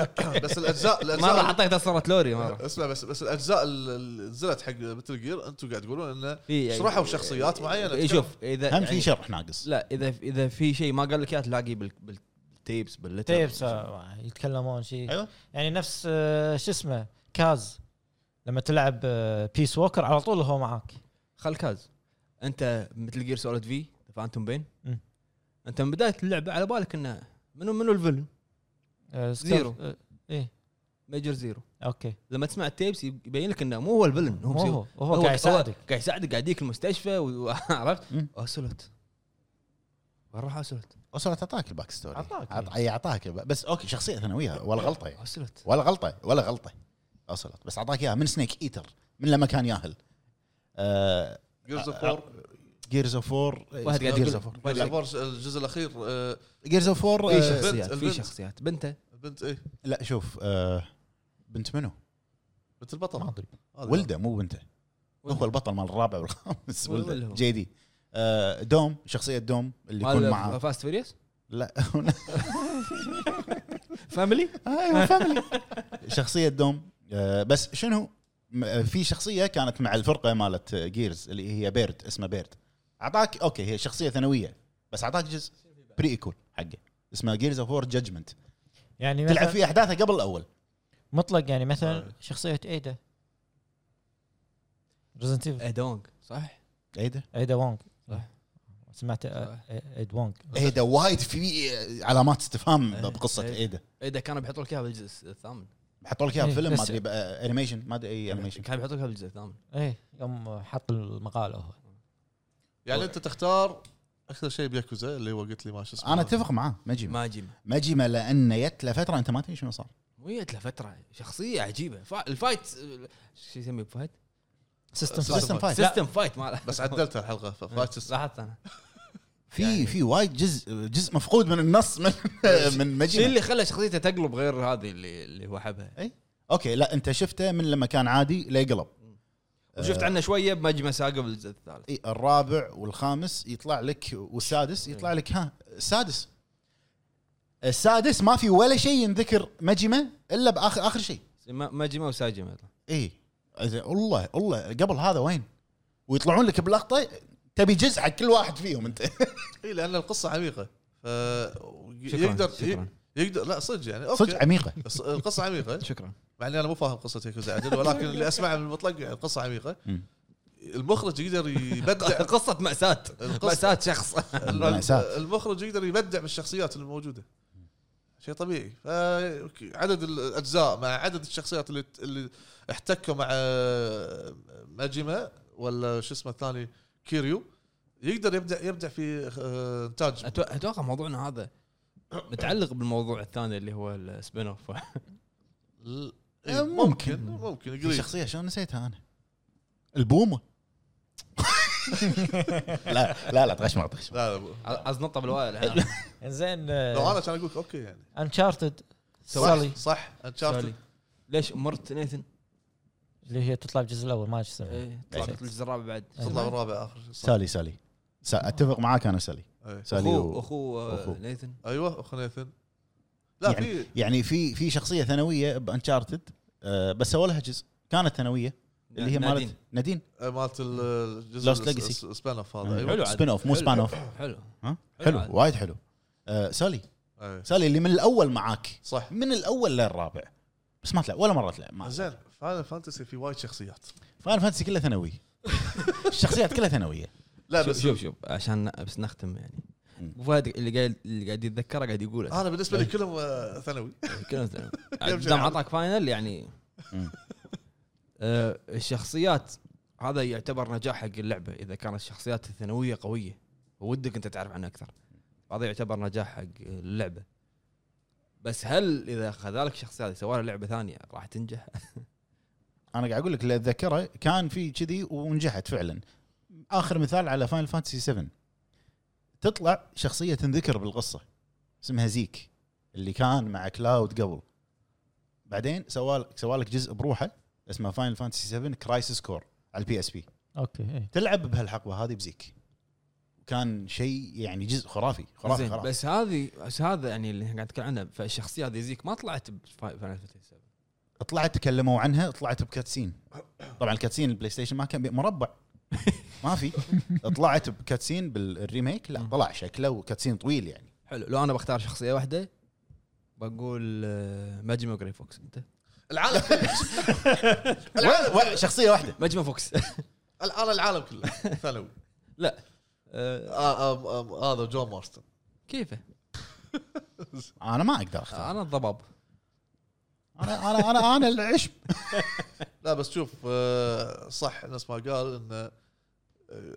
بس الاجزاء
مره
الاجزاء
حطيت صوره لوري مره
اسمع بس بس الاجزاء اللي نزلت حق مثل جير انتم قاعد تقولون انه
في
شرحوا شخصيات معينه
إيه، شوف اذا
هم في
يعني-
شرح ناقص
لا اذا اذا في شيء ما قال لك اياه تلاقيه بال- بال- بالتيبس باللتر
تيبس آه، يتكلمون شيء
ايوه
يعني نفس آه، شو اسمه كاز لما تلعب بيس ووكر على طول هو معاك
خل كاز انت مثل جير سوليد في فانتوم بين
مم.
انت من بدايه اللعبه على بالك انه منو منو الفيلن
آه، سكر-
زيرو.
آه، ايه
ميجر زيرو
اوكي
لما تسمع التيبس يبين لك انه مو هو الفيلن هو
مو
مسوي-
هو هو قاعد يساعدك
قاعد يساعدك قاعد يديك المستشفى و- وعرفت
مم.
اسلت وين راح اسلت؟
اصلا اعطاك الباك ستوري
أعطاك.
أعط- اي اعطاك الب- بس اوكي شخصيه ثانويه ولا غلطه يعني.
اسلت
ولا غلطه ولا غلطه اوصلت بس اعطاك اياها من سنيك ايتر من لما كان ياهل آه،
جيرز اوف
أه،
وور
جيرز اوف وور
واحد قاعد
جيرز اوف
يقول
وور
جيرز اوف وور الجزء الاخير آه،
جيرز اوف وور
في
شخص.
شخصيات في
البنت.
شخصيات بنته
بنت ايه
لا شوف آه، بنت منو؟
بنت البطل
ما ادري
هذا.
ولده مو بنته
ولده.
هو البطل مال الرابع والخامس
ولا- ولا
ولده
هو.
جي دي آه، دوم شخصيه دوم اللي يكون
مال
معاه
فاست فيريوس
لا
فاميلي
ايوه فاميلي [laughs] شخصيه دوم آه، بس شنو م- آه، في شخصيه كانت مع الفرقه مالت جيرز اللي هي بيرد اسمها بيرد اعطاك اوكي هي شخصيه ثانويه بس اعطاك جزء بري ايكول حقه اسمه جيرز اوف وور جادجمنت
يعني
تلعب
مثلا
فيه احداثه قبل الاول
مطلق يعني مثلا
آه.
شخصيه ايدا ريزنت ايفل
ادونج صح؟
ايدا
ايدا وونغ
صح.
سمعت آه، آه، ايد وونغ
ايدا إيه وايد في علامات استفهام
إيه.
بقصه
إيه.
ايدا
ايدا كانوا بيحطوا لك اياها بالجزء الثامن
حطوا لك اياها
إيه،
فيلم
بس-
ما ادري بقى انيميشن ما ادري اي انيميشن
يعني كانوا بيحطوا نعم. لك اياها بالجزء الثامن
ايه يوم حط المقاله هو
يعني انت تختار اكثر شيء بياكوزا اللي هو قلت لي ما شو اسمه
انا اتفق معاه مجيمة
ما جيم
مجيمة لان جت لفتره انت ما تدري شنو صار
ويت له فتره شخصيه عجيبه فا... الفايت شو يسميه فايت؟
سيستم
System fight.
سيستم فايت ما
بس عدلتها الحلقه ففايت الس-
لاحظت انا
في
يعني-
في وايد جزء جزء مفقود من النص من [laughs] من
شو
مجيمة
اللي خلى شخصيته تقلب غير هذه اللي اللي هو حبها
اوكي لا انت شفته من لما كان عادي ليقلب
وشفت عنه شويه بمجمع ساقه بالجزء الثالث
إي، الرابع والخامس يطلع لك والسادس يطلع لك ها السادس السادس ما في ولا شيء ينذكر مجيمة الا باخر اخر شيء
م- مجمع وساجمة
اي إذا- والله والله قبل هذا وين؟ ويطلعون لك بلقطه تبي جزء حق كل واحد فيهم انت
اي لان القصه عميقه ف
شكرا
يقدر
شكرا
يقدر لا صدق يعني اوكي
صدق عميقه
الص- القصه عميقه
شكرا
مع اني انا مو فاهم قصه ياكوزا عدل ولكن اللي اسمعه من المطلق يعني القصه عميقه
مم.
المخرج يقدر
[laughs]
يبدع
قصه ماساه ماساه شخص
مأساة.
المخرج يقدر يبدع بالشخصيات الموجوده شيء طبيعي فعدد الاجزاء مع عدد الشخصيات اللي اللي احتكوا مع ماجما ولا شو اسمه الثاني كيريو يقدر يبدع يبدع في آه، انتاج
أتو- اتوقع موضوعنا هذا متعلق بالموضوع الثاني اللي هو السبين اوف
ال-
آه،
إيه،
ممكن.
ممكن ممكن
في
قريب
شخصيه شلون نسيتها انا؟ البومه لا لا لا تغشمر تغشمر
لا لا مو-
آه،
ازنطه بالوائل [laughs]
زين
لو انا كان اقول لك اوكي يعني
انشارتد سالي
صح صح انشارتد
ليش مرت نيثن؟
اللي هي تطلع بالجزء الاول ما أدري شو اسمها
إيه، طلعت الجزء الرابع بعد
تطلع الرابع اخر شيء صح.
أيوة. سالي سالي سا- اتفق معاك انا سالي
أي.
سالي
اخوه
و...
اخوه
أخوه.
نيثن
ايوه اخو نيثن لا في
يعني في في شخصيه ثانويه بانشارتد آه، بس سووا لها جزء كانت ثانويه اللي هي مالت
نادين.
نادين
آه، مالت ال- الجزء
Lost Legacy. أيوة.
سبان اوف هذا ايوه
حلو عاد.
سبين اوف مو
حلو.
سبان اوف
حلو
ها؟
حلو
حلو
عاد.
وايد حلو آه، سالي
أي.
سالي اللي من الاول معاك
صح
من الاول للرابع بس ما طلع ولا مره طلع ما
زين فاينل فانتسي في وايد شخصيات
فاينل فانتسي كلها
[laughs]
ثانوي الشخصيات كلها ثانويه
لا
شوف
بس
شوف شوف عشان ن- بس نختم يعني
مم.
أبو فهد اللي قاعد اللي قاعد يتذكره قاعد يقوله
انا بالنسبه لي كلهم آه، ثانوي
كلهم
[laughs]
زين. دام عطاك فاينل يعني
مم.
آه، الشخصيات هذا يعتبر نجاح حق اللعبه اذا كانت الشخصيات الثانويه قويه ودك انت تعرف عنها اكثر هذا يعتبر نجاح حق اللعبه بس هل اذا خذلك شخصيات سوى لها لعبه ثانيه راح تنجح؟
انا قاعد اقول لك اللي اتذكره كان في كذي ونجحت فعلا اخر مثال على فاينل فانتسي 7 تطلع شخصيه تنذكر بالقصه اسمها زيك اللي كان مع كلاود قبل بعدين سوالك سوالك جزء بروحه اسمه فاينل فانتسي 7 كرايسيس كور على البي اس بي
اوكي إيه.
تلعب بهالحقبه هذه بزيك كان شيء يعني جزء خرافي خرافي
زين،
خرافي
بس هذه بس هذا يعني اللي قاعد نتكلم عنه فالشخصيه هذه زيك ما طلعت بفاينل
طلعت تكلموا عنها طلعت بكاتسين طبعا الكاتسين البلاي ستيشن ما كان بي- مربع [laughs] ما في طلعت بكاتسين بالريميك لا طلع شكله كاتسين طويل يعني
حلو لو انا بختار شخصيه واحده بقول آه، ماجما جري فوكس انت
العالم
[laughs]
كله
و- و- شخصيه واحده
ماجما فوكس [laughs]
الان العالم كله ثانوي
آه،
آه، آم، آم، هذا جون مارستون
كيفه
انا ما اقدر اختار
انا الضباب
انا انا انا
[laughs]
انا العشب
لا بس شوف آه، صح نفس ما قال انه آه،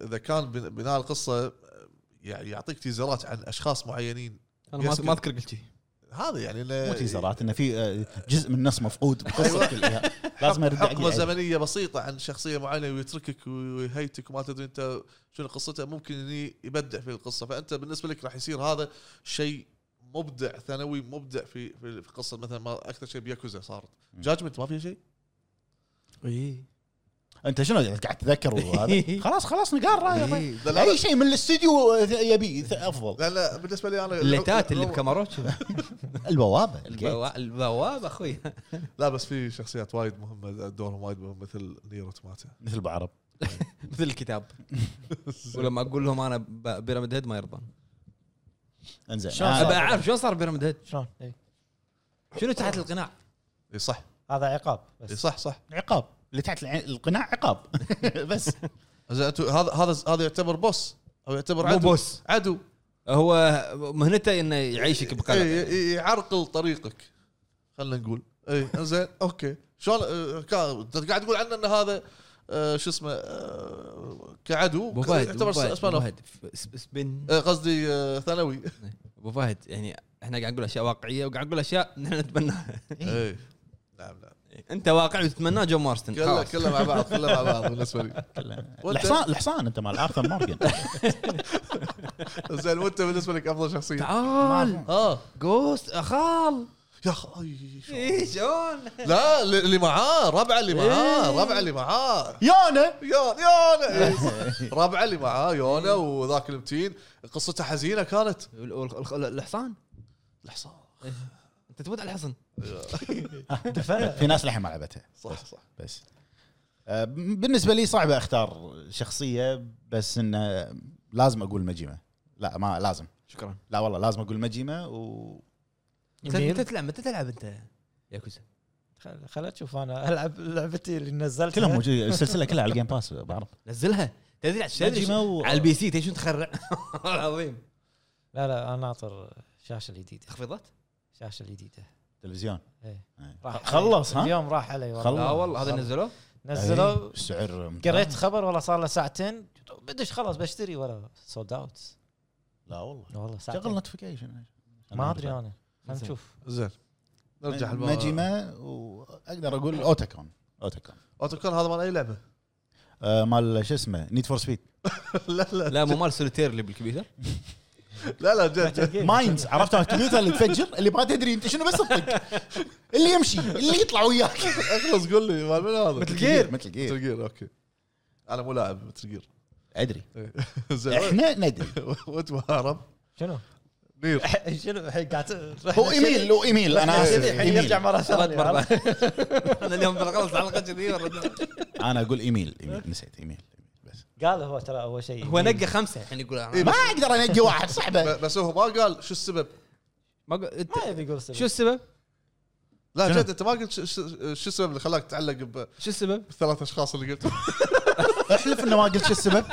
اذا كان بن- بناء القصه آه، يع- يعطيك تيزرات عن اشخاص معينين
انا ما
يس-
ما اذكر قلت شي.
هذا يعني إنه-
مو تيزرات انه في آه، جزء من النص مفقود
أيوة.
بقصه كلها لازم ارد
حقبه
عليه
زمنيه بسيطه عن شخصيه معينه ويتركك ويهيتك وما تدري انت شنو قصته ممكن إني يبدع في القصه فانت بالنسبه لك راح يصير هذا شيء مبدع ثانوي مبدع في في في قصه مثلا ما اكثر شيء بياكوزا صارت
مم.
جاجمنت ما فيها شيء
اي
انت شنو قاعد تتذكر
[laughs]
هذا خلاص خلاص نقال راي
إيه.
آه، لا لا
اي شيء من الاستديو آه، يبي
[laughs]
افضل
لا لا بالنسبه لي انا
اللتات اللي بكاماروتش
[laughs]
البوابه الجيت.
البوا- البواب اخوي
لا بس في شخصيات وايد مهمه دورهم وايد مهم مثل نيرو توماتا
مثل بعرب
[laughs] مثل
[laughs]
الكتاب ولما اقول لهم انا ب- بيراميد هيد ما يرضون
انزين
شلون
آه،
صار؟
ابى اعرف شلون صار بيراميد هيد
شلون إيه.
شنو تحت القناع؟
اي صح
هذا عقاب
اي
بس
صح صح
عقاب اللي تحت العين القناع عقاب [laughs] بس
زين انتم هذا هذا هذا يعتبر بوس او يعتبر
مو
عدو
بوس
عدو
هو مهنته انه يعيشك
إي-
بقلق يعني.
إي- إيه، يعرقل طريقك خلينا نقول اي زين اوكي شلون آه، كا- أنت قاعد تقول عنه ان هذا آه، شو اسمه آه، كعدو
ابو فهد
يعتبر
ابو فهد
سبان
أبو
اوف
فهد، ف- س- سبن
آه، قصدي آه، ثانوي
ابو فهد يعني احنا قاعد نقول اشياء واقعيه وقاعد نقول اشياء [laughs] نحن نتمناها
اي نعم نعم
انت واقعي وتتمناه جو مارستن
كله
خلاص
كله مع بعض كله مع بعض بالنسبه لي
الحصان الحصان انت مال ارثر مورجن
زين وانت بالنسبه لك افضل شخصيه
تعال
اه
جوست اخال
يا اخي
إيه، شلون
لا اللي معاه ربعه اللي معاه
إيه.
ربعه اللي معاه
يانا
يون يونا [laughs] ربعه اللي معاه يونا وذاك المتين قصته حزينه كانت
وال- وال- ال- الحصان
الحصان
انت تموت على الحصن
في ناس لحين ما لعبتها
صح صح
بس آه، بالنسبه لي صعبه اختار شخصيه بس انه لازم اقول مجيمه لا ما لازم
شكرا
لا والله لازم اقول مجيمه و
انت
جميل.
متى تلعب متى تلعب انت ياكوزا
خل- خل اشوف [laughs] انا العب لعبتي اللي نزلتها
كلهم موجود السلسله كلها على الجيم باس بعرف
[laughs] نزلها تدري تدري
مجيمه و...
على البي سي تدري شنو تخرع [laughs] العظيم
لا لا انا ناطر الشاشه الجديده
تخفيضات
الشاشه الجديده
تلفزيون
إيه.
إيه.
راح علي.
خلص ها
اليوم راح علي والله آه.
خلص.
لا والله هذا نزلوه
نزلوا
إيه. السعر ممتاز.
قريت خبر والله صار له ساعتين بدش خلاص بشتري ولا سولد اوت
لا والله
والله
شغل
ساعتين
نوتيفيكيشن
ما ادري انا خلينا
زين.
[laughs]
نشوف
زين نرجع الم-
مجيمه واقدر اقول اوتاكون اوتاكون
اوتوكون هذا مال اي لعبه
آه، مال شو اسمه نيد فور سبيد
[laughs] لا لا
لا مو مال سوليتير اللي بالكمبيوتر
لا لا جد
إيه.
ماينز عرفت على الكمبيوتر اللي تفجر اللي ما تدري انت شنو بس تطق اللي يمشي اللي يطلع وياك
اخلص قول لي مال من هذا
مثل جير
مثل جير
مثل جير اوكي انا مو لاعب مثل جير
ادري
[laughs] زين
احنا ندري
[laughs] وانت مهارم
شنو
نير
[laughs] شنو الحين قاعد
هو ايميل [laughs] هو ايميل انا اسف
الحين يرجع
ايميل
مره
ثلاث
ثانيه
[laughs] مرات انا اليوم بخلص حلقه كذي ورد-
انا اقول ايميل ايميل نسيت ايميل بس
قال هو ترى اول شيء
هو نقى خمسه الحين يقول أنا-
ما اقدر انقي واحد صحبه
ب- بس هو ما قال شو السبب
ما قل- أنت-
ما يبي يقول سبب.
شو السبب؟
لا
شنو؟
جد انت ما قلت شو- شو شو السبب اللي خلاك تعلق ب-
شو السبب؟
بالثلاث اشخاص اللي قلت
احلف انه ما قلت شو السبب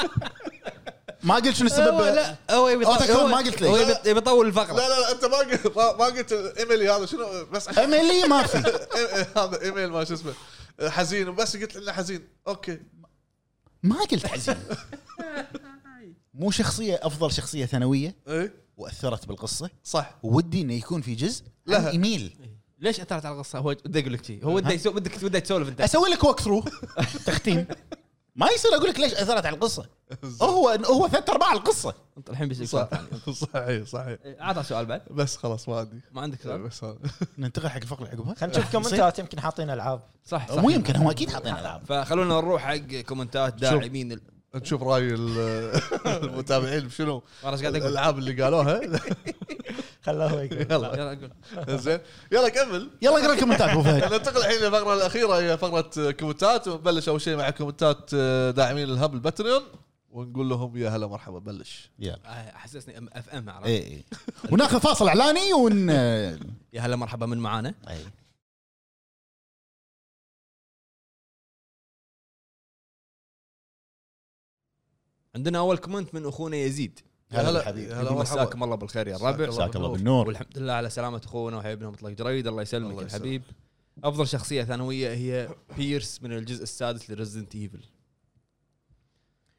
ما قلت شنو السبب
هو لا هو يبي
أوتاكون
هو-
ما قلت لي.
هو يبي- يبي يطول الفقره
لا لا لا انت ما قلت ما- ما قلت ايميلي هذا شنو بس
ايميلي ما في
هذا ايميل ما شو اسمه حزين وبس قلت انه حزين اوكي
ما قلت حزين مو شخصيه افضل شخصيه ثانويه
ايه
واثرت بالقصه
صح
ودي انه يكون في جزء عن
لها.
ايميل
ليش اثرت على القصه؟ هو ودي اقول لك شيء هو ودي يسو- بدك ودي تسولف انت
اسوي لك ووك ثرو [laughs] تختيم ما يصير اقول لك ليش اثرت على القصه هو هو ثلاث ارباع القصه
انت الحين بيسالك سؤال
صح
ثاني
[laughs] صحيح صحيح
إيه، عطى سؤال بعد
بس خلاص ما عندي
ما عندك سؤال
بس هذا
ننتقل حق الفقره اللي عقبها [laughs]
خلينا نشوف كومنتات يمكن حاطين العاب [laughs]
صح صح
مو يمكن هو اكيد حاطين العاب
فخلونا نروح حق كومنتات داعمين ال-
نشوف راي ال- المتابعين بشنو
انا ايش قاعد اقول؟
الالعاب اللي قالوها [laughs]
خلاه هو يقول
يلا
يلا اقول
زين يلا كمل
يلا اقرا الكومنتات ابو
[laughs]
فهد
ننتقل الحين للفقره الاخيره هي فقره كومنتات ونبلش اول شيء مع كومنتات داعمين الهب الباتريون ونقول لهم يا هلا مرحبا بلش
[laughs]
يلا
آه، حسسني أم- اف ام عرفت؟
اي اي وناخذ فاصل اعلاني ون
يا هلا مرحبا من معانا
أي.
طيب.
عندنا اول كومنت من اخونا يزيد
يا
هلا
هلا
بالحبيب.
يا هلا
يقول
مرحبا
مساكم الله بالخير يا
مساك
الربع
الله
جزاك الله
بالنور.
بالنور
والحمد لله على سلامة اخونا وحبيبنا مطلق جريد الله يسلمك
الله
يا الحبيب افضل شخصية ثانوية هي بيرس من الجزء السادس لريزدنت ايفل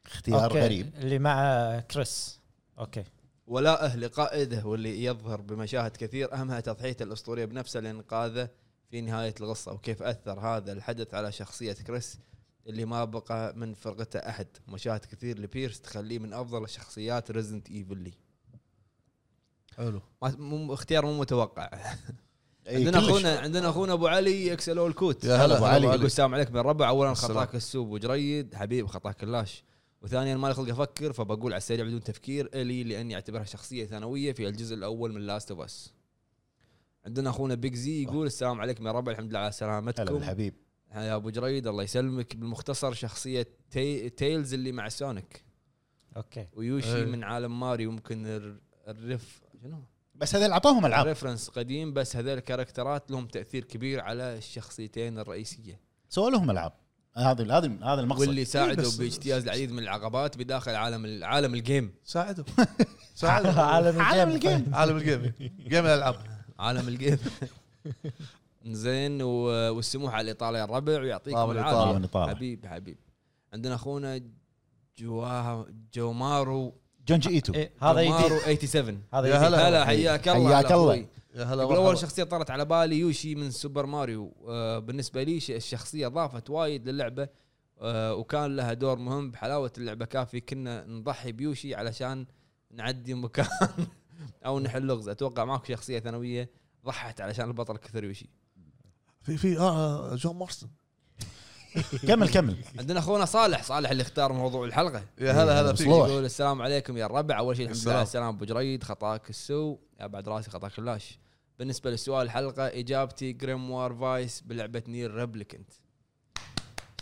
اختيار
أوكي.
غريب
اللي مع كريس اوكي
ولاءه لقائده واللي يظهر بمشاهد كثير اهمها تضحيته الاسطوريه بنفسه لانقاذه في نهايه القصه وكيف اثر هذا الحدث على شخصيه كريس اللي ما بقى من فرقته احد مشاهد كثير لبيرس تخليه من افضل الشخصيات ريزنت ايفل لي
حلو
ما- مو اختيار مو متوقع
أي،
عندنا
إيه، كلش.
اخونا عندنا اخونا ابو علي اكسلو الكوت
إيه، يا هلا
أبو
أبو
علي.
يقول
علي
السلام عليكم يا الربع اولا
السلام.
خطاك السوب وجريد حبيب خطاك كلاش وثانيا ما لي خلق افكر فبقول على السريع بدون تفكير الي لاني اعتبرها شخصيه ثانويه في الجزء الاول من لاست اوف اس عندنا اخونا بيج زي يقول السلام عليكم يا ربع الحمد لله على
هلا
سلامتكم
بالحبيب
يا ابو جريد الله يسلمك بالمختصر شخصيه تي... تيلز اللي مع سونيك
اوكي
[laughs] ويوشي
إيه.
من عالم ماريو ممكن الر- الرف شنو
بس هذول اعطاهم العاب
ريفرنس قديم بس هذول الكاركترات لهم تاثير كبير على الشخصيتين الرئيسيه
سووا لهم العاب هذا هذا هذا المقصد
واللي ساعدوا
بس-
باجتياز العديد من العقبات بداخل عالم عالم الجيم
ساعدوا
[laughs]
ساعدوا
عالم
عالم
الجيم طيب.
الجيم.
عالم الجيم جيم الالعاب
عالم الجيم زين و- والسموح على الايطالي الربع ويعطيك
طاب
العافية.
الإيطالي.
طبعاً طبعاً.
حبيب حبيب عندنا اخونا جواها جومارو
جونجي ايتو
إيه، هذا
جومارو
يديد
87
هذا
يا
يديد
هلا.
هلا حياك الله
حياك
هلا
الله.
أخوي.
يا هلا
يقول اول
والله
شخصيه طرت على بالي يوشي من سوبر ماريو آه، بالنسبه لي ش- الشخصيه ضافت وايد للعبه آه، وكان لها دور مهم بحلاوه اللعبه كافي كنا نضحي بيوشي علشان نعدي مكان [laughs] او نحل لغز اتوقع ماكو شخصيه ثانويه ضحت علشان البطل كثر يوشي
في في اه جون مارسون
كمل كمل
عندنا اخونا صالح صالح اللي اختار موضوع الحلقه
يا هلا هلا
مصلوح.
فيك
يقول السلام عليكم يا الربع اول شيء الحمد لله
السلام.
على السلام ابو جريد خطاك السو يا بعد راسي خطاك اللاش بالنسبه لسؤال الحلقه اجابتي جريموار فايس بلعبه نير ريبليكنت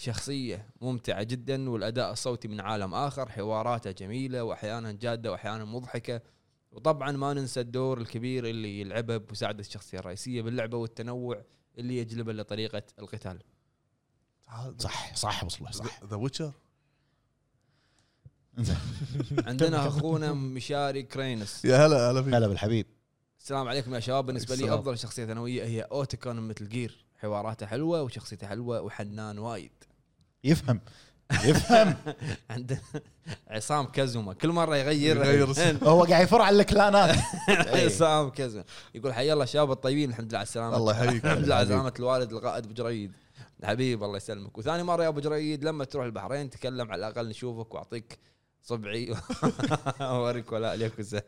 شخصيه ممتعه جدا والاداء الصوتي من عالم اخر حواراته جميله واحيانا جاده واحيانا مضحكه وطبعا ما ننسى الدور الكبير اللي يلعبه بمساعده الشخصيه الرئيسيه باللعبه والتنوع اللي يجلبه لطريقه القتال
صح صح ابو صلاح صح
ذا ويتشر
عندنا اخونا مشاري كرينس
يا هلا هلا فيك
هلا بالحبيب
السلام عليكم يا شباب بالنسبه لي
السلام.
افضل شخصيه ثانويه هي اوتيكون من مثل جير حواراته حلوه وشخصيته حلوه وحنان وايد
[laughs]
[laughs] يفهم يفهم
عندنا عصام كازوما كل مره يغير
يغير اسمه. إيه.
هو قاعد يفر على الكلانات
[laughs] عصام كازوما يقول حي الله الشباب الطيبين الحمد لله على السلامه
الله [laughs] يحييك
الحمد لله على سلامه الوالد القائد ابو جريد حبيب الله يسلمك وثاني مره يا ابو جريد لما تروح البحرين تكلم على الاقل نشوفك واعطيك صبعي [laughs] واريك ولا اليكوزا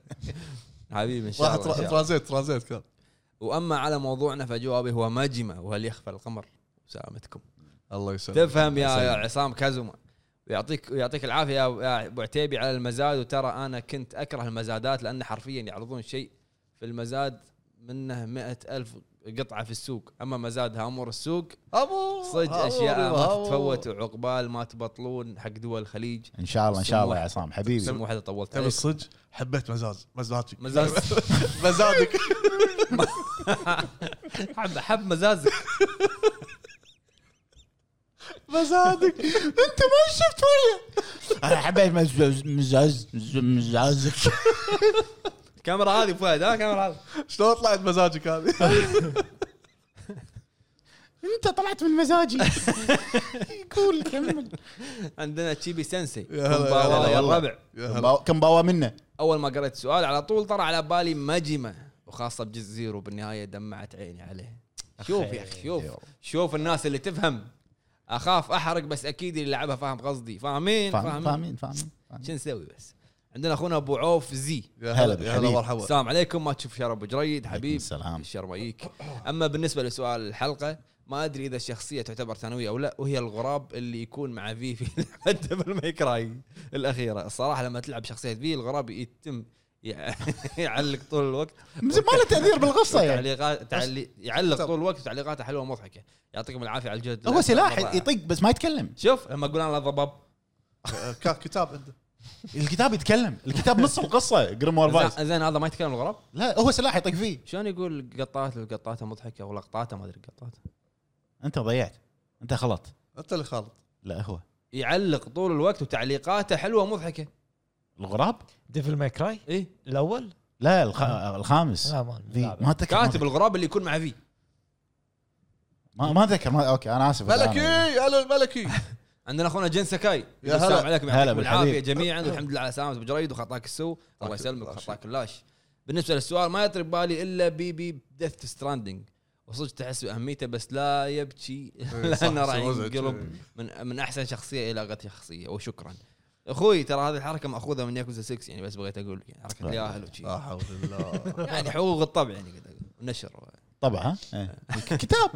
حبيبي ان شاء
راح
الله إن شاء الله.
ترا- ترانزيت ترانزيت كان
واما على موضوعنا فجوابي هو ماجمة وهل يخفى القمر سلامتكم
الله يسلمك
تفهم يا يا عصام كازوما ويعطيك ويعطيك العافيه يا يا ابو عتيبي على المزاد وترى انا كنت اكره المزادات لان حرفيا يعرضون شيء في المزاد منه مئة ألف قطعة في السوق أما مزاد هامور السوق
ابو
صدق
أبو،
أشياء ما
أبو.
تتفوت وعقبال ما تبطلون حق دول الخليج
ان شاء الله ان شاء الله يا عصام حبيبي
مو حدا طولت
تبي
عليك
الصدق حبيت مزاج مزاجك
مزاج
[laughs] مزاجك
[laughs] حب حب مزازك
مزاجك
انت ما شفت وجهه انا حبيت مزاز مزاز مزازك
كاميرا هذه فهد ها كاميرا هذه
شلون طلعت مزاجك هذه؟
انت طلعت من [laughs] مزاجي قول كمل
عندنا تشيبي سensei
يا هلا، يا
كومباوا
هلا
يا
والله.
الربع
يا هلا.
كم باوا منه
اول ما قريت السؤال على طول طرى على بالي مجمه وخاصه بجزء زيرو بالنهايه دمعت عيني عليه شوف يا اخي شوف شوف الناس اللي تفهم اخاف احرق بس اكيد اللي لعبها فاهم قصدي فاهمين
فاهم-
فاهمين
فاهمين فاهمين فاهمين.
شو نسوي بس عندنا اخونا ابو عوف زي
[laughs] يا
هلا
هلا يا هلا
بالحبيب.
مرحبا [laughs]
السلام عليكم ما تشوف شر ابو جريد
عليكم
حبيب
السلام.
الشرميك اما بالنسبه لسؤال الحلقه ما ادري اذا الشخصيه تعتبر ثانويه او لا وهي الغراب اللي يكون مع في في [laughs] لعبه دبل ماي كراي الاخيره الصراحه لما تلعب شخصيه في الغراب يتم يع- [laughs] يعلق طول الوقت
زين ما له تاثير بالقصه يعني
تعليقات تعلي يعلق طول الوقت تعليقاته حلوه ومضحكه يعطيكم العافيه على الجهد
[laughs] هو سلاح يطق بس ما يتكلم
شوف لما اقول انا ضباب
كان كتاب عنده
الكتاب يتكلم الكتاب نص القصه جريم وار فايس
زين- زين هذا ما يتكلم الغراب
لا هو سلاح يطق فيه
شلون يقول قطاته قطاته مضحكه ولقطاته ما ادري قطاته
انت ضيعت انت غلط
انت اللي خالط
لا هو
يعلق طول الوقت وتعليقاته حلوه مضحكه
الغراب
ديفل ماي كراي
ايه
الاول
لا الخ... الخامس
لا ما
ذي. ما اتذكر ما
كاتب
أتذكر.
الغراب اللي يكون مع في
ما ما اتذكر ما... اوكي انا اسف
ملكي
أنا-
هلا الملكي
عندنا اخونا جن سكاي يقول
هلا.
السلام عليكم
هلا
يعطيكم
بالحبيب.
العافيه جميعا والحمد لله على سلامه ابو جريد وخطاك السو الله يسلمك
الله
وخطاك اللاش بالنسبه للسؤال ما يطري ببالي الا بي بي ديث ستراندنج وصدق تحس باهميته بس لا يبكي [laughs]
صح،
لانه راح
مزعج.
ينقلب من من احسن شخصيه الى غير شخصيه وشكرا اخوي ترى هذه الحركه ماخوذه من ياكوزا 6 يعني بس بغيت اقول يعني حركه
لا.
الياهل وشي
لا آه. حول الله
يعني حقوق الطبع يعني قد أقول. نشر
طبعا ها إيه. كتاب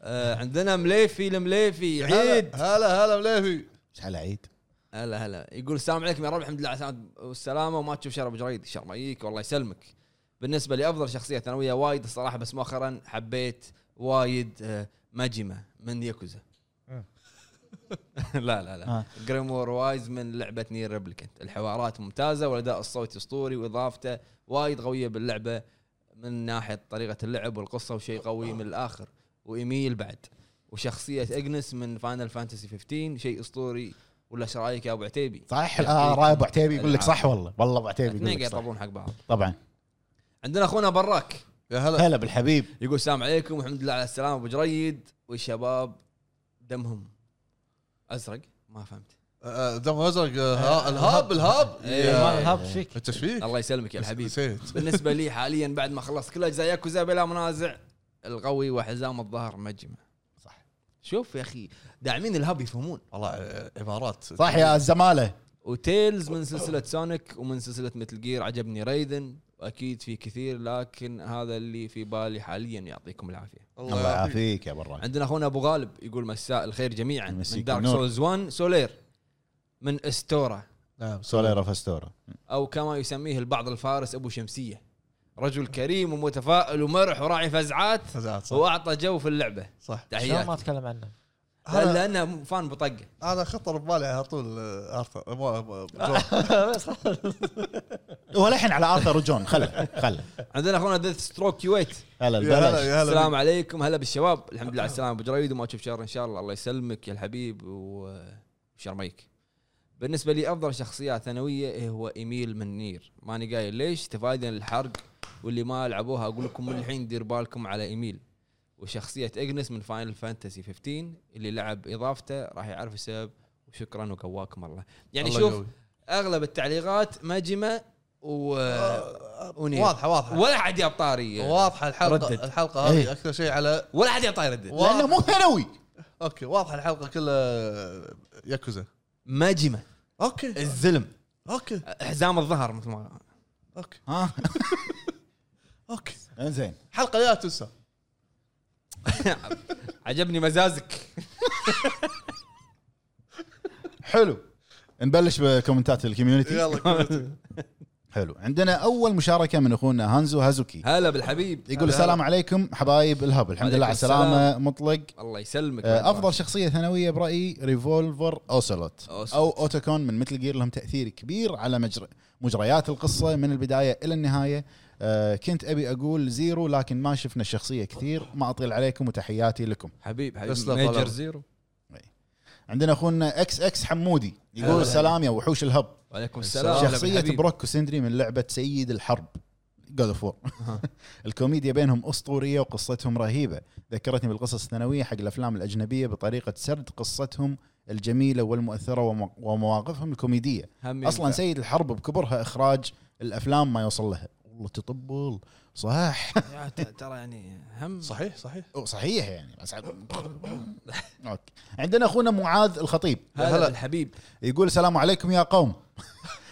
آه، عندنا مليفي المليفي عيد
عيد هلا هلا مليفي
ايش على عيد
هلا هلا يقول السلام عليكم يا رب الحمد لله على السلامة والسلامة وما تشوف شر ابو جريد شرميك والله يسلمك بالنسبة لأفضل شخصية ثانوية وايد الصراحة بس مؤخرا حبيت وايد آه، ماجمة من ياكوزا [laughs] لا لا لا
آه.
جريمور وايز من لعبه نير ريبليكنت الحوارات ممتازه والاداء الصوتي اسطوري واضافته وايد قويه باللعبه من ناحيه طريقه اللعب والقصه وشيء قوي من الاخر وايميل بعد وشخصيه اجنس من فاينل فانتسي 15 شيء اسطوري ولا ايش رايك يا ابو عتيبي؟
صح آه، راي ابو عتيبي يقول لك صح والله والله ابو عتيبي
اثنين
يقول
قاعد
لك صح
يطلبون حق بعض
طبعا
عندنا اخونا براك
يا هلا
هلا بالحبيب
يقول السلام عليكم والحمد لله على السلامه ابو جريد والشباب دمهم ازرق ما فهمت
آه، دم ازرق آه، ها- الهاب الهاب
إيه.
يا-
هاب فيك
انت ايش فيك؟
الله يسلمك يا الحبيب
نسيت
بالنسبه لي حاليا بعد ما خلصت كل اجزاء ياكوزا بلا منازع القوي وحزام الظهر مجمع
صح.
شوف يا اخي داعمين الهب يفهمون
والله آه، عبارات
صح يا الزماله
وتيلز من سلسله سونيك ومن سلسله متل جير عجبني رايدن واكيد في كثير لكن هذا اللي في بالي حاليا يعطيكم العافيه
الله يعافيك يا برا
عندنا اخونا ابو غالب يقول مساء الخير جميعا من
مسيك
دارك
النور.
سولز 1 سولير من استوره
نعم
سوليرا فاستورا
او كما يسميه البعض الفارس ابو شمسيه رجل كريم ومتفائل ومرح وراعي فزعات
فزعات صح
واعطى جو في اللعبه
صح
شلون ما
تحيات [laughs]
اتكلم عنه [laughs]
لا، لانه فان بطقه
انا خطر ببالي على طول آه، ارثر مو-
[laughs]
مو- جون.
هو الحين على ارثر وجون خله خله
عندنا اخونا ديث ستروك كويت
هلا
يا هلا
ببلاش
يا هلا
السلام عليكم هلا بالشباب الحمد لله على السلامه ابو جريد وما تشوف شر ان شاء الله الله يسلمك يا الحبيب و- وشرميك بالنسبه لي افضل شخصيه ثانويه هو ايميل من نير ماني قايل ليش تفاديا للحرق واللي ما لعبوها اقول لكم من الحين دير بالكم على ايميل وشخصيه اجنس من فاينل فانتسي 15 اللي لعب اضافته راح يعرف السبب وشكرا وقواكم الله يعني
الله
شوف
يقوي.
اغلب التعليقات مجمه و آه،
آه،
ونير.
واضحه واضحه
ولا حد يا طاري
واضحه الحلقه
ردد.
الحلقه
إيه.
هذه اكثر شيء على
ولا حد يعطي يردد
لانه مو ثانوي
اوكي واضحه الحلقه كلها آه، ياكوزا
ماجمة
اوكي
الزلم
اوكي
حزام الظهر مثل ما
اوكي
ها [laughs]
اوكي
انزين
حلقه يا تنسى
عجبني
[laughs]
مزازك
حلو نبلش بكومنتات الكوميونتي
يلا كملت.
حلو عندنا اول مشاركه من اخونا هانزو هازوكي
هلا بالحبيب
يقول السلام عليكم حبايب الهب الحمد لله على
عليكم
السلامه مطلق
الله يسلمك
أه،
آه، افضل شخصيه ثانويه برايي ريفولفر اوسلوت
أوسلوت.
او اوتوكون من مثل جير لهم تاثير كبير على مجر... مجريات القصه من البدايه الى النهايه آه، كنت ابي اقول زيرو لكن ما شفنا الشخصيه كثير ما اطيل عليكم وتحياتي لكم
حبيب حبيب
تسلم
ميجر
طلال.
زيرو
عندنا اخونا اكس اكس حمودي
هلا.
يقول سلام يا وحوش الهب
وعليكم
السلام.
السلام
هلا
شخصيه بروك وسندري من لعبه سيد الحرب جود اوف [laughs] الكوميديا بينهم اسطوريه وقصتهم رهيبه ذكرتني بالقصص الثانويه حق الافلام الاجنبيه بطريقه سرد قصتهم الجميله والمؤثره ومو- ومواقفهم الكوميديه اصلا سيد الحرب بكبرها اخراج الافلام ما يوصل لها والله تطبل صح
ترى يعني هم
صحيح صحيح
أو صحيح يعني بس عاد- أوكي. عندنا اخونا معاذ الخطيب
هلا بالحبيب
يقول السلام عليكم يا قوم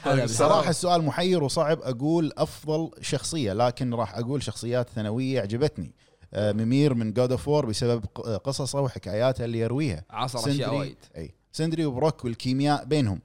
هلا
صراحة السؤال محير وصعب أقول أفضل شخصية لكن راح أقول شخصيات ثانوية عجبتني آه، ميمير من جود اوف وور بسبب ق- آه، قصصه وحكاياته اللي يرويها
عصر اشياء وايد
اي سندري وبروك والكيمياء بينهم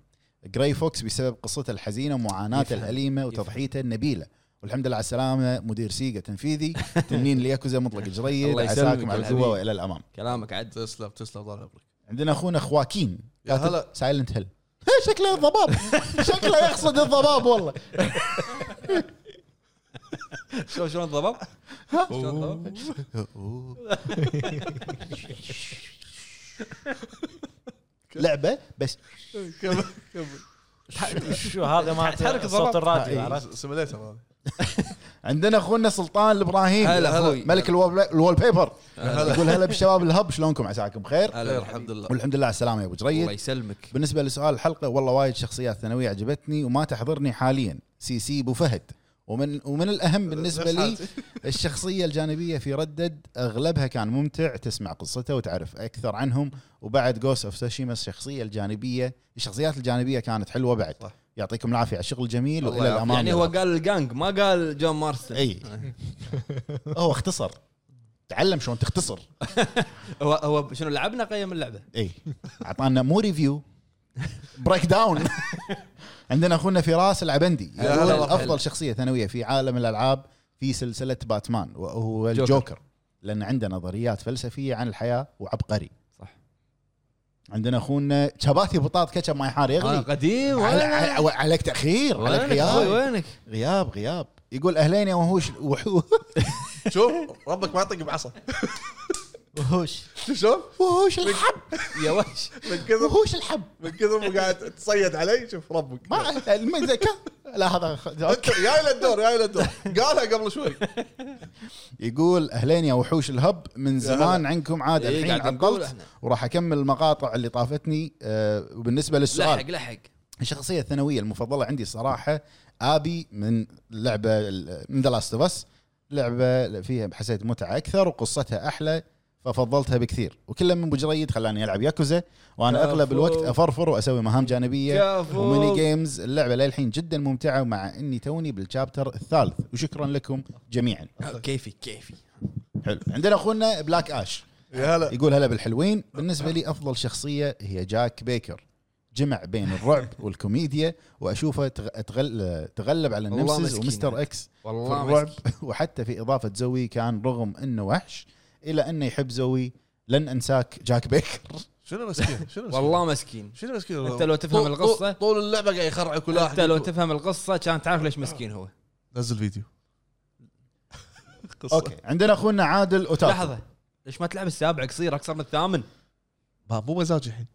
جراي فوكس بسبب قصته الحزينه ومعاناته
يفهم.
الاليمه وتضحيته النبيله والحمد لله على السلامه مدير سيجا
[laughs]
تنفيذي تنين لياكوزا مطلق جريد
الله يسلمك
عساكم
يا
على القوه
حبيبي.
والى الامام
كلامك عد
تسلم تسلم الله يبارك
عندنا اخونا خواكين
يا هلا.
سايلنت هيل [laughs]
[laughs]
شكله الضباب شكله يقصد الضباب والله
شلون شلون ضباب؟ شلون ضباب؟
لعبه بس
إيه.
كمل كمل
شو هذا ما
تحرك
صوت
الضبط.
الراديو
آه، إيه.
عرفت
سيميليتر هذا
عندنا اخونا سلطان الابراهيم
هلا أخوي.
ملك الوول الوول بيبر
هلا. [laughs]
يقول هلا بالشباب الهب شلونكم عساكم بخير
هلا
خير،
بالحبيب.
الحمد لله
والحمد لله على السلامه يا ابو
الله
جريد
يسلمك
بالنسبه لسؤال الحلقه والله وايد شخصيات ثانويه عجبتني وما تحضرني حاليا سي سي ابو فهد ومن
[laughs]
ومن الاهم بالنسبه لي [laughs]
نفس حالتي.
الشخصيه الجانبيه في ردد اغلبها كان ممتع تسمع قصته وتعرف اكثر عنهم وبعد جوست اوف سوشيما الشخصيه الجانبيه الشخصيات الجانبيه كانت حلوه بعد
صح.
يعطيكم العافيه على الشغل الجميل
الله
والى
يعافيك.
الامام
يعني
يا
هو
رب.
قال الجانج ما قال جون مارسون
إيه.
اي هو اختصر تعلم شلون تختصر
هو هو شنو لعبنا قيم اللعبه
اي اعطانا مو ريفيو بريك داون [laughs] عندنا اخونا فراس العبندي
هلا
يقول
والله.
افضل شخصيه ثانويه في عالم الالعاب في سلسله باتمان وهو
جوكر.
الجوكر لان عنده نظريات فلسفيه عن الحياه وعبقري
صح
عندنا اخونا شباتي بطاط كاتشب ماي حار
آه،
يغلي
قديم
على-
وينك؟
على- عليك تاخير عليك
وينك أخوي،
غياب
وينك
غياب غياب يقول اهلين يا وحوش وحو-
شوف ربك ما يطق بعصا [laughs]
وحوش
شوف
وحوش الحب
يا وحش
من كثر
وحوش الحب
من كثر ما قاعد تصيد علي شوف ربك
ما الميزة كا- لا هذا
انت جاي للدور جاي للدور قالها قبل شوي
يقول اهلين يا وحوش الهب من زمان
هلا.
عنكم عاد
إيه،
الحين
قاعد نقول
عطلت
إحنا.
وراح اكمل المقاطع اللي طافتني آه، وبالنسبه
لحق
للسؤال
لحق
الشخصيه الثانويه المفضله عندي الصراحه ابي من لعبه ال- من ذا لاست اوف اس لعبه فيها حسيت متعه اكثر وقصتها احلى ففضلتها بكثير وكله من بجريد خلاني العب ياكوزا وانا
كفو.
اغلب الوقت افرفر واسوي مهام جانبيه
كفو.
وميني جيمز اللعبه للحين جدا ممتعه مع اني توني بالشابتر الثالث وشكرا لكم جميعا
كيفي كيفي
حلو عندنا اخونا بلاك اش
يا هلا
يقول هلا بالحلوين بالنسبه لي افضل شخصيه هي جاك بيكر جمع بين
[laughs]
الرعب والكوميديا واشوفه تغ- تغل... تغلب على
والله
النمسز
مسكين
ومستر
هذا.
اكس في
والله
الرعب
مسكين.
[laughs] وحتى في اضافه زوي كان رغم انه وحش الا انه يحب زوي لن انساك جاك بيكر
شنو مسكين شنو مسكين؟
والله مسكين
شنو مسكين
أنت لو تفهم
طول-
القصة-
طول اللعبه قاعد يخرع كل
انت
واحد
لو تفهم القصه كان تعرف ليش مسكين هو
نزل فيديو قصة.
اوكي عندنا اخونا عادل اوتاكو
لحظه ليش ما تلعب السابع قصير اكثر من الثامن
ما مو مزاجي الحين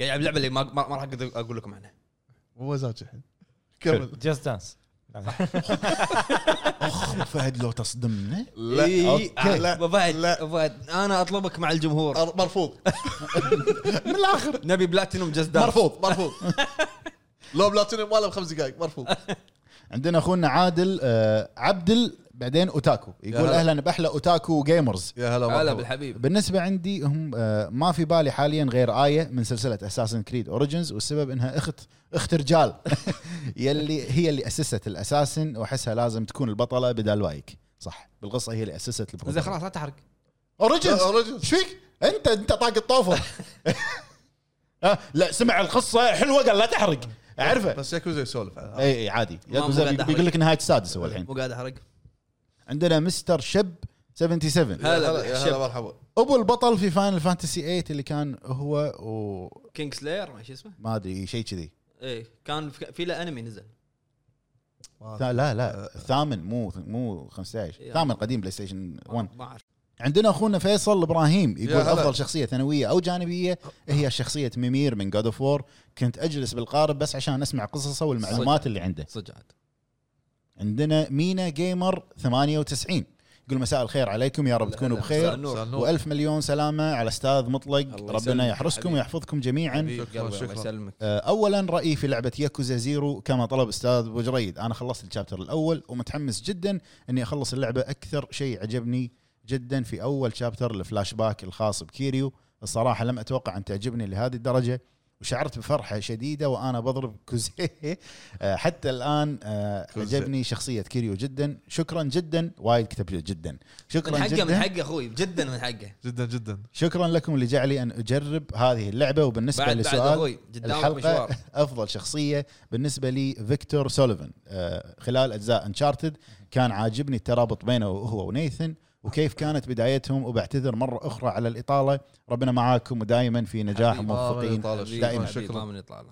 قاعد يلعب لعبه اللي ما ما ما راح اقدر اقول لكم عنها
مو مزاجي الحين كمل
جاست دانس
اخ فهد لو تصدمنا
إيه،
إي،
أوكي.
أنا- إيه. أبو فهد
لا.
أبو فهد انا اطلبك مع الجمهور
أر- مرفوض
من الاخر
نبي بلاتينوم جاست دانس
مرفوض [laughs] مرفوض لو بلاتينيوم ماله بخمس دقائق مرفوض
عندنا اخونا عادل آه عبدل بعدين اوتاكو يقول
هلا.
اهلا باحلى اوتاكو جيمرز
يا هلا
هلا
مرحبا.
بالحبيب
بالنسبة عندي هم آه، ما في بالي حاليا غير آية من سلسلة اساسن كريد اوريجنز والسبب انها اخت اخت رجال [laughs] يلي هي اللي اسست الاساسن واحسها لازم تكون البطلة بدال وايك صح بالقصة هي اللي اسست
زين
البطلة
خلاص لا تحرق
اوريجنز
أوريجنز.
ايش فيك؟ انت انت طاق الطوفة [laughs] آه، لا سمع القصة حلوه قال لا تحرق اعرفه
بس ياكوزا يسولف عنها.
اي اي عادي
ما- مو
ياكوزا
قاعد أحرق.
بيقول لك نهاية السادس هو الحين
مو قاعد احرق
عندنا مستر شب 77
يا
هلا
يا
شب.
هلا مرحبا
ابو البطل في فاينل فانتسي 8 اللي كان هو و
كينج سلاير ما شو اسمه
ما ادري شيء كذي
ايه كان في في له انمي نزل
لا لا, لا. الثامن مو مو 15
إيه.
ثامن قديم بلاي ستيشن 1
ما اعرف
عندنا اخونا فيصل ابراهيم
يا
يقول
هلا.
افضل شخصيه ثانويه او جانبيه هي شخصيه ميمير من جود اوف وور كنت اجلس بالقارب بس عشان اسمع قصصه والمعلومات اللي عنده
صدق عاد
عندنا مينا جيمر 98 يقول مساء الخير عليكم يا رب
هلا
تكونوا
هلا.
بخير
مساء النور.
سأل نور.
والف مليون سلامه على استاذ مطلق
الله
ربنا
يسلمك
يحرسكم
حبيبي.
ويحفظكم جميعا
حبيب
شكراً،
قلبي الله
شكراً.
يسلمك
آه، اولا رايي في لعبه ياكوزا زيرو كما طلب استاذ ابو جريد انا خلصت الشابتر الاول ومتحمس جدا اني اخلص اللعبه اكثر شيء عجبني جدا في اول شابتر الفلاش باك الخاص بكيريو الصراحه لم اتوقع ان تعجبني لهذه الدرجه وشعرت بفرحه شديده وانا بضرب [laughs] كوزيه آه، حتى الان آه،
كوزيه.
عجبني شخصيه كيريو جدا شكرا جدا وايد كتب جدا
من
شكرا
حقه من
جدا
حقه اخوي جدا من حقه
جدا جدا
شكرا لكم لجعلي ان اجرب هذه اللعبه وبالنسبه
بعد بعد
لسؤال
اخوي قدامك
الحلقه
مشوار
افضل شخصيه بالنسبه لي فيكتور سوليفان آه، خلال اجزاء انشارتد كان عاجبني الترابط بينه هو ونيثن وكيف كانت بدايتهم وبعتذر مره اخرى على الاطاله ربنا معاكم ودائما في نجاح
حبيبي. آه،
وموفقين
آمين.
دائماً.
شكرا
شكراً.
من يطلع له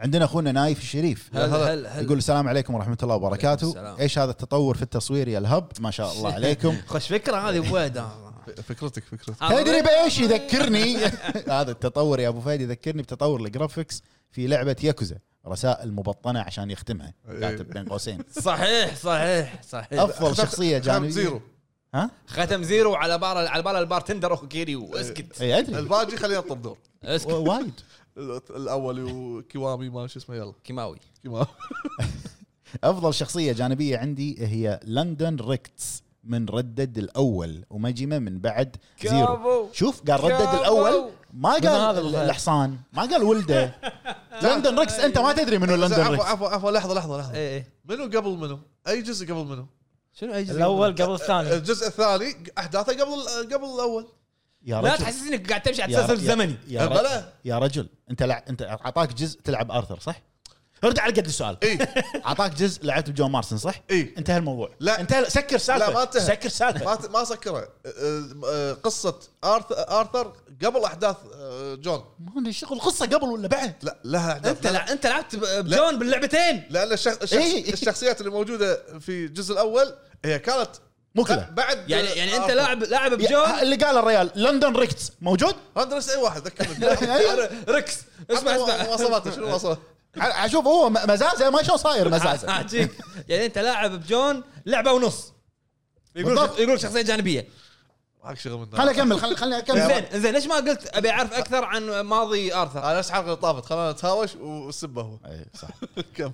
عندنا اخونا نايف الشريف
هل
هلا.
هل هل
يقول السلام عليكم ورحمه الله وبركاته
السلام.
ايش هذا التطور في التصوير يا الهب ما
[laughs]
شاء الله عليكم
خوش فكره هذه ابو فهد [laughs] آه.
ف- فكرتك فكرتك
تدري بايش يذكرني [laughs] هذا التطور يا ابو فهد يذكرني بتطور الجرافكس في لعبه ياكوزا رسائل مبطنه عشان يختمها كاتب بين قوسين
صحيح صحيح صحيح
افضل شخصيه
جانبي
جانبيه
زيرو
ها
ختم زيرو على بار على بال البارتندر اخو كيريو اسكت
اي ادري
الباقي خلينا نطلب دور
إيه، [laughs] و-
اسكت
وايد
ال- الاول وكيوامي ما شو اسمه يلا
كيماوي
كيوامي
افضل شخصيه جانبيه عندي هي لندن ريكتس من ردد الاول ومجمه من بعد زيرو شوف قال ردد
كفو.
الاول ما قال
هذا
ال-
بالخير.
الحصان ما قال ولده لندن ريكس انت ما تدري منو لندن
عفوا
ريكس
عفوا عفوا لحظه لحظه لحظه
ايه إيه.
منو قبل منو؟ اي جزء قبل منو؟
[laughs] شنو اي جزء؟
الاول قبل الثاني
الجزء الثاني احداثه قبل قبل الاول
يا
لا
رجل
تحسسني انك قاعد تمشي على
يا
التسلسل
رجل-
الزمني
يا رجل
بلا
يا رجل انت لع... انت اعطاك جزء تلعب ارثر صح؟ رد على قد السؤال
اي
اعطاك جزء لعبت بجون مارسن صح؟
اي
انتهى الموضوع
إيه. لا.
انتهى سكر سالفه
لا، ما انتهى.
سكر سالفه
ما ما سكره قصه ارثر ارثر قبل احداث آه، جون
ما ادري شغل قصه قبل ولا بعد
لا لها احداث
انت لا انت لعبت ب- بجون باللعبتين
لان الشخ... الشخص...
إيه.
الشخصيات اللي موجوده في الجزء الاول هي كانت
مو كذا
بعد
يعني يعني انت
آرثر.
لاعب لاعب
يا-
بجون
اللي قال الريال لندن ريكتس موجود؟
هذا نفس اي واحد ذكرني
أيوه.
ركس اسمع
اسمع
اسمع
مواصفاته شنو مواصفاته؟
ع- اشوف هو م- مزازه ما شلون صاير مزازه
[laughs] عجيب يعني انت لاعب بجون لعبه ونص يقول [laughs]
بالضبط.
يقول شخصيه جانبيه
معك شغل من
خليني اكمل خليني خليني اكمل
زين زين ليش ما قلت ابي اعرف اكثر عن ماضي ارثر
انا نفس حلقه طافت خلينا نتهاوش وسبه هو
أي، إيه، صح
كم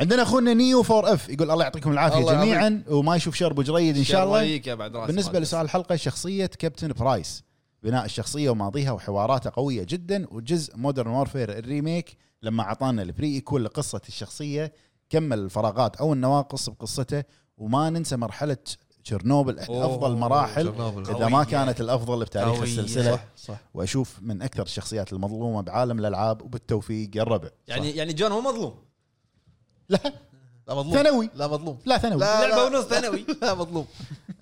عندنا اخونا نيو 4 اف يقول الله يعطيكم العافيه
الله
جميعا وما يشوف شر ابو جريد ان شاء الله
يجيك يا بعد راسي
بالنسبه لسؤال الحلقه شخصيه كابتن برايس بناء الشخصيه وماضيها وحواراته قويه جدا وجزء مودرن وورفير الريميك لما اعطانا البري ايكول لقصه الشخصيه كمل الفراغات او النواقص بقصته وما ننسى مرحله تشيرنوبل احد
أوه،
افضل مراحل
تشيرنوبل.
اذا ما
قوية.
كانت الافضل بتاريخ
قوية.
السلسله
صح،
صح.
واشوف من اكثر الشخصيات المظلومه بعالم الالعاب وبالتوفيق يا الربع
يعني يعني جون هو مظلوم
لا
لا مظلوم
ثانوي.
لا
[laughs]
مظلوم
لا ثانوي
لا،
لعبه ونص
[laughs]
ثانوي
[laughs] لا مظلوم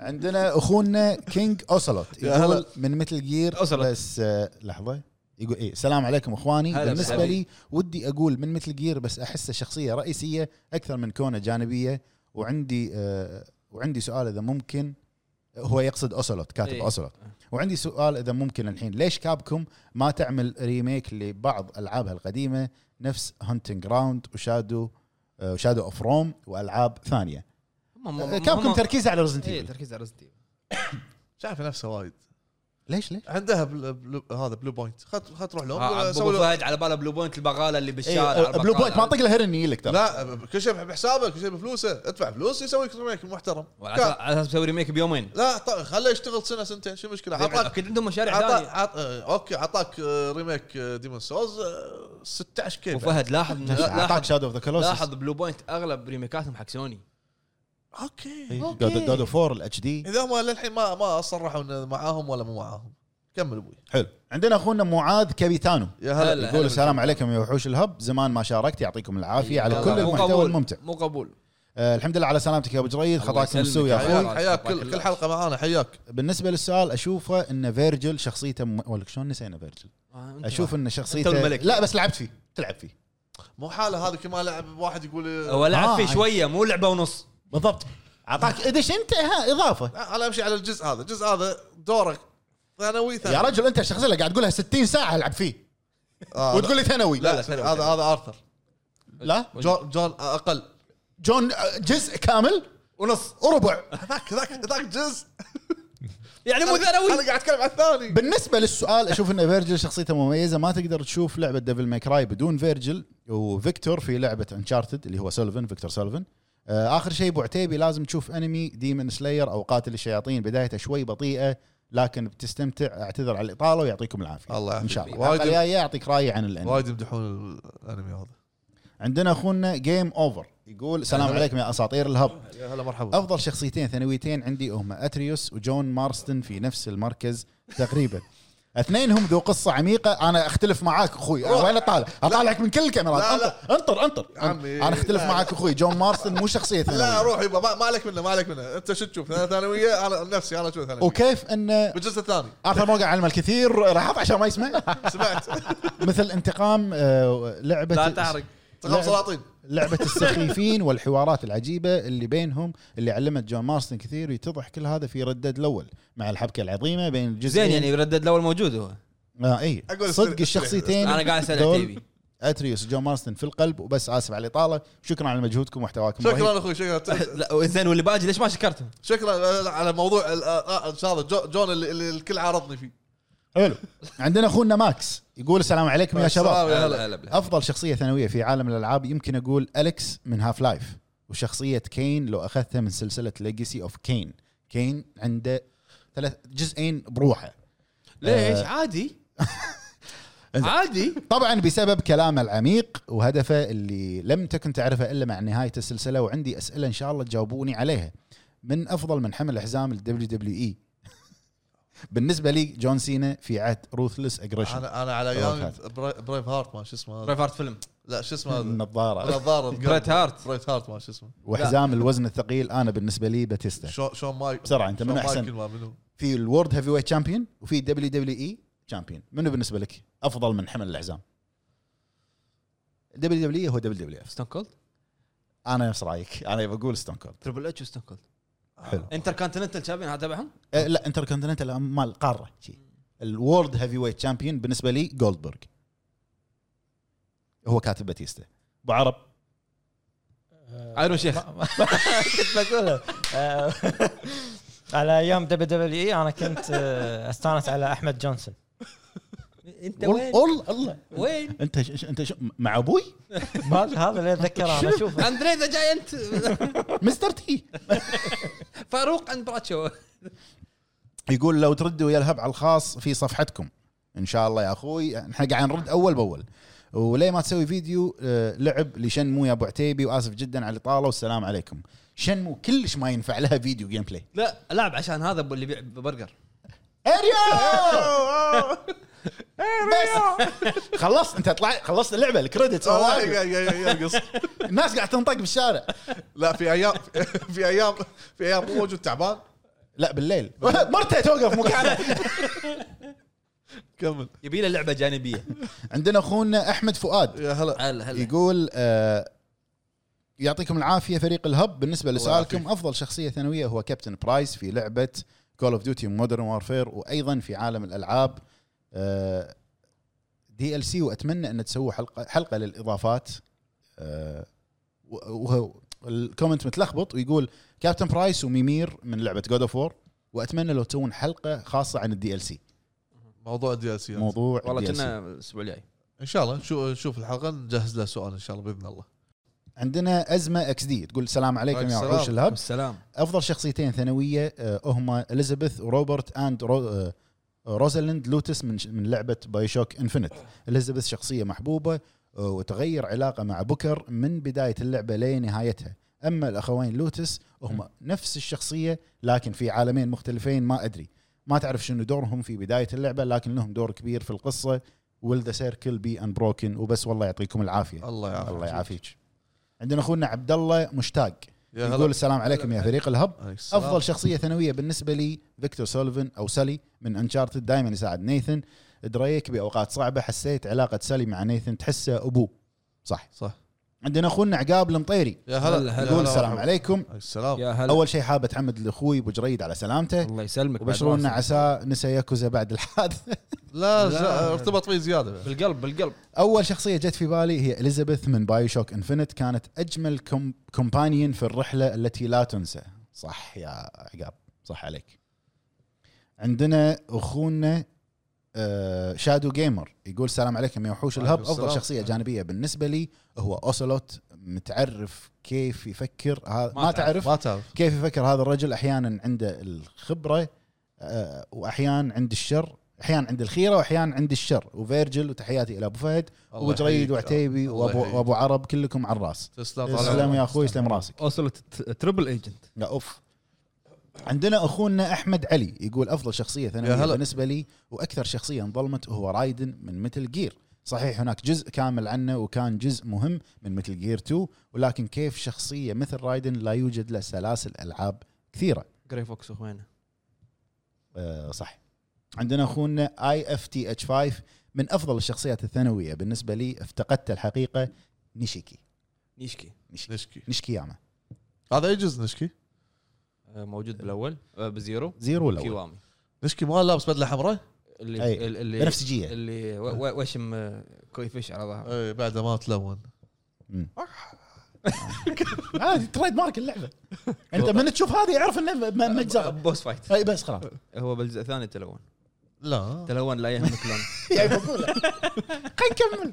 عندنا اخونا كينج اوسلوت
يا هلا.
يقول من مثل جير
أوسلوت.
بس آه، لحظه يقول ايه السلام عليكم اخواني
هلا
بالنسبه
بالحبيب.
لي ودي اقول من مثل جير بس احسه شخصيه رئيسيه اكثر من كونه جانبيه وعندي آه، وعندي سؤال اذا ممكن هو يقصد اوسلوت كاتب
إيه.
اوسلوت وعندي سؤال اذا ممكن الحين ليش كابكم ما تعمل ريميك لبعض العابها القديمه نفس هانتنج جراوند وشادو آه، وشادو اوف روم والعاب ثانيه كابكم تركيزها على ريزنت
اي
ايفل
إيه، تركيز على رزنت
شايف نفسه وايد
ليش ليش؟
عندها بل... بل... هذا بلو بوينت خت خت تروح لهم
ابو
سوي له-
فهد على باله بلو بوينت البغاله اللي بالشارع
إيه،
على
بلو
البقالة.
بوينت ما طق له هرن يلك ترى
لا كل شيء بحسابه كل شيء بفلوسه ادفع فلوس يسوي لك ريميك محترم
وعلى أساس- على اساس مسوي ريميك بيومين
لا ط- خله يشتغل سنه سنتين شو المشكله عطاك
اكيد عندهم مشاريع
عطاك
ثانيه
عط... آه، اوكي عطاك آه، ريميك ديمون سولز 16 كيف
وفهد لاحظ إن-
اعطاك
لاحظ
شادو اوف ذا كلوسس
لاحظ بلو بوينت اغلب ريميكاتهم حق سوني
اوكي
جود جود اوف 4 الاتش دي
اذا هم للحين ما ما صرحوا انه معاهم ولا مو معاهم كمل ابوي
حلو عندنا اخونا معاذ كابيتانو
يا
هلا.
هلا
يقول السلام عليكم يا وحوش الهب زمان ما شاركت يعطيكم العافيه على
لا،
كل
لا، مو
المحتوى
أيوة. قبول.
الممتع
مو قبول
آه الحمد لله على سلامتك يا ابو جريد
الله
خطاك
يسلمك.
مسوي يا
حياك.
اخوي
حياك حياك كل, كل حلقه معانا حياك
بالنسبه للسؤال اشوفه ان فيرجل شخصيته م... ولا شلون نسينا فيرجل
آه، أنت
اشوف ان شخصيته
والملك.
لا بس لعبت فيه تلعب فيه
مو حاله هذا كما لعب واحد يقول "أه،
هو
آه،
لعب فيه
عادي.
شويه مو لعبه ونص
بالضبط اعطاك ادش انت ها اضافه
لا، انا امشي على الجزء هذا الجزء هذا دورك ثانوي ثانوي
يا رجل انت الشخصيه اللي قاعد تقولها 60 ساعه العب فيه
آه
وتقول لي ثانوي
لا,
لا،
لا,
ثانوي،
هذا هذا ارثر
لا
جون جون آه، اقل
جون آه، جزء كامل
ونص
وربع
هذاك ذاك ذاك جزء
يعني مو
انا
ثانوي
قاعد اتكلم عن الثاني
بالنسبه للسؤال اشوف ان فيرجل شخصيته مميزه ما تقدر تشوف لعبه ديفل ماي كراي بدون فيرجل وفيكتور في لعبه انشارتد اللي هو سولفن فيكتور سولفن آه، اخر شيء ابو عتيبي لازم تشوف انمي ديمن سلاير او قاتل الشياطين بدايته شوي بطيئه لكن بتستمتع اعتذر على الاطاله ويعطيكم العافيه
الله
ان
يعافيك.
شاء الله
وايد-
الحلقه الجايه اعطيك رايي عن الانمي
وايد يمدحون الانمي هذا
عندنا اخونا جيم اوفر يقول السلام عليكم يا اساطير الهب
يا هلا مرحبا
افضل شخصيتين ثانويتين عندي هما اتريوس وجون مارستن في نفس المركز
[laughs]
تقريبا اثنينهم ذو قصه عميقه انا اختلف معاك اخوي أنا
روح.
وين اطالع؟ اطالعك من كل الكاميرات
لا،
انطر انطر انطر
عمي،
انا اختلف
لا،
معاك اخوي جون مارستن مو شخصيه
لا
ثانويه
روح يبا ما- ما عليك منه ما عليك منه انت شو تشوف أنا ثانويه انا نفسي انا شو ثانويه
وكيف ان
بالجزء الثاني
ارثر موقع علم الكثير راح عشان ما يسمع
[laughs] سمعت
مثل انتقام آه، لعبه
لا تحرق
تقام سلاطين [laughs]
لعبة السخيفين والحوارات العجيبة اللي بينهم اللي علمت جون مارستن كثير ويتضح كل هذا في ردد الأول مع الحبكة العظيمة بين الجزئين
زين يعني ردد الاول موجود هو
آه اي
أقول
صدق
استريح-
الشخصيتين
انا قاعد اسال
إيه. دول
عتيبي
اتريوس جون مارستن في القلب وبس اسف على الاطاله شكرا على مجهودكم ومحتواكم رهيب.
شكرا اخوي شكرا
[laughs] لا زين واللي باجي ليش ما
[laughs]
شكرتهم؟
شكرا على موضوع ال- آه، آه، هذا جو- جون اللي اللي الكل عارضني فيه
حلو عندنا اخونا ماكس يقول السلام عليكم يا شباب
يا
هلا
هلا.
هلا بالهلا.
افضل شخصيه ثانويه في عالم الالعاب يمكن اقول اليكس من هاف لايف وشخصيه كين لو اخذتها من سلسله ليجسي اوف كين كين عنده ثلاث جزئين بروحه إيه.
ليش؟ عادي
[laughs]
عادي
طبعا بسبب كلامه العميق وهدفه اللي لم تكن تعرفه الا مع نهايه السلسله وعندي اسئله ان شاء الله تجاوبوني عليها من افضل من حمل حزام الدبليو دبليو اي بالنسبه لي جون سينا في عهد روثلس اجريشن
انا انا على
روح
ايام
هات.
بري- بريف هارت ما شو اسمه هذا
بريف هارت فيلم
لا شو اسمه
[laughs]
هذا
النظاره
نظاره
جريت هارت
بريت هارت ما شو اسمه
وحزام الوزن الثقيل انا بالنسبه لي باتيستا
شون شون مايك
بسرعة، أنت منو
شون
أحسن؟
مايكل ما
[laughs]
منو
في الورد هيفي ويت شامبيون وفي دبليو دبليو اي شامبيون منو بالنسبه لك افضل من حمل الحزام دبليو دبليو هو دبليو دبليو اف
ستون كولد
انا نفس رايك انا بقول ستون كولد
تربل اتش وستون كولد
حلو.
انتر كونتيننتال شامبيون هذا تبعهم
أه لا انتر كونتيننتال مال القاره شي الورد هيفي ويت شامبيون بالنسبه لي جولدبرغ هو كاتب باتيستا ابو عرب
[laughs]
ايرون شيخ
كنت بقولها آه، [laughs] على ايام دبليو دبليو اي انا كنت آه، استانس على
[laughs]
احمد جونسون
انت
والله والله- الله
وين؟
انت ش- ش- انت ش- مع ابوي
ما أدري هذا اللي اتذكره انا اشوفه
اندري ذا جاينت
مستر تي
[laughs] فاروق اند براتشو
يقول لو تردوا يا الهب على الخاص في صفحتكم ان شاء الله يا اخوي احنا قاعد نرد اول باول وليه ما تسوي فيديو آه، لعب لشنمو يا ابو عتيبي واسف جدا على الاطاله والسلام عليكم شنمو كلش ما ينفع لها فيديو جيم بلاي
لا لاعب عشان هذا اللي يبيع برجر
اريو بس خلصت انت طلعت خلصت اللعبه الكريدتس
والله آه، يا- يا- يا- يرقص
الناس قاعد تنطق بالشارع
لا في ايام [laughs] في ايام في ايام مو موجود تعبان
لا بالليل مرته توقف مكانه
كمل
يبي له لعبه
[laughs]
جانبيه
عندنا اخونا احمد فؤاد
يا هلا
هلا هلا
يقول آه يعطيكم العافيه فريق الهب بالنسبه لسؤالكم
يعافيك.
افضل شخصيه ثانويه هو كابتن برايس في لعبه كول اوف ديوتي مودرن وارفير وايضا في عالم الالعاب آه دي ال سي واتمنى ان تسووا حلقه حلقه للاضافات آه وهو الكومنت متلخبط ويقول كابتن برايس وميمير من لعبه جود اوف وور واتمنى لو تسوون حلقه خاصه عن الدي ال سي
موضوع الدياسيات
موضوع
والله
DLC.
كنا الاسبوع الجاي
ان شاء الله نشوف نشوف الحلقه نجهز لها سؤال ان شاء الله باذن الله
عندنا ازمه اكس دي تقول السلام عليكم يا
السلام.
وحوش الهب
السلام
افضل شخصيتين ثانويه آه، هما اليزابيث وروبرت اند رو آه، روزاليند لوتس من ش- من لعبه باي شوك انفنت اليزابيث شخصيه محبوبه آه، وتغير علاقه مع بوكر من بدايه اللعبه لنهايتها اما الاخوين لوتس هما نفس الشخصيه لكن في عالمين مختلفين ما ادري ما تعرف شنو دورهم في بدايه اللعبه لكن لهم دور كبير في القصه ويل ذا سيركل بي انبروكن وبس والله يعطيكم العافيه
الله يعافيك
الله يعافيك عندنا اخونا عبد الله مشتاق
يا هلا
يقول السلام عليكم يا فريق الهب
عليك السلام.
افضل شخصيه ثانويه بالنسبه لي فيكتور سولفن او سالي من انشارتد دائما يساعد نيثن دريك باوقات صعبه حسيت علاقه سالي مع نيثن تحسه ابوه صح
صح
عندنا اخونا عقاب المطيري
يا هلا
هلا، هلا.
يا
يقول السلام
مرحبا.
عليكم
عليك السلام
يا هلا
اول شيء حاب اتحمد لاخوي ابو جريد على سلامته
الله يسلمك
وبشرونا عسى نسى ياكوزا بعد الحادثه
لا
لا.
لا، ارتبط فيه زياده
بالقلب بالقلب
اول شخصيه جت في بالي هي اليزابيث من بايو شوك انفنت كانت اجمل كوم كومبانيون في الرحله التي لا تنسى صح يا عقاب صح عليك عندنا اخونا آه، شادو جيمر يقول السلام عليكم يا وحوش الهب
وعليكم
افضل
السلام.
شخصيه جانبيه بالنسبه لي هو اوسلوت متعرف كيف يفكر ها-
ما
ما
تعرف.
تعرف
ما تعرف
كيف يفكر هذا الرجل احيانا عنده الخبره آه، واحيانا عند الشر احيانا عند الخيره واحيانا عند الشر وفيرجل وتحياتي الى ابو فهد
الله
ابو جريد
يحييك.
وعتيبي
الله
وابو
يحييك.
وابو عرب كلكم على الراس
تسلم طال
اسلم
عمرك.
يا اخوي اسلم راسك
اوصلت تربل ايجنت
لا اوف عندنا اخونا احمد علي يقول افضل شخصيه
يا
ثانويه
هلا.
بالنسبه لي واكثر شخصيه انظلمت هو رايدن من متل جير صحيح هناك جزء كامل عنه وكان جزء مهم من متل جير 2 ولكن كيف شخصيه مثل رايدن لا يوجد له سلاسل العاب كثيره
جري فوكس وين
آه، صح عندنا اخونا اي اف تي اتش 5 من افضل الشخصيات الثانويه بالنسبه لي افتقدت الحقيقه نيشيكي
نيشكي
نشكي
نيشكياما
هذا يجوز نشكي
آه، موجود بالاول آه، بزيرو
زيرو الاول
كيوامي
نشكي ما لابس بدله حمراء
اللي
أي.
اللي
بنفسجيه
اللي و- و- وشم آه، كوي فيش على ظهره
اي إيه، بعد ما تلون
مم. عادي تريد مارك اللعبه انت من يعني تشوف هذا يعرف انه م- مجزره
آه، بوس فايت
اي بس خلاص
هو بالجزء الثاني تلون
لا
تلون لا يهمك لون
يعني بقول لك. خلينا نكمل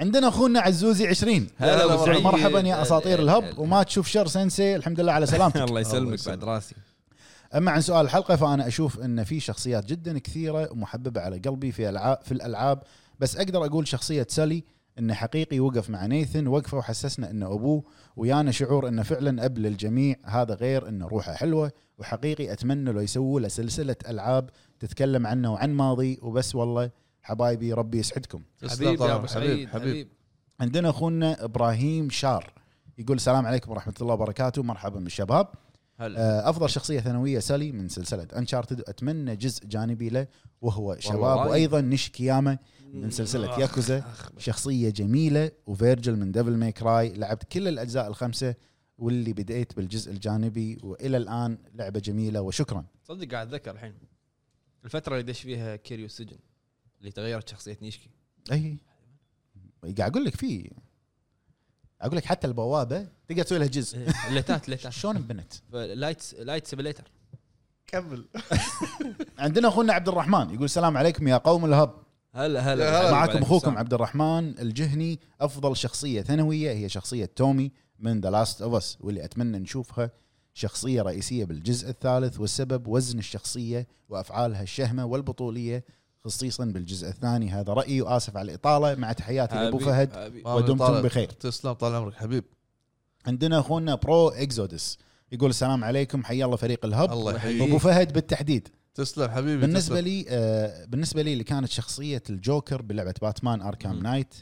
عندنا اخونا عزوزي 20
هلا أبو سعيد. إيه،
مرحبا يا اساطير الهب وما تشوف شر سنسي الحمد لله على [laughs] سلامتك
[laughs] الله يسلمك
يسلمك.
بعد راسي
اما عن سؤال الحلقه فانا اشوف ان في شخصيات جدا كثيره ومحببه على قلبي في العاب في الالعاب بس اقدر اقول شخصيه سالي انه حقيقي وقف مع نيثن وقفه وحسسنا انه ابوه ويانا شعور انه فعلا اب للجميع هذا غير انه روحه حلوه وحقيقي اتمنى لو يسووا له سلسله العاب تتكلم عنه وعن ماضي وبس والله حبايبي ربي يسعدكم
تسلم
حبيبي
طال
يا ابو
عمرك.
سعيد حبيب
عندنا اخونا ابراهيم شار يقول السلام عليكم ورحمه الله وبركاته مرحبا بالشباب
هلا
آه، افضل شخصيه ثانويه سالي من سلسله انشارتد اتمنى جزء جانبي له وهو شباب
والله.
وايضا نيش كياما من
آه،
سلسله ياكوزا
آخ،
شخصيه جميله وفيرجل من ديفل ماي كراي لعبت كل الاجزاء الخمسه واللي بدأت بالجزء الجانبي والى الان لعبه جميله وشكرا
تصدق قاعد اتذكر الحين الفتره اللي دش فيها كيريو السجن اللي تغيرت شخصيه
[laughs]
نيشكي
اي قاعد اقول لك في اقول لك حتى البوابه تقدر تسوي لها جزء
الليتات الليتات
شلون انبنت
لايت لايت سيميليتر
كمل
عندنا اخونا عبد الرحمن يقول السلام عليكم يا قوم الهب
هلا
آه،
يا
هلا
هلا.
معكم اخوكم عبد الرحمن الجهني افضل شخصيه ثانويه هي شخصيه تومي من ذا لاست اوف اس واللي اتمنى نشوفها شخصيه رئيسيه بالجزء الثالث والسبب وزن الشخصيه وافعالها الشهمه والبطوليه خصيصا بالجزء الثاني هذا رايي واسف على الاطاله مع تحياتي لابو فهد ودمتم بخير.
تسلم طال عمرك حبيب
عندنا اخونا برو اكزودس يقول السلام عليكم حيا الله فريق الهب
الله
ابو
يحييك
فهد بالتحديد
تسلم حبيبي
بالنسبه
تسلم.
لي آه بالنسبه لي اللي كانت شخصيه الجوكر بلعبه باتمان اركام
مم.
نايت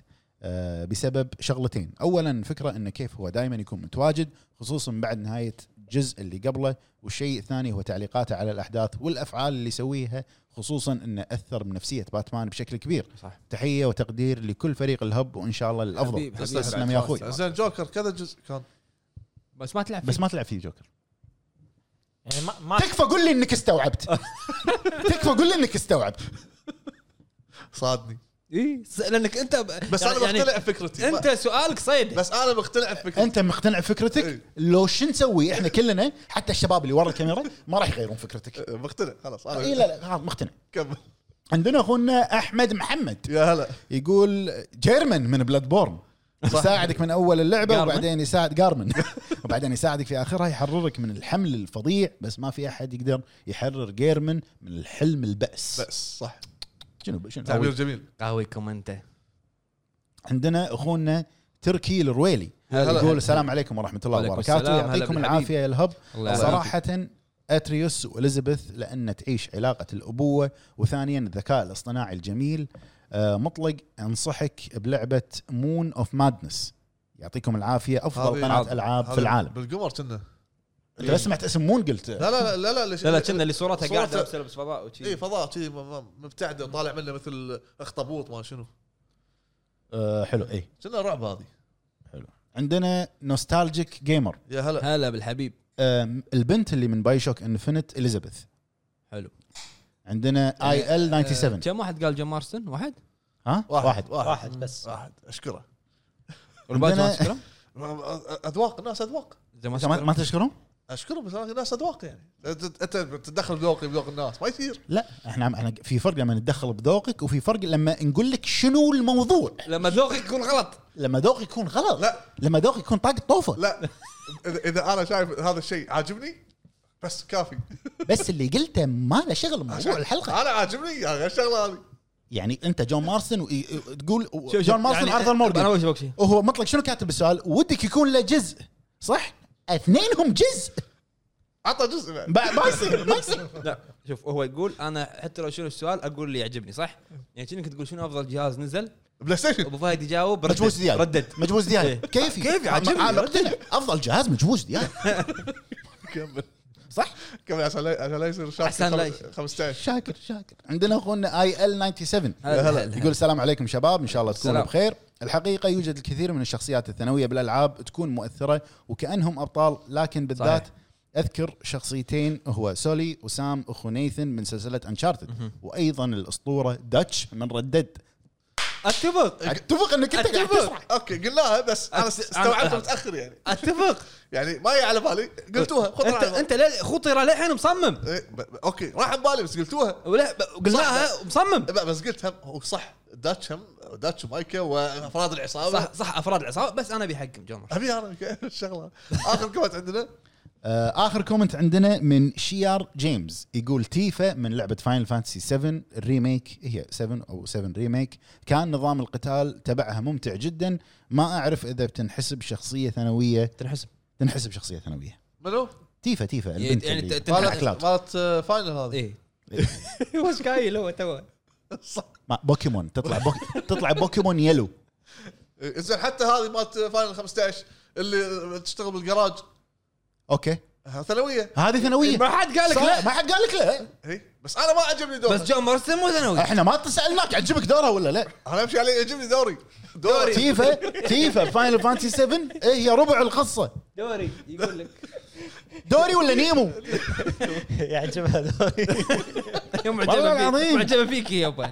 آه بسبب شغلتين اولا فكره انه كيف هو دائما يكون متواجد خصوصا بعد نهايه الجزء اللي قبله والشيء الثاني هو تعليقاته على الاحداث والافعال اللي يسويها خصوصا انه اثر بنفسيه باتمان بشكل كبير
صح
تحيه وتقدير لكل فريق الهب وان شاء الله الافضل
حبيب، حبيب.
تسلم يا اخوي
زين جوكر كذا جزء كان
بس ما تلعب
بس ما تلعب فيه جوكر
يعني ما ما
تكفى قول لي انك استوعبت
[laughs]
تكفى قول لي انك استوعبت
صادني
إيه،
اي لانك انت
بس انا مقتنع بفكرتي
انت يعني، سؤالك صيد
بس انا مقتنع بفكرتي
انت مقتنع بفكرتك
إيه.
لو شو نسوي احنا كلنا حتى الشباب اللي ورا الكاميرا ما راح يغيرون فكرتك
أه، مقتنع خلاص
إيه.
اي
انا
لا لا ها، مقتنع
كمل
عندنا اخونا احمد محمد
يا هلا
يقول جيرمن من بلاد بورن يساعدك من اول اللعبه
جارمن.
وبعدين يساعد جارمن [laughs] وبعدين يساعدك في اخرها يحررك من الحمل الفظيع بس ما في احد يقدر يحرر جيرمن من الحلم البأس
بس صح
شنو شنو
تعبير جميل
قهويكم انت
عندنا اخونا تركي الرويلي يقول السلام عليكم ورحمه الله
وعليكم
وبركاته
السلام، هلا
يعطيكم
بالحبيب.
العافيه يا الهب
الله يعافيك.
صراحة اتريوس واليزابيث لان تعيش علاقة الابوة وثانيا الذكاء الاصطناعي الجميل آه، مطلق انصحك بلعبة مون اوف مادنس يعطيكم العافية افضل
هذه-
قناة
هذه-
العاب في
هذا
العالم
بالقمر كنا
انت بس سمعت اسم مون قلت
لا لا لا لا ليش-
لا لا كنا اللي صورته
صورته-
قاعده بس لبس فضاء وشي.
اي إيه، فضاء شي م- م- مبتعده طالع منه مثل اخطبوط ما شنو
آه، حلو اي
كنا رعب هذه
عندنا نوستالجيك جيمر
يا هلا
هلا بالحبيب
آم، آه، البنت اللي من باي شوك انفنت اليزابيث
حلو
عندنا
يعني،
اي ال 97
كم واحد قال جيم مارسون آه، واحد
ها واحد
واحد بس. [laughs]
واحد اشكره
والباقي
عندنا-
ما تشكرهم؟
اذواق الناس اذواق
زين ما
أنت ما ما
تشكرهم؟
تشكرهم؟
اشكرهم بس أنا ناس اذواق يعني أنت- انت تتدخل بذوقي بذوق الناس ما يصير
لا احنا احنا في فرق لما نتدخل بذوقك وفي فرق لما نقول لك شنو الموضوع
لما ذوقك يكون غلط
لما ذوقي يكون غلط
لا.
لما ذوقي يكون طاق طوفه
لا اذا إذا انا شايف هذا الشيء عاجبني بس كافي
بس اللي قلته ما له شغل
عشان-
بموضوع الحلقه
انا عاجبني يا أخي الشغله هذه
يعني انت جون مارسون وي- وتقول
شوف- شوف،
إيه، جون مارسون
يعني
ارثر
انا
مورجان
وش بقول شيء
وهو مطلق شنو كاتب بالسؤال ودك يكون له جزء صح؟ اثنينهم جزء
عطى جزء بعد
ب- ما يصير ما يصير
لا شوف هو يقول انا حتى لو شنو السؤال اقول اللي يعجبني صح؟ يعني كأنك تقول شنو افضل جهاز نزل
بلاي ستيشن
ابو فهد يجاوب ردد
مجبوس دياب
ردد
مجبوس
إيه.
دياب كيفي
كيفي، عجبني،
أنا مقتنع. افضل جهاز مجبوس دياب
كمل
صح؟
كمل عشان لا عشان لا يصير شاكر
عشان لا
خم- 15
شاكر شاكر عندنا اخونا اي ال 97
هلا هلا
يقول السلام عليكم شباب ان شاء الله تكونوا
السلام.
بخير الحقيقه يوجد الكثير من الشخصيات الثانويه بالالعاب تكون مؤثره وكانهم ابطال لكن بالذات
صحيح.
اذكر شخصيتين هو سولي وسام اخو نيثن من سلسله انشارتد وايضا الاسطوره داتش من ردد
اتفق
اتفق انك انت قاعد تسرح
اتفق اوكي قلناها بس انا
أت-
استوعبت
أنا-
متاخر يعني
اتفق
يعني ما هي على بالي قلتوها خطر
انت
على بالي.
انت ليه- خطيره للحين مصمم
إيه، ب- ب- اوكي راح على بالي بس قلتوها
ولا قلناها مصمم
ب- بس قلت هم هو صح داتش هم داتش ومايكا وافراد العصابه
صح صح افراد العصابه بس انا ابي حقهم جون
ابي انا الشغله اخر كومنت عندنا
آه، اخر كومنت عندنا من شيار جيمس يقول تيفا من لعبه فاينل فانتسي 7 الريميك هي 7 او 7 ريميك كان نظام القتال تبعها ممتع جدا ما اعرف اذا بتنحسب شخصيه ثانويه
تنحسب
تنحسب شخصيه ثانويه
منو؟
تيفا تيفا
يعني
البنت
يعني
يعني اللي
ت- تنحس-
تنحس
مالت
كلاود
مالت آه، فاينل هذه
[laughs]
ايه وش قايل هو تو
[laughs] صح
ما- بوكيمون تطلع بوك... تطلع بوكيمون يلو
إيه، زين حتى هذه مالت فاينل 15 اللي تشتغل بالجراج
اوكي
ها، ثانويه
هذه ثانويه
ما حد قال لك
صح،
لا
ما حد قال لك لا
إيه، بس انا ما عجبني دوري
بس
بس
جو مرسم مو ثانوي
احنا ما تسالناك عجبك دورها ولا
[laughs]
لا
انا امشي علي يعجبني دوري دوري
تيفا تيفا فاينل فانتسي 7 إيه هي ربع القصه
دوري يقول لك
دوري ولا نيمو
يعجبها دوري
[laughs] يوم
والله
معجبه فيك
العظيم.
معجبه فيك يا ابا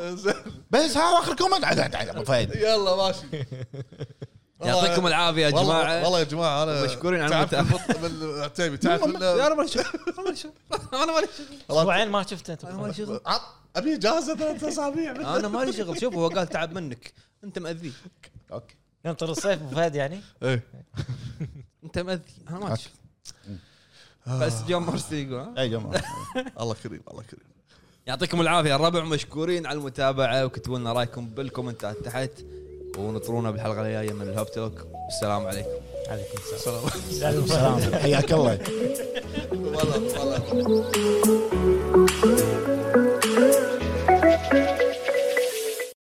زين،
بس هذا اخر كومنت عاد عاد عاد ابو فهد
يلا ماشي
[laughs] يعطيكم العافيه يا
والله-
جماعه
والله يا جماعه انا
مشكورين على
تعبت
المتابعة.
بالبط- بالعتيبي
[laughs]
تعرف
يا
إن-
رب انا شوف [laughs] انا مالي شغل
اسبوعين ما شفته انت
انا مالي شغل
عط ابي اجازه ثلاث اسابيع
انا مالي شغل شوف هو قال تعب منك انت مأذي
اوكي
ننطر الصيف ابو فهد يعني
إيه.
انت مأذي انا مالي
أوكي.
شغل بس جو مرسي يقول ها؟
اي جماعه
الله كريم الله كريم
يعطيكم العافيه الربع مشكورين على المتابعه وكتبوا لنا رايكم بالكومنتات تحت ونطرونا بالحلقه الجايه من الهوب توك والسلام عليكم
عليكم السلام
سلام
سلام
سلام حياك الله
والله والله